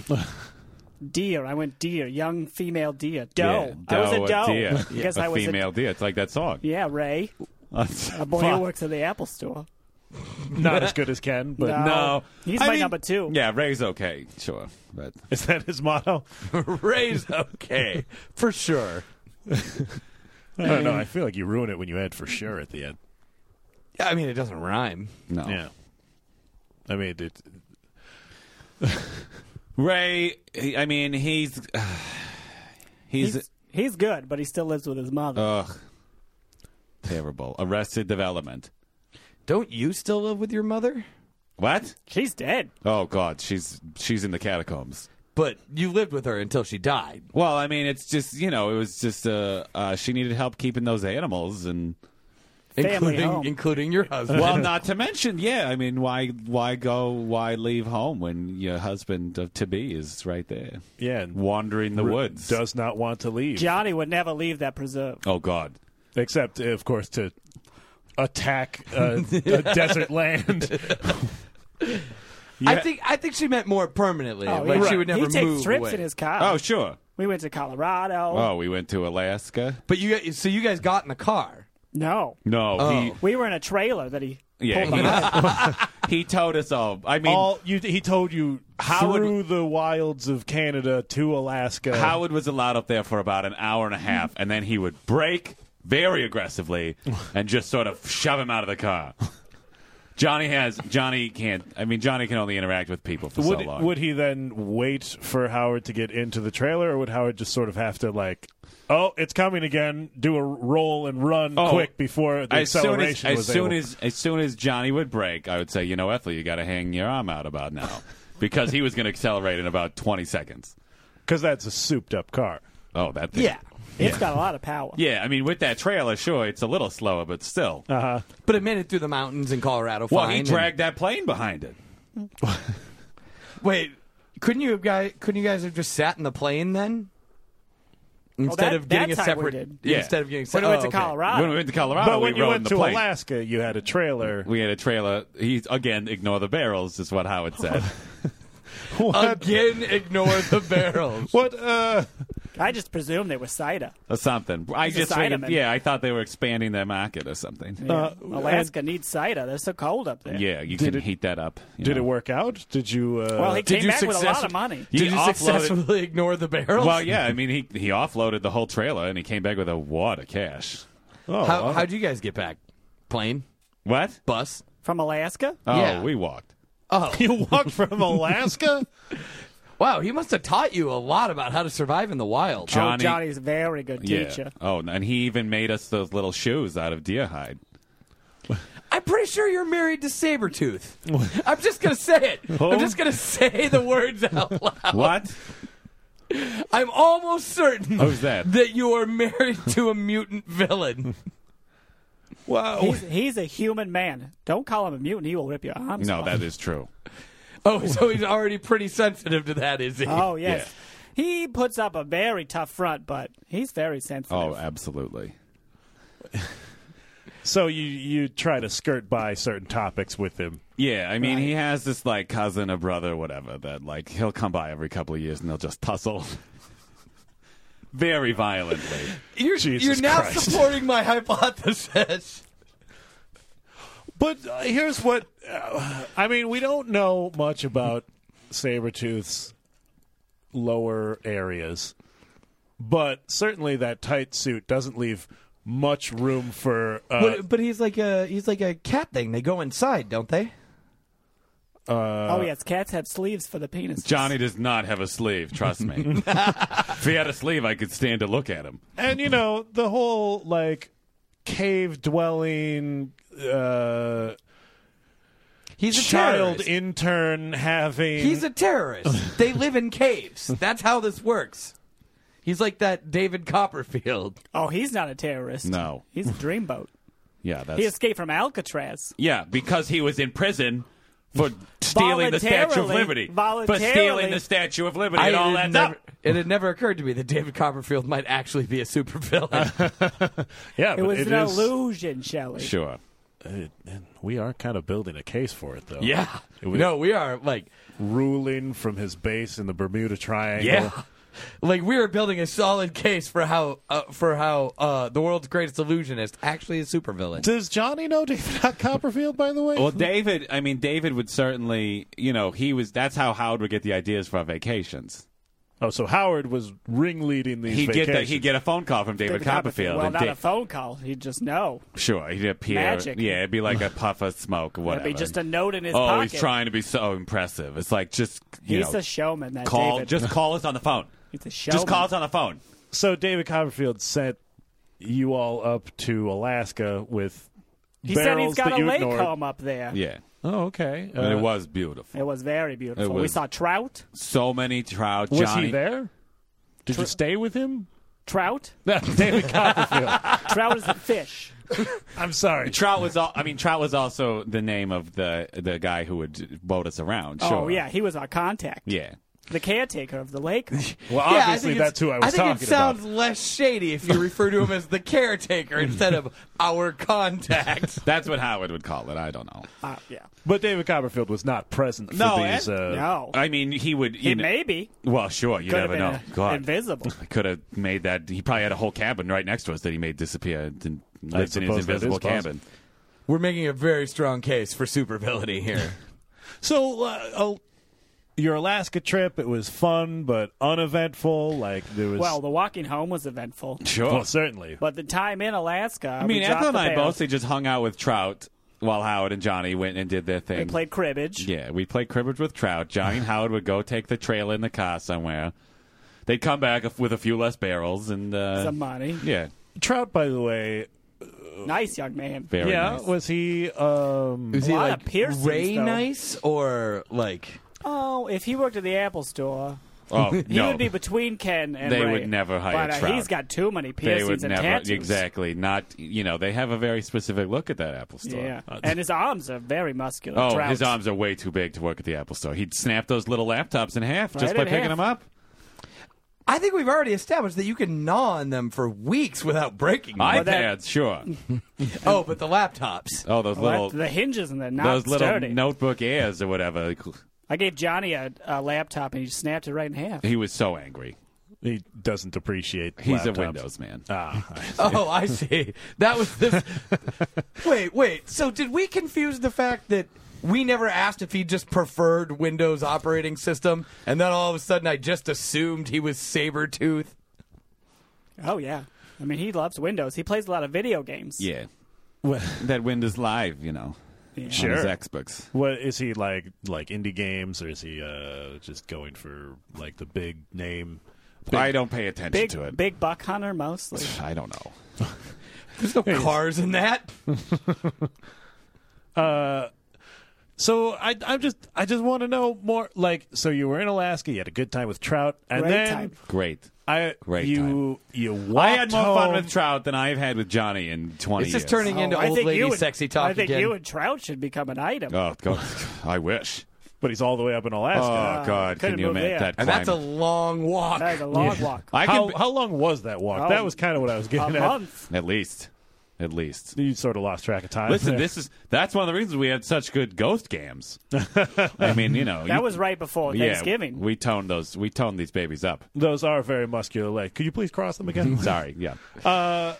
Speaker 6: Deer. I went deer. Young female deer. Doe.
Speaker 4: Yeah,
Speaker 6: I was
Speaker 4: doe,
Speaker 6: a doe.
Speaker 4: deer.
Speaker 6: I guess
Speaker 4: a
Speaker 6: I was
Speaker 4: female
Speaker 6: a
Speaker 4: deer. It's like that song.
Speaker 6: yeah. Ray, a boy who works at the Apple store.
Speaker 2: Not as good as Ken, but
Speaker 6: No. uh, He's
Speaker 4: I
Speaker 6: my
Speaker 4: mean-
Speaker 6: number two.
Speaker 4: Yeah, Ray's okay. Sure, but
Speaker 2: is that his motto?
Speaker 1: Ray's okay for sure.
Speaker 2: I don't know. I feel like you ruin it when you add for sure at the end.
Speaker 1: I mean, it doesn't rhyme.
Speaker 4: no.
Speaker 2: Yeah. I mean, it,
Speaker 4: Ray. he- I mean, he's.
Speaker 6: He's,
Speaker 4: he's.
Speaker 6: he's good, but he still lives with his mother.
Speaker 4: Ugh. terrible. Arrested Development.
Speaker 1: Don't you still live with your mother?
Speaker 4: What?
Speaker 6: She's dead.
Speaker 4: Oh God, she's she's in the catacombs.
Speaker 1: But you lived with her until she died.
Speaker 4: Well, I mean, it's just you know, it was just uh, uh she needed help keeping those animals, and
Speaker 6: Family
Speaker 1: including
Speaker 6: home.
Speaker 1: including your husband.
Speaker 4: well, not to mention, yeah, I mean, why why go, why leave home when your husband of to be is right there,
Speaker 2: Yeah, and
Speaker 4: wandering the
Speaker 2: r-
Speaker 4: woods?
Speaker 2: does not want to leave,
Speaker 6: Johnny would never leave that preserve.
Speaker 4: oh God,
Speaker 2: except of course to attack uh, a desert land.
Speaker 1: I think I think she meant more permanently.
Speaker 6: Oh,
Speaker 1: like
Speaker 6: yeah.
Speaker 1: she would never
Speaker 6: he
Speaker 1: move
Speaker 6: takes trips
Speaker 1: away.
Speaker 6: in his car.
Speaker 4: oh sure.
Speaker 6: we went to Colorado.
Speaker 4: Oh, we went to Alaska.
Speaker 1: But you guys- so you guys got in the car.
Speaker 6: No,
Speaker 4: No,
Speaker 1: Oh.
Speaker 6: we were in a trailer that he. pulled behind.
Speaker 4: yeah, he, he told us all. I mean,
Speaker 2: All you, he told you
Speaker 4: How would-
Speaker 2: through the wilds of Canada to Alaska.
Speaker 4: Howard was allowed up there for about an hour and a half, and then he would break very aggressively and just sort of shove him out of the car. Johnny has Johnny can't. I mean, Johnny can only interact with people for
Speaker 2: would
Speaker 4: so long.
Speaker 2: would he then wait for Howard to get into the trailer, or would Howard just sort of have to like, oh, it's coming again, do a roll and run
Speaker 4: Oh.
Speaker 2: quick before the
Speaker 4: as soon as
Speaker 2: acceleration
Speaker 4: as
Speaker 2: was
Speaker 4: soon
Speaker 2: able-
Speaker 4: as as soon as Johnny would break, I would say, you know, Ethel, you got to hang your arm out about now because he was going to accelerate in about twenty seconds.
Speaker 2: because that's a souped up car.
Speaker 4: Oh, that thing.
Speaker 1: Yeah.
Speaker 6: It's got a lot of power.
Speaker 4: Yeah, I mean, with that trailer, sure, it's a little slower, but still.
Speaker 2: Uh,
Speaker 1: But it made it through the mountains in Colorado fine.
Speaker 4: well, he
Speaker 1: and-
Speaker 4: dragged that plane behind it.
Speaker 1: wait, couldn't you have guys couldn't you guys have just sat in the plane then? Instead
Speaker 6: that-
Speaker 1: of getting a
Speaker 6: that's how we
Speaker 1: separate
Speaker 6: did.
Speaker 4: Yeah.
Speaker 1: instead of getting
Speaker 6: When we
Speaker 1: oh,
Speaker 6: went to
Speaker 1: okay.
Speaker 6: Colorado,
Speaker 4: When we went to Colorado,
Speaker 2: but when
Speaker 4: Ah, we
Speaker 2: you
Speaker 4: rode
Speaker 2: went
Speaker 4: in the
Speaker 2: to
Speaker 4: plane.
Speaker 2: Alaska, you had a trailer.
Speaker 4: We had a trailer. He's again ignore the barrels is what Howard said.
Speaker 2: What?
Speaker 1: Again, ignore the barrels.
Speaker 2: what? Uh,
Speaker 6: I just presumed they were cider.
Speaker 4: or something. I
Speaker 6: He's a
Speaker 4: just figured,
Speaker 6: Sideman.
Speaker 4: yeah, I thought they were expanding their market or something. Yeah,
Speaker 2: Uh,
Speaker 6: Alaska needs cider. They're so cold up there.
Speaker 4: you
Speaker 2: Did
Speaker 4: can
Speaker 2: it-
Speaker 4: heat that up. you
Speaker 2: did
Speaker 4: know.
Speaker 2: it work out? Did you? Uh,
Speaker 6: Well, he
Speaker 1: Did
Speaker 6: came
Speaker 1: you
Speaker 6: back with a lot
Speaker 1: success-
Speaker 6: of money.
Speaker 4: He
Speaker 1: Did you
Speaker 4: offloaded-
Speaker 1: successfully ignore the barrels?
Speaker 4: Well, yeah. I mean, he he offloaded the whole trailer and he came back with a wad of cash.
Speaker 2: oh,
Speaker 1: How
Speaker 2: uh,
Speaker 1: how'd you guys get back? Plane,
Speaker 4: What?
Speaker 1: bus.
Speaker 6: From Alaska?
Speaker 4: Oh,
Speaker 1: Yeah.
Speaker 4: we walked.
Speaker 1: Oh
Speaker 2: you walked from Alaska?
Speaker 1: wow, he must have taught you a lot about how to survive in the wild.
Speaker 4: John- Johnny-
Speaker 6: Oh, Johnny's a very good
Speaker 4: Yeah.
Speaker 6: teacher.
Speaker 4: Oh, and he even made us those little shoes out of deer hide.
Speaker 1: I'm pretty sure you're married to Sabretooth. I'm just gonna say it. I'm just gonna say the words out loud.
Speaker 4: What? Oh,
Speaker 1: I'm almost certain
Speaker 4: Who's that?
Speaker 1: that you are married to a mutant villain.
Speaker 4: Whoa.
Speaker 6: He's, he's a human man. Don't call him a mutant. He will rip your arms
Speaker 4: No,
Speaker 6: off.
Speaker 4: that is true.
Speaker 1: Oh, so he's already pretty sensitive to that, is he?
Speaker 6: Oh, yes. He puts up a very tough front, but he's very
Speaker 4: Oh,
Speaker 6: sensitive.
Speaker 4: absolutely.
Speaker 2: so you you try to skirt by certain topics with him.
Speaker 4: Yeah, I mean, he has this like cousin or brother, whatever, that like he'll come by every couple of years and they'll just tussle very violently.
Speaker 1: you're,
Speaker 2: Jesus
Speaker 1: you're now
Speaker 2: Christ.
Speaker 1: supporting my hypothesis.
Speaker 2: But uh, here's what uh, I mean: we don't know much about Sabretooth's lower areas, but certainly that tight suit doesn't leave much room for. Uh,
Speaker 1: but he's like a he's like a cat thing. They go inside, don't they?
Speaker 6: oh, yes. Cats have sleeves for the penis.
Speaker 4: Uh, Johnny does not have a sleeve, trust me. if he had a sleeve, I could stand to look at him.
Speaker 2: and you know the whole like cave dwelling. Uh,
Speaker 1: He's a
Speaker 2: child
Speaker 1: terrorist.
Speaker 2: intern having
Speaker 1: he's a terrorist. they live in caves. That's how this works. He's like that David Copperfield.
Speaker 6: Oh, he's not a terrorist.
Speaker 4: No.
Speaker 6: He's a dreamboat.
Speaker 4: Yeah, that's
Speaker 6: He escaped from Alcatraz.
Speaker 4: Yeah, because he was in prison for stealing the Statue of
Speaker 6: Voluntarily-
Speaker 4: Liberty. For
Speaker 6: voluntarily-
Speaker 4: stealing the Statue of Liberty
Speaker 1: I
Speaker 4: and all
Speaker 1: had
Speaker 4: that
Speaker 1: never-
Speaker 4: up.
Speaker 1: It had never occurred to me that David Copperfield might actually be a supervillain.
Speaker 2: yeah
Speaker 6: It
Speaker 2: but
Speaker 6: was
Speaker 2: it
Speaker 6: an
Speaker 2: is-
Speaker 6: illusion, Shelley.
Speaker 4: Sure.
Speaker 2: it- and we are kind of building a case for it though
Speaker 1: yeah.
Speaker 2: It was-
Speaker 1: no, we are like
Speaker 2: ruling from his base in the bermuda triangle
Speaker 1: Yeah. Like we are building a solid case for how uh, for how uh, the world's greatest illusionist actually is supervillain.
Speaker 2: does johnny know david copperfield by the way
Speaker 4: Well, David, I mean, David would certainly, you know, he was, that's how Howard would get the ideas for our vacations.
Speaker 2: oh so howard was ringleading these
Speaker 4: He'd get, the,
Speaker 2: vacations.
Speaker 4: he'd get a phone call from David,
Speaker 6: David
Speaker 4: Copperfield.
Speaker 6: Well,
Speaker 4: and
Speaker 6: not
Speaker 4: Da-
Speaker 6: a phone call. He'd just know.
Speaker 4: Sure, he'd appear.
Speaker 6: Magic.
Speaker 4: Yeah, it'd be like a puff of smoke or
Speaker 6: That'd
Speaker 4: whatever.
Speaker 6: be just a note in his
Speaker 4: oh,
Speaker 6: pocket.
Speaker 4: he's trying to be so impressive. It's like just you
Speaker 6: He's
Speaker 4: know,
Speaker 6: a showman, that
Speaker 4: call.
Speaker 6: David.
Speaker 4: Just call us on the phone.
Speaker 6: He's a showman.
Speaker 4: Just call us on the phone.
Speaker 2: so david copperfield sent you all up to Alaska with
Speaker 6: He said
Speaker 2: barrels
Speaker 6: he's got
Speaker 2: that
Speaker 6: a
Speaker 2: you
Speaker 6: lake
Speaker 2: ignored.
Speaker 6: home up there.
Speaker 4: Yeah.
Speaker 2: Oh, okay.
Speaker 4: and
Speaker 2: Uh,
Speaker 4: it was beautiful.
Speaker 6: It was very beautiful.
Speaker 4: It
Speaker 6: We
Speaker 4: was.
Speaker 6: saw trout.
Speaker 4: So many trout.
Speaker 2: was
Speaker 4: Johnny.
Speaker 2: he there? Did you stay with him?
Speaker 6: Trout?
Speaker 2: David Copperfield.
Speaker 6: trout is a fish.
Speaker 2: I'm sorry.
Speaker 4: Trout was all. I mean, Trout was also the name of the the guy who would boat us around. Sure.
Speaker 6: Oh, yeah. He was our contact.
Speaker 4: Yeah.
Speaker 6: The caretaker of the lake.
Speaker 2: Well,
Speaker 1: Yeah, I
Speaker 2: obviously
Speaker 1: think it's-
Speaker 2: that's who I was
Speaker 1: I think
Speaker 2: talking
Speaker 1: it sounds
Speaker 2: about.
Speaker 1: less shady if you refer to him as the caretaker instead of our contact.
Speaker 4: That's what Howard would call it. I don't know.
Speaker 6: uh, yeah.
Speaker 2: But David Copperfield was not present for
Speaker 4: No,
Speaker 2: these.
Speaker 4: and-
Speaker 2: uh,
Speaker 6: No.
Speaker 4: I mean, he would. You
Speaker 6: Oh. He
Speaker 4: know-
Speaker 6: maybe
Speaker 4: Well, sure. You
Speaker 6: could have
Speaker 4: never
Speaker 6: been
Speaker 4: know.
Speaker 6: uh,
Speaker 4: God,
Speaker 6: invisible.
Speaker 4: could have made that. He probably had a whole cabin right next to us that he made disappear and
Speaker 2: I
Speaker 4: lived in his
Speaker 2: suppose that is
Speaker 4: invisible
Speaker 2: possible.
Speaker 4: cabin.
Speaker 1: We're making a very strong case for supervillainy here.
Speaker 2: So, uh, oh, your Alaska trip, it was fun but uneventful. Like there was.
Speaker 6: Well, the walking home was eventful.
Speaker 4: Sure.
Speaker 2: Well, certainly.
Speaker 6: But the time in Alaska,
Speaker 4: I mean,
Speaker 6: we dropped
Speaker 4: Ethel and
Speaker 6: the
Speaker 4: I
Speaker 6: barrel.
Speaker 4: mostly just hung out with Trout while Howard and Johnny went and did their thing.
Speaker 6: we played cribbage.
Speaker 4: Yeah, we played cribbage with Trout. Johnny and Howard would go take the trailer in the car somewhere. They'd come back af- with a few less barrels and uh,
Speaker 6: Some money.
Speaker 4: yeah,
Speaker 2: Trout, by the way.
Speaker 6: Nice young man.
Speaker 4: very
Speaker 2: yeah,
Speaker 4: nice.
Speaker 2: was he? Um,
Speaker 1: Is he
Speaker 6: lot of
Speaker 1: like
Speaker 6: piercings,
Speaker 1: Ray
Speaker 6: though.
Speaker 1: nice or like?
Speaker 6: Oh, if he worked at the Apple store,
Speaker 4: oh
Speaker 6: he
Speaker 4: no,
Speaker 6: would be between Ken and
Speaker 4: They
Speaker 6: Ray.
Speaker 4: would never hire
Speaker 6: But uh,
Speaker 4: Trout.
Speaker 6: he's got too many
Speaker 4: they
Speaker 6: piercings
Speaker 4: would
Speaker 6: and
Speaker 4: never
Speaker 6: tattoos.
Speaker 4: exactly not. You know, they have a very specific look at that Apple store.
Speaker 6: Yeah,
Speaker 4: Uh,
Speaker 6: and his arms are very muscular.
Speaker 4: Oh,
Speaker 6: Trout's.
Speaker 4: his arms are way too big to work at the Apple Store. He'd snap those little laptops in half just
Speaker 6: Right
Speaker 4: by
Speaker 6: in
Speaker 4: picking
Speaker 6: half.
Speaker 4: them up.
Speaker 1: I think we've already established that you can gnaw on them for weeks without breaking. Them.
Speaker 4: iPads,
Speaker 6: that-
Speaker 4: sure.
Speaker 1: Oh, but the laptops.
Speaker 4: Oh, those
Speaker 6: Well,
Speaker 4: little
Speaker 6: that- the hinges and they're not
Speaker 4: those little
Speaker 6: sturdy.
Speaker 4: notebook airs or whatever.
Speaker 6: I gave Johnny a, a laptop and he snapped it right in half.
Speaker 4: He was so angry.
Speaker 2: he doesn't appreciate.
Speaker 4: He's a
Speaker 2: laptops.
Speaker 4: Windows man.
Speaker 2: Ah,
Speaker 1: Oh, I see. That was this. wait, wait. So did we confuse the fact that we never asked if he just preferred Windows operating system, and then all of a sudden I just assumed he was Sabretooth?
Speaker 6: Oh yeah, I mean he loves Windows. He plays a lot of video games.
Speaker 4: Yeah. that Windows Live, you know,
Speaker 6: Yeah.
Speaker 4: on his
Speaker 2: Sure.
Speaker 4: Xbox.
Speaker 2: What is he like? Like indie games, or is he uh, just going for like the big name?
Speaker 4: I don't pay attention to
Speaker 6: Big
Speaker 4: it.
Speaker 6: big buck hunter mostly.
Speaker 4: I don't know.
Speaker 1: There's no cars in that.
Speaker 2: Uh, So I, I'm just, I just want to know more. Like, so you were in Alaska, you had a good time with Trout, and
Speaker 6: Great
Speaker 2: then
Speaker 6: time.
Speaker 4: Great.
Speaker 2: I,
Speaker 4: Great
Speaker 2: you, you walked
Speaker 4: I had more fun
Speaker 2: home.
Speaker 4: with Trout than I've had with Johnny in 20
Speaker 1: This is
Speaker 4: years.
Speaker 1: turning into
Speaker 6: Oh, I
Speaker 1: old
Speaker 6: think
Speaker 1: lady
Speaker 6: you and,
Speaker 1: sexy talk
Speaker 6: I think
Speaker 1: again.
Speaker 6: you and Trout should become an item.
Speaker 4: Oh, God. I wish.
Speaker 2: but he's all the way up in
Speaker 4: Oh,
Speaker 2: Alaska.
Speaker 4: God. Can
Speaker 6: could've
Speaker 4: you
Speaker 6: moved
Speaker 4: imagine
Speaker 6: there.
Speaker 4: that
Speaker 1: and that's a
Speaker 4: climate?
Speaker 1: long walk.
Speaker 6: That is a long walk.
Speaker 4: I
Speaker 2: how,
Speaker 4: can,
Speaker 2: how long was that walk?
Speaker 6: Oh,
Speaker 2: that was kind of what I was
Speaker 6: A
Speaker 2: getting at.
Speaker 6: month.
Speaker 4: at least. At least.
Speaker 2: You sort of lost track of time.
Speaker 4: Listen,
Speaker 2: there.
Speaker 4: this is that's one of the reasons we had such good ghost games. I mean, you know,
Speaker 6: That
Speaker 4: you-
Speaker 6: was right before
Speaker 4: yeah,
Speaker 6: Thanksgiving.
Speaker 4: We toned those. We toned these babies up.
Speaker 2: those are very muscular legs. Could you please cross them
Speaker 6: Mm.
Speaker 2: again?
Speaker 4: Sorry. Yeah.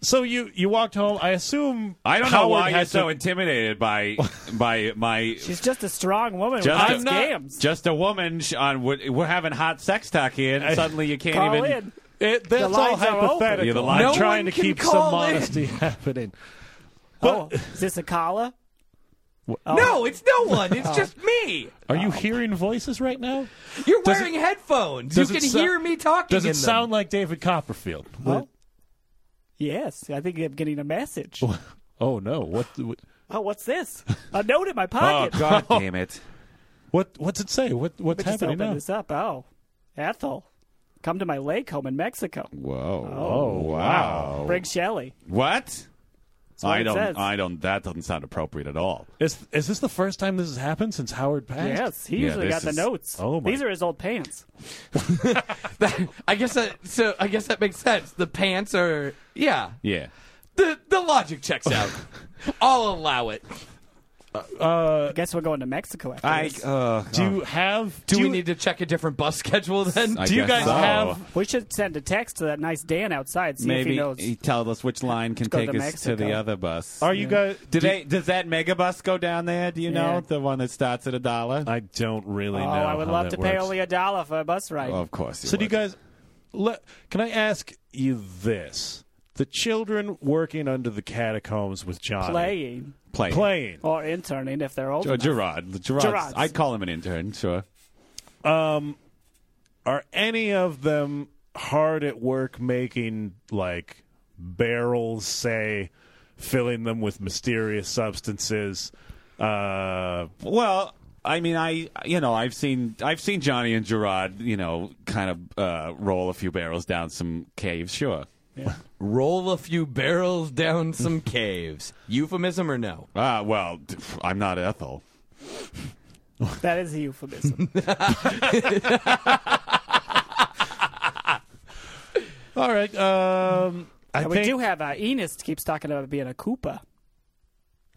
Speaker 2: so you, you walked home. I assume
Speaker 4: I don't know
Speaker 2: Howard
Speaker 4: why
Speaker 2: had
Speaker 4: you're
Speaker 2: to-
Speaker 4: so intimidated by by my
Speaker 6: She's just a strong woman
Speaker 4: Just
Speaker 6: with
Speaker 4: a-
Speaker 6: good games.
Speaker 4: Just a woman sh- on. We're we're having hot sex talk here, and suddenly you can't
Speaker 6: Call
Speaker 4: even.
Speaker 6: in.
Speaker 2: It, that's all
Speaker 6: lines are open.
Speaker 2: hypothetical.
Speaker 4: Yeah, the line-
Speaker 2: I'm
Speaker 4: No
Speaker 1: one
Speaker 2: trying to
Speaker 1: can
Speaker 2: keep
Speaker 1: call
Speaker 2: some
Speaker 1: in.
Speaker 2: honesty happening.
Speaker 6: Oh, is this a collar?
Speaker 1: No, it's no one. It's just me.
Speaker 2: Are you hearing voices right now?
Speaker 1: You're wearing headphones. You
Speaker 2: does it
Speaker 1: can
Speaker 2: sou-
Speaker 1: hear me talking.
Speaker 2: Does
Speaker 1: in
Speaker 2: it
Speaker 1: them.
Speaker 2: sound like David Copperfield?
Speaker 6: Oh. Yes, I think I'm getting a message.
Speaker 2: Oh no! What, what?
Speaker 6: Oh, what's this? A note in my
Speaker 4: Oh
Speaker 6: pocket.
Speaker 4: God damn it!
Speaker 2: What? What's it say? What? What's
Speaker 6: But just
Speaker 2: happening
Speaker 6: open
Speaker 2: now?
Speaker 6: this up. Oh, Ethel, come to my lake home in Mexico.
Speaker 4: Whoa!
Speaker 2: Oh,
Speaker 4: wow!
Speaker 6: Bring Shelley.
Speaker 4: What?
Speaker 6: what
Speaker 4: I
Speaker 6: it
Speaker 4: don't.
Speaker 6: says.
Speaker 4: I don't. That doesn't sound appropriate at all.
Speaker 2: Is is this the first time this has happened since Howard passed?
Speaker 6: Yes, he
Speaker 4: Yeah,
Speaker 6: usually
Speaker 4: this
Speaker 6: got the
Speaker 4: is-
Speaker 6: notes.
Speaker 2: oh my-
Speaker 6: These are his old pants.
Speaker 1: I guess that. So I guess that makes sense. The pants are. Yeah.
Speaker 4: Yeah.
Speaker 1: The the logic checks out. I'll allow it.
Speaker 6: I guess we're going to Mexico after
Speaker 4: I.
Speaker 6: this.
Speaker 4: Uh,
Speaker 2: Do you have?
Speaker 1: Do, we
Speaker 2: you-
Speaker 1: need to check a different bus schedule then?
Speaker 4: I
Speaker 2: Do you guys
Speaker 4: guess so.
Speaker 2: have?
Speaker 6: We should send a text to that nice Dan outside, see if
Speaker 4: Maybe
Speaker 6: he knows.
Speaker 4: he tell us which line can
Speaker 6: go
Speaker 4: take
Speaker 6: to
Speaker 4: us to the
Speaker 6: Mexico.
Speaker 4: other bus.
Speaker 2: Are you guys?
Speaker 4: Do they? Does that megabus go down there? Do you
Speaker 6: Yeah.
Speaker 4: know the one that starts at a dollar?
Speaker 2: I don't really
Speaker 6: oh,
Speaker 2: know.
Speaker 6: I would
Speaker 2: how
Speaker 6: love
Speaker 2: that
Speaker 6: to pay
Speaker 2: works.
Speaker 6: only a dollar for a bus ride.
Speaker 4: of course.
Speaker 2: So do you
Speaker 4: would.
Speaker 2: guys? Let, can I ask you this? The children working under the catacombs with Johnny
Speaker 6: Playing
Speaker 4: play?
Speaker 2: playing.
Speaker 6: or interning if they're old.
Speaker 4: Oh,
Speaker 6: enough.
Speaker 4: Gerard.
Speaker 6: Gerard's.
Speaker 4: Gerard. I'd call him an intern. Sure.
Speaker 2: are any of them hard at work making like barrels, say, filling them with mysterious substances. Uh,
Speaker 4: Well, I mean, I you know I've seen I've seen Johnny and Gerard you know kind of uh, roll a few barrels down some caves. Sure.
Speaker 1: Roll a few barrels down some caves. Euphemism or no?
Speaker 4: Ah, well, d- pff, I'm not Ethel.
Speaker 6: That is a euphemism.
Speaker 2: all right. Um, I
Speaker 6: And we do have uh, Enos keeps talking about being a Koopa,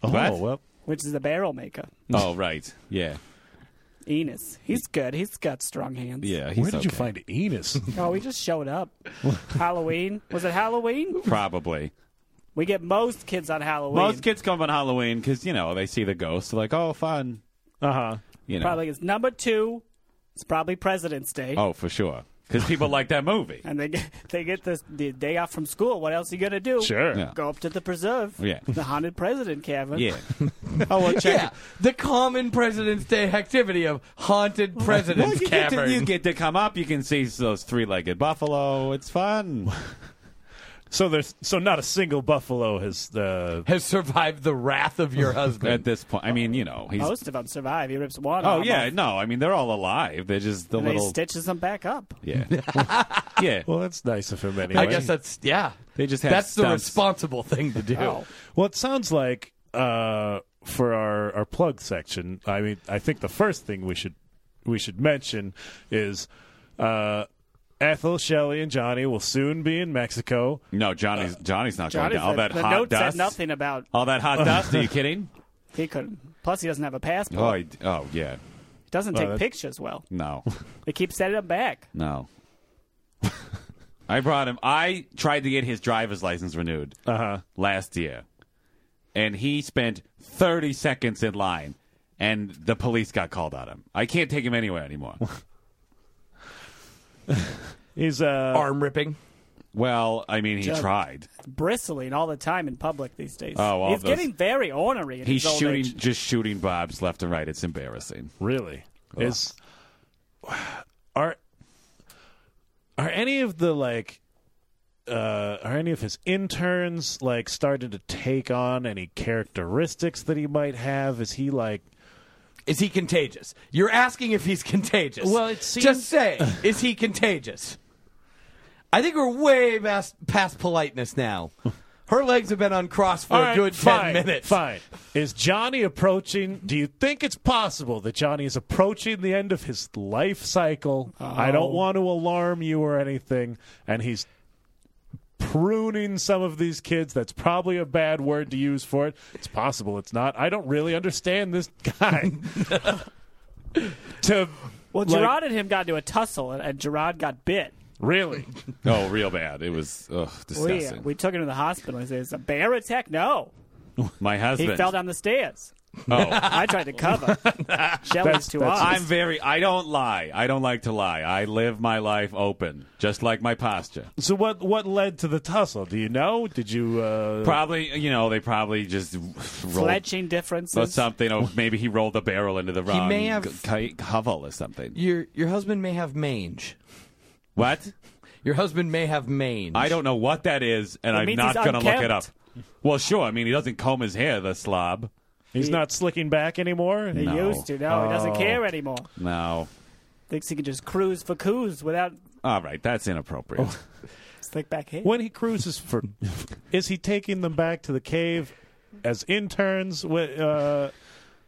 Speaker 2: Oh,
Speaker 4: What?
Speaker 2: well,
Speaker 6: which is a barrel maker.
Speaker 4: Oh, right. Yeah.
Speaker 6: Enos, he's good. He's got strong hands.
Speaker 4: Yeah. He's
Speaker 2: where did you
Speaker 4: okay.
Speaker 2: find Enos?
Speaker 6: Oh, he just showed up. Halloween was it Halloween?
Speaker 4: Probably.
Speaker 6: We get most kids on Halloween.
Speaker 4: Most kids come on Halloween because you know they see the ghost, like oh fun,
Speaker 2: uh huh.
Speaker 4: you know.
Speaker 6: Uh-huh. probably it's number two. It's probably President's Day.
Speaker 4: Oh, for sure, because people like that movie.
Speaker 6: and they get they get this the day off from school. What else are you gonna do?
Speaker 2: Sure.
Speaker 4: Yeah.
Speaker 6: Go up to the preserve.
Speaker 4: Yeah.
Speaker 6: The haunted president cabin.
Speaker 4: Yeah. oh well, check.
Speaker 1: Yeah, the common President's Day activity of haunted
Speaker 4: Well,
Speaker 1: President's
Speaker 4: you, get
Speaker 1: Cavern.
Speaker 4: to, you get to come up. You can see those three-legged buffalo. It's fun.
Speaker 2: So there's so not a single buffalo has uh,
Speaker 1: has survived the wrath of your
Speaker 4: At
Speaker 1: husband.
Speaker 4: this point, I mean, you know, he's.
Speaker 6: Most of them survive. He rips one.
Speaker 4: Oh
Speaker 6: arm
Speaker 4: yeah,
Speaker 6: off,
Speaker 4: no, I mean they're all alive. They're just the
Speaker 6: and
Speaker 4: little.
Speaker 6: he stitches them back up.
Speaker 4: yeah. yeah.
Speaker 2: Well, that's nice of him anyway.
Speaker 1: I guess that's yeah.
Speaker 4: They just have
Speaker 1: That's the
Speaker 4: stumps.
Speaker 1: responsible thing to do.
Speaker 6: Oh.
Speaker 2: Well, it sounds like uh, for our our plug section. I mean, I think the first thing we should we should mention is uh, Ethel, Shelley, and Johnny will soon be in Mexico.
Speaker 4: No, Johnny's Johnny's not
Speaker 6: Johnny
Speaker 4: going to all
Speaker 6: said-
Speaker 4: that
Speaker 6: the
Speaker 4: hot
Speaker 6: note
Speaker 4: dust.
Speaker 6: said nothing about
Speaker 4: All that hot dust. Are you kidding?
Speaker 6: he couldn't. Plus, he doesn't have a passport.
Speaker 4: Oh, he- oh yeah.
Speaker 6: He doesn't take
Speaker 2: that's-
Speaker 6: pictures well.
Speaker 4: No,
Speaker 6: They keep sending him back.
Speaker 4: no. I brought him. I tried to get his driver's license renewed
Speaker 2: Uh huh.
Speaker 6: Uh-huh.
Speaker 4: last year, and he spent 30 seconds in line, and the police got called on him. I can't take him anywhere anymore.
Speaker 2: He's uh,
Speaker 1: Arm ripping.
Speaker 4: well, I mean, he tried.
Speaker 6: Bristling all the time in public these days.
Speaker 4: Oh, all
Speaker 6: he's
Speaker 4: those-
Speaker 6: getting very ornery. In
Speaker 4: He's
Speaker 6: his old
Speaker 4: shooting,
Speaker 6: age.
Speaker 4: just shooting bobs left and right. It's embarrassing.
Speaker 2: Really? Is are are any of the like uh are any of his interns like starting to take on any characteristics that he might have? Is he like
Speaker 1: Is he contagious? You're asking if he's contagious.
Speaker 2: Well, it seems-
Speaker 1: just say, is he contagious? I think we're way past, past politeness now. Her legs have been uncrossed for
Speaker 2: All
Speaker 1: a
Speaker 2: right,
Speaker 1: good
Speaker 2: fine,
Speaker 1: ten minutes.
Speaker 2: Fine. Is Johnny approaching? Do you think it's possible that Johnny is approaching the end of his life cycle? I
Speaker 1: Oh.
Speaker 2: don't want to alarm you or anything, and he's pruning some of these kids. That's probably a bad word to use for it. It's possible. It's not. I don't really understand this guy. to
Speaker 6: Well,
Speaker 2: like,
Speaker 6: Gerard and him got into a tussle, and, and Gerard got bit.
Speaker 2: really.
Speaker 4: Oh, real bad. It was ugh,
Speaker 6: We, uh,
Speaker 4: disgusting.
Speaker 6: we took him to the hospital. He said, "It's a bear attack." No,
Speaker 4: My
Speaker 6: he
Speaker 4: husband.
Speaker 6: fell down the stairs.
Speaker 4: Oh.
Speaker 6: I tried to cover. Shelley's too
Speaker 2: that's-
Speaker 6: hot.
Speaker 4: I'm very. I don't lie. I don't like to lie. I live my life open, just like my posture.
Speaker 2: So what? What led to the tussle? Do you know? Did you? Uh,
Speaker 4: Probably, you know, they probably just rolled
Speaker 6: Fletching
Speaker 4: or
Speaker 6: differences.
Speaker 4: something. Or maybe he rolled the barrel into the wrong
Speaker 1: may have-
Speaker 4: g- ki- hovel or something.
Speaker 1: Your your husband may have mange.
Speaker 4: What?
Speaker 1: Your husband may have mange.
Speaker 4: I don't know what that is, and I'm
Speaker 6: means
Speaker 4: not
Speaker 6: he's
Speaker 4: going to look it up.
Speaker 6: unkempt.
Speaker 4: Well, sure. I mean, he doesn't comb his hair, the slob.
Speaker 2: he's not slicking back anymore.
Speaker 6: He
Speaker 4: No.
Speaker 6: used to. No, he
Speaker 4: Oh.
Speaker 6: doesn't care anymore.
Speaker 4: No.
Speaker 6: Thinks he can just cruise for coos without
Speaker 4: All right, that's inappropriate.
Speaker 6: Oh, slick back hair.
Speaker 2: when he cruises for is he taking them back to the cave as interns Wh- uh,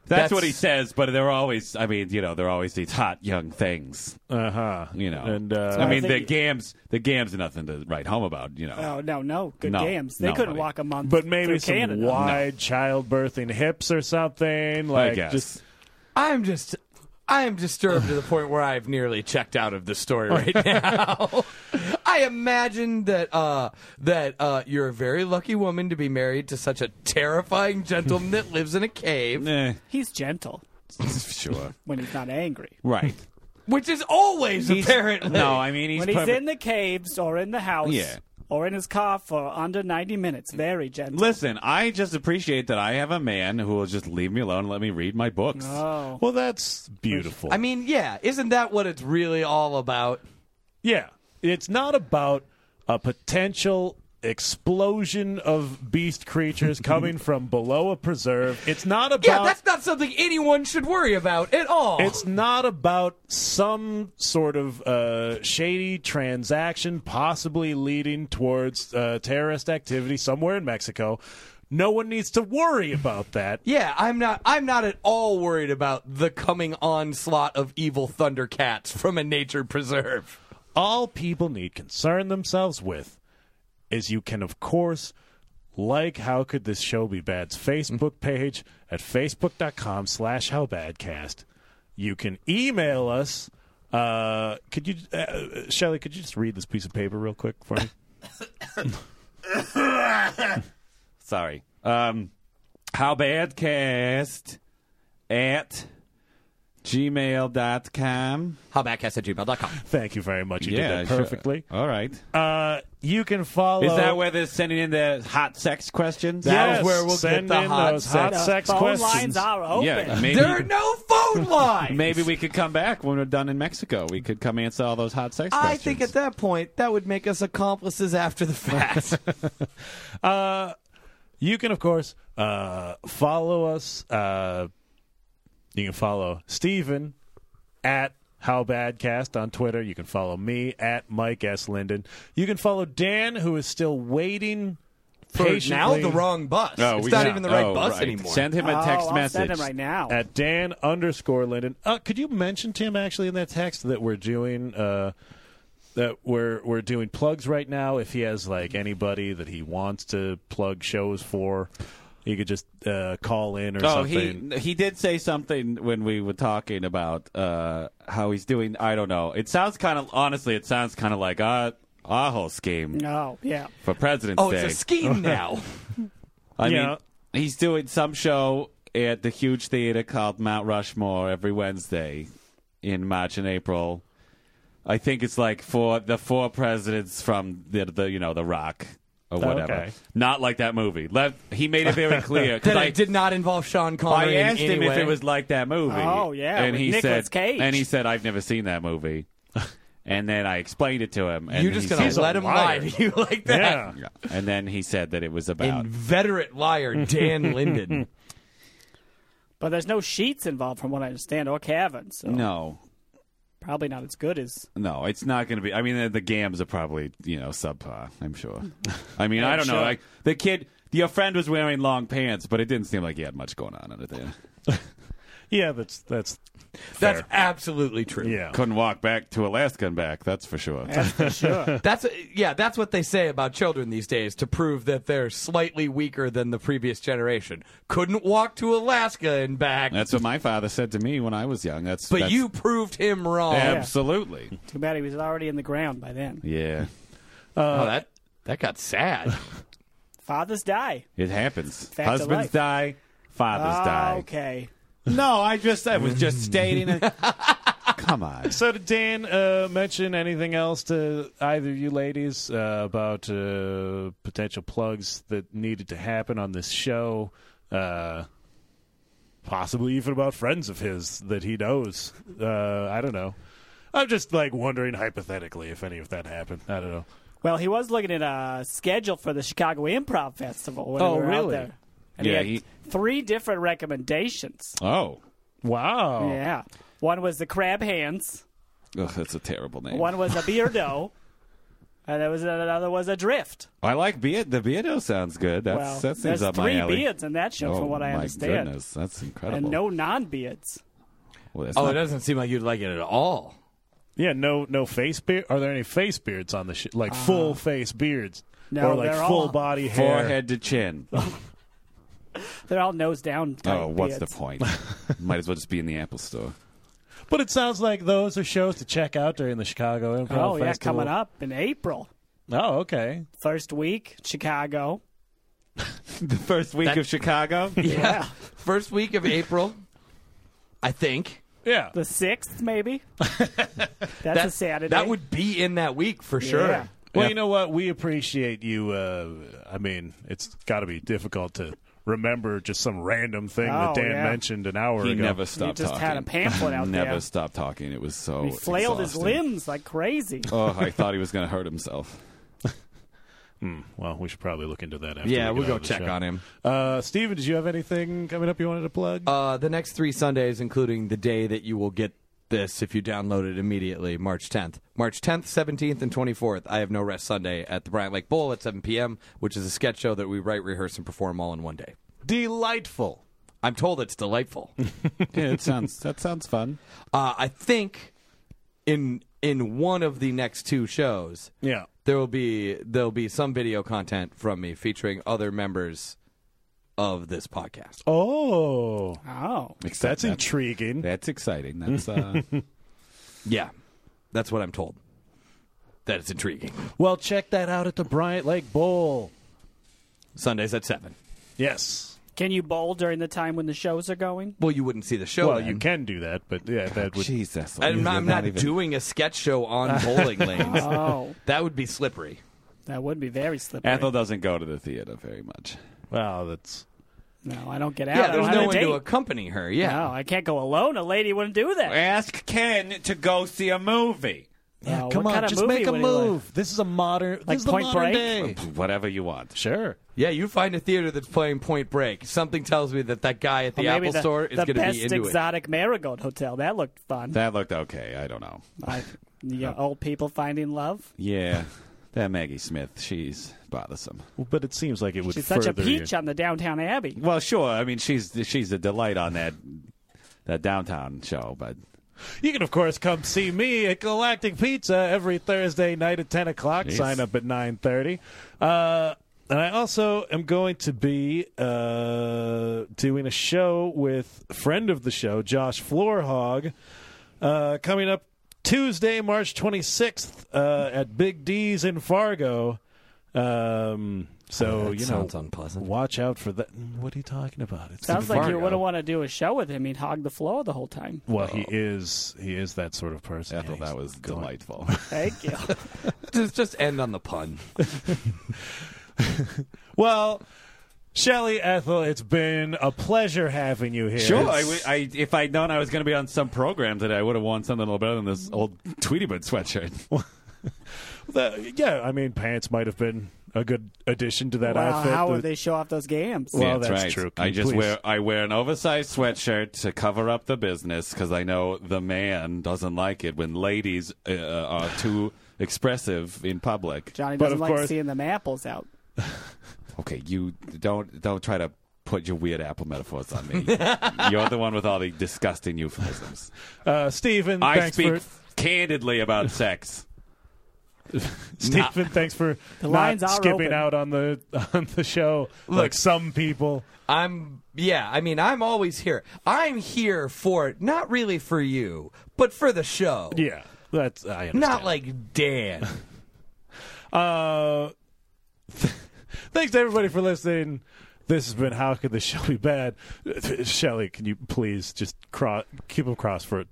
Speaker 4: That's,
Speaker 1: That's-
Speaker 4: what he says, but they're always. I mean, you know, they're always these hot young things.
Speaker 2: uh-huh
Speaker 4: You know,
Speaker 2: and uh,
Speaker 4: I mean,
Speaker 6: I
Speaker 4: the
Speaker 6: think-
Speaker 4: gams, the gams, are nothing to write home about. You know,
Speaker 6: Oh no, no, good
Speaker 4: No,
Speaker 6: games. They
Speaker 4: no,
Speaker 6: couldn't
Speaker 4: buddy.
Speaker 6: walk a month.
Speaker 2: but maybe
Speaker 6: through
Speaker 2: some
Speaker 6: Canada.
Speaker 2: wide childbirthing hips or something like
Speaker 4: I guess.
Speaker 2: just
Speaker 1: I'm just. I am disturbed to the point where I've nearly checked out of the story right now. I imagine that uh, that uh, you're a very lucky woman to be married to such a terrifying gentleman that lives in a cave,
Speaker 4: Eh,
Speaker 6: He's gentle
Speaker 4: sure.
Speaker 6: when he's not angry.
Speaker 4: Right.
Speaker 1: which is always apparently.
Speaker 4: No, I mean he's,
Speaker 6: When he's
Speaker 4: perfect-
Speaker 6: in the caves or in the house
Speaker 4: Yeah.
Speaker 6: or in his car for under ninety minutes, very gentle.
Speaker 4: Listen, I just appreciate that I have a man who will just leave me alone and let me read my books.
Speaker 6: oh,
Speaker 2: well that's beautiful
Speaker 1: I mean, yeah, isn't that what it's really all about?
Speaker 2: yeah it's not about a potential explosion of beast creatures coming from below a preserve. It's not about
Speaker 1: Yeah, that's not something anyone should worry about at all.
Speaker 2: It's not about some sort of uh, shady transaction, possibly leading towards uh, terrorist activity somewhere in Mexico. No one needs to worry about that.
Speaker 1: yeah, I'm not. I'm not at all worried about the coming onslaught of evil thundercats from a nature preserve.
Speaker 2: All people need concern themselves with is you can, of course, like How Could This Show Be Bad's Facebook page at facebook.com slash howbadcast. You can email us. Uh, could you, uh, uh, Shelly, could you just read this piece of paper real quick for me?
Speaker 4: Sorry. Um, how bad cast at gmail.com.
Speaker 1: Howbadcast at gmail.com.
Speaker 2: Thank you very much. You did that
Speaker 4: sure.
Speaker 2: perfectly.
Speaker 4: All right.
Speaker 2: Uh, you can follow.
Speaker 4: Is that where they're sending in the hot sex questions?
Speaker 1: That
Speaker 2: yes,
Speaker 1: is where we'll
Speaker 2: send
Speaker 1: get the
Speaker 2: in
Speaker 1: hot
Speaker 2: those
Speaker 1: sex.
Speaker 2: hot sex
Speaker 6: Phone
Speaker 2: questions.
Speaker 6: lines are open.
Speaker 4: Yeah, maybe,
Speaker 1: There are no phone lines.
Speaker 4: maybe we could come back when we're done in Mexico. We could come answer all those hot sex
Speaker 1: I
Speaker 4: questions.
Speaker 1: think at that point that would make us accomplices after the fact.
Speaker 2: Uh, you can, of course, uh, follow us. Uh, you can follow Steven at HowBadCast on Twitter. You can follow me at Mike S. Linden. You can follow Dan, who is still waiting
Speaker 1: For
Speaker 2: patiently
Speaker 1: now the wrong bus.
Speaker 4: Oh,
Speaker 1: it's
Speaker 4: we-
Speaker 1: not
Speaker 4: yeah.
Speaker 1: even the right
Speaker 4: Oh,
Speaker 1: bus
Speaker 4: right.
Speaker 1: anymore.
Speaker 4: Send him a text
Speaker 6: oh, I'll
Speaker 4: message.
Speaker 6: send him right now.
Speaker 2: at Dan underscore Linden. Uh, could you mention Tim actually in that text that we're doing uh, that we're we're doing plugs right now? If he has like anybody that he wants to plug shows for, he could just uh, call in or
Speaker 4: Oh,
Speaker 2: something.
Speaker 4: he he did say something when we were talking about uh, how he's doing. I don't know. It sounds kind of honestly. It sounds kind of like a a whole scheme
Speaker 6: No, Oh, yeah.
Speaker 4: for President's
Speaker 1: Oh,
Speaker 4: Day.
Speaker 1: it's a scheme now.
Speaker 4: I
Speaker 2: Yeah.
Speaker 4: mean, he's doing some show at the huge theater called Mount Rushmore every Wednesday in March and April. I think it's like for the four presidents from the, the you know the Rock or
Speaker 1: Oh,
Speaker 4: whatever.
Speaker 2: Okay.
Speaker 4: Not like that movie. Let, he made it very clear because
Speaker 1: that
Speaker 4: I
Speaker 1: it did not involve Sean
Speaker 4: I
Speaker 1: Connery. in
Speaker 4: asked
Speaker 1: any
Speaker 4: him if
Speaker 1: way.
Speaker 4: it was like that movie.
Speaker 6: Oh, yeah,
Speaker 4: and
Speaker 6: with
Speaker 4: he
Speaker 6: Nicolas
Speaker 4: said,
Speaker 6: Cage.
Speaker 4: and he said, "I've never seen that movie." and then I explained it to him. And
Speaker 1: You're just
Speaker 4: he
Speaker 1: gonna
Speaker 4: said-
Speaker 1: let him lie to you like that.
Speaker 2: yeah.
Speaker 4: And then he said that it was about.
Speaker 1: Inveterate liar Dan Linden.
Speaker 6: But there's no sheets involved, from what I understand, or cabins. So
Speaker 4: no,
Speaker 6: probably not as good as.
Speaker 4: no, it's not going to be. I mean, the, the gams are probably you know subpar. I'm sure. I mean, I don't know.
Speaker 6: sure.
Speaker 4: Like the kid, your friend was wearing long pants, but it didn't seem like he had much going on under there.
Speaker 2: yeah, that's that's
Speaker 1: That's absolutely true.
Speaker 2: yeah.
Speaker 4: Couldn't walk back to Alaska and back. That's for sure.
Speaker 1: That's uh, yeah, that's what they say about children these days to prove that they're slightly weaker than the previous generation. Couldn't walk to Alaska and back.
Speaker 4: That's what my father said to me when I was young. That's
Speaker 1: but
Speaker 4: that's-
Speaker 1: you proved him
Speaker 6: oh,
Speaker 1: wrong.
Speaker 4: absolutely.
Speaker 6: Too bad he was already in the ground by then.
Speaker 4: Yeah,
Speaker 1: Oh, that that got sad.
Speaker 6: Fathers die.
Speaker 4: it happens.
Speaker 6: Fact of
Speaker 4: Husbands
Speaker 6: life.
Speaker 4: die. Fathers die.
Speaker 6: Ah, Okay.
Speaker 4: No, I just I was just stating it. Come on.
Speaker 2: So did Dan uh, mention anything else to either of you ladies uh, about uh, potential plugs that needed to happen on this show? Uh, possibly even about friends of his that he knows. Uh, I don't know. I'm just like wondering hypothetically if any of that happened. I don't know.
Speaker 6: Well, he was looking at a schedule for the Chicago Improv Festival. When
Speaker 2: Oh,
Speaker 6: we were out
Speaker 2: really?
Speaker 6: there. And
Speaker 4: Yeah,
Speaker 6: he had
Speaker 4: he-
Speaker 6: three different recommendations.
Speaker 4: Oh,
Speaker 2: Wow.
Speaker 6: Yeah. One was the crab hands.
Speaker 4: Ugh, that's a terrible name.
Speaker 6: One was a beardo. and there was another was a drift.
Speaker 4: I like beard. The beardo sounds good. That's,
Speaker 6: well,
Speaker 4: that seems
Speaker 6: there's
Speaker 4: up
Speaker 6: three
Speaker 4: my alley.
Speaker 6: beards in that show,
Speaker 4: oh
Speaker 6: from what I
Speaker 4: my
Speaker 6: understand,
Speaker 4: goodness, that's incredible.
Speaker 6: and no non-beards.
Speaker 4: Well, that's
Speaker 1: oh,
Speaker 4: not-
Speaker 1: it doesn't seem like you'd like it at all.
Speaker 2: Yeah, no no face beard. Are there any face beards on the sh- like full face beards
Speaker 6: Uh-huh. No,
Speaker 2: or like
Speaker 6: they're all-
Speaker 2: full body hair?
Speaker 4: forehead to chin.
Speaker 6: They're all nose down. type
Speaker 4: Oh, what's the
Speaker 6: beards.
Speaker 4: point? Might as well just be in the Apple Store.
Speaker 2: But it sounds like those are shows to check out during the Chicago Improv
Speaker 6: Oh yeah,
Speaker 2: Festival.
Speaker 6: coming up in April,
Speaker 2: Oh, okay.
Speaker 6: first week Chicago.
Speaker 4: The first week
Speaker 1: That-
Speaker 4: of Chicago.
Speaker 1: Yeah. First week of April, I think.
Speaker 2: Yeah.
Speaker 6: The sixth, maybe. That's a
Speaker 1: That,
Speaker 6: Saturday.
Speaker 1: that would be in that week for sure.
Speaker 6: Yeah.
Speaker 2: Well, you know what? We appreciate you. Uh, I mean, it's got to be difficult to remember just some random thing
Speaker 6: Oh,
Speaker 2: that Dan
Speaker 6: yeah.
Speaker 2: mentioned an hour
Speaker 4: He
Speaker 2: ago.
Speaker 4: never stopped
Speaker 6: just
Speaker 4: talking.
Speaker 6: had a pamphlet out
Speaker 4: never
Speaker 6: there.
Speaker 4: stopped talking. It was
Speaker 1: Oh,
Speaker 4: so.
Speaker 6: He flailed his
Speaker 4: exhausting.
Speaker 6: limbs like crazy.
Speaker 4: Oh, I thought he was going to hurt himself.
Speaker 2: Well, we should probably look into that. After
Speaker 1: Yeah,
Speaker 2: we
Speaker 1: we'll
Speaker 2: get
Speaker 1: go
Speaker 2: out of the
Speaker 1: check
Speaker 2: show.
Speaker 1: on him.
Speaker 2: Uh, Steven, did you have anything coming up you wanted to plug?
Speaker 1: Uh, the next three Sundays, including the day that you will get this if you download it immediately, March 10th. March 10th, 17th, and 24th, I Have No Rest Sunday at the Bryant Lake Bowl at 7 p.m., which is a sketch show that we write, rehearse, and perform all in one day.
Speaker 2: Delightful.
Speaker 1: I'm told it's delightful.
Speaker 4: Yeah, it sounds that sounds fun.
Speaker 1: uh, I think in in one of the next two shows,
Speaker 2: Yeah.
Speaker 1: there will be there'll be some video content from me featuring other members of this podcast.
Speaker 2: Oh,
Speaker 6: Oh.
Speaker 2: that's intriguing.
Speaker 4: That's exciting. That's uh,
Speaker 1: Yeah, that's what I'm told. That is intriguing.
Speaker 2: Well, check that out at the Bryant Lake Bowl.
Speaker 1: Sundays at seven.
Speaker 2: Yes.
Speaker 6: Can you bowl during the time when the shows are going?
Speaker 1: Well, you wouldn't see the show.
Speaker 2: Well,
Speaker 1: then.
Speaker 2: you can do that, but yeah, that would.
Speaker 4: Jesus.
Speaker 1: I'm not, I'm not
Speaker 4: even-
Speaker 1: doing a sketch show on bowling lanes.
Speaker 6: Oh,
Speaker 1: That would be slippery.
Speaker 6: that would be very slippery.
Speaker 4: Ethel doesn't go to the theater very much.
Speaker 2: Wow, that's.
Speaker 6: No, I don't get out.
Speaker 1: Yeah,
Speaker 6: I
Speaker 1: there's
Speaker 6: don't
Speaker 1: no
Speaker 6: have
Speaker 1: one
Speaker 6: a date.
Speaker 1: to accompany her. Yeah.
Speaker 6: No, I can't go alone. A lady wouldn't do that.
Speaker 4: Ask Ken to go see a movie.
Speaker 6: Oh,
Speaker 2: Come
Speaker 6: what
Speaker 2: on,
Speaker 6: kind of
Speaker 2: just
Speaker 6: movie
Speaker 2: make a
Speaker 6: would he like?
Speaker 2: move. This is a modern. This
Speaker 6: Like
Speaker 2: is the
Speaker 6: Point
Speaker 2: modern
Speaker 6: Break?
Speaker 2: day.
Speaker 4: Whatever you want.
Speaker 2: Sure.
Speaker 1: Yeah, you find a theater that's playing Point Break. Something tells me that that guy at the
Speaker 6: Or maybe
Speaker 1: Apple
Speaker 6: the,
Speaker 1: store is
Speaker 6: the
Speaker 1: going to
Speaker 6: best
Speaker 1: be into it.
Speaker 6: exotic marigold hotel. That looked fun.
Speaker 4: That looked okay. I don't know.
Speaker 6: I, you know, old people finding love.
Speaker 4: Yeah, that Maggie Smith, she's bothersome.
Speaker 2: Well, but it seems like it would
Speaker 6: She's
Speaker 2: further
Speaker 6: such a
Speaker 2: you.
Speaker 6: peach on the downtown Abbey.
Speaker 4: Well, sure. I mean, she's she's a delight on that that downtown show, but
Speaker 2: You can, of course, come see me at Galactic Pizza every Thursday night at 10 o'clock. Sign up at 9.30. Uh, and I also am going to be uh, doing a show with a friend of the show, Josh Floorhog, uh, coming up Tuesday, March 26th uh, at Big D's in Fargo. Um, so, you know,
Speaker 1: sounds unpleasant.
Speaker 2: watch out for that. What are you talking about? It's
Speaker 6: Sounds like you
Speaker 1: Fargo.
Speaker 6: wouldn't want to do a show with him. He'd hog the floor the whole time.
Speaker 2: well, he is he is that sort of person.
Speaker 4: Ethel,
Speaker 2: Yeah,
Speaker 4: that
Speaker 2: he's
Speaker 4: was
Speaker 2: going-
Speaker 4: delightful.
Speaker 6: Thank you.
Speaker 1: Just, just end on the pun.
Speaker 2: Well, Shelly Ethel, it's been a pleasure having you here.
Speaker 4: Sure. I, w- I- if I'd known I was going to be on some program today, I would have worn something a little better than this old Tweety Bird sweatshirt.
Speaker 2: The- yeah, I mean, pants might have been a good addition to that
Speaker 6: wow,
Speaker 2: outfit.
Speaker 6: how
Speaker 2: The-
Speaker 6: would they show off those games?
Speaker 2: Well, that's true.
Speaker 4: I just
Speaker 2: Please.
Speaker 4: wear I wear an oversized sweatshirt to cover up the business because I know the man doesn't like it when ladies uh, are too expressive in public.
Speaker 6: Johnny
Speaker 2: but
Speaker 6: doesn't
Speaker 2: of
Speaker 6: like
Speaker 2: course-
Speaker 6: seeing them apples out.
Speaker 4: Okay, you don't don't try to put your weird apple metaphors on me. You're the one with all the disgusting euphemisms.
Speaker 2: uh, Stephen,
Speaker 4: I
Speaker 2: thanks
Speaker 4: speak
Speaker 2: for
Speaker 4: candidly about sex.
Speaker 2: Stephen, thanks for not
Speaker 6: lines are
Speaker 2: skipping
Speaker 6: open.
Speaker 2: out on the on the show like some people.
Speaker 1: I'm yeah, I mean I'm always here. I'm here for not really for you, but for the show.
Speaker 2: Yeah, that's I understand.
Speaker 1: Not like Dan.
Speaker 2: Uh, thanks to everybody for listening. This has been How Could This Show Be Bad? Shelly, can you please just cross, keep them crossed for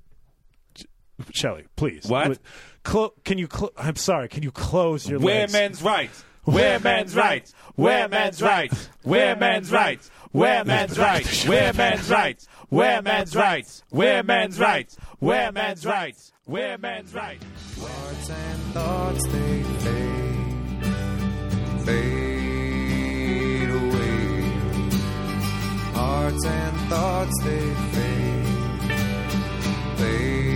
Speaker 2: Shelly, please.
Speaker 4: What?
Speaker 2: With- Clo- can you? Cl- I'm sorry. Can you close your legs?
Speaker 4: Women's rights. Women's rights. Women's rights. Women's rights. Women's rights. Women's rights. Women's rights. Women's rights. Women's rights. Women's rights.
Speaker 5: Hearts and thoughts they fade, fade away. Hearts and thoughts they fade, fade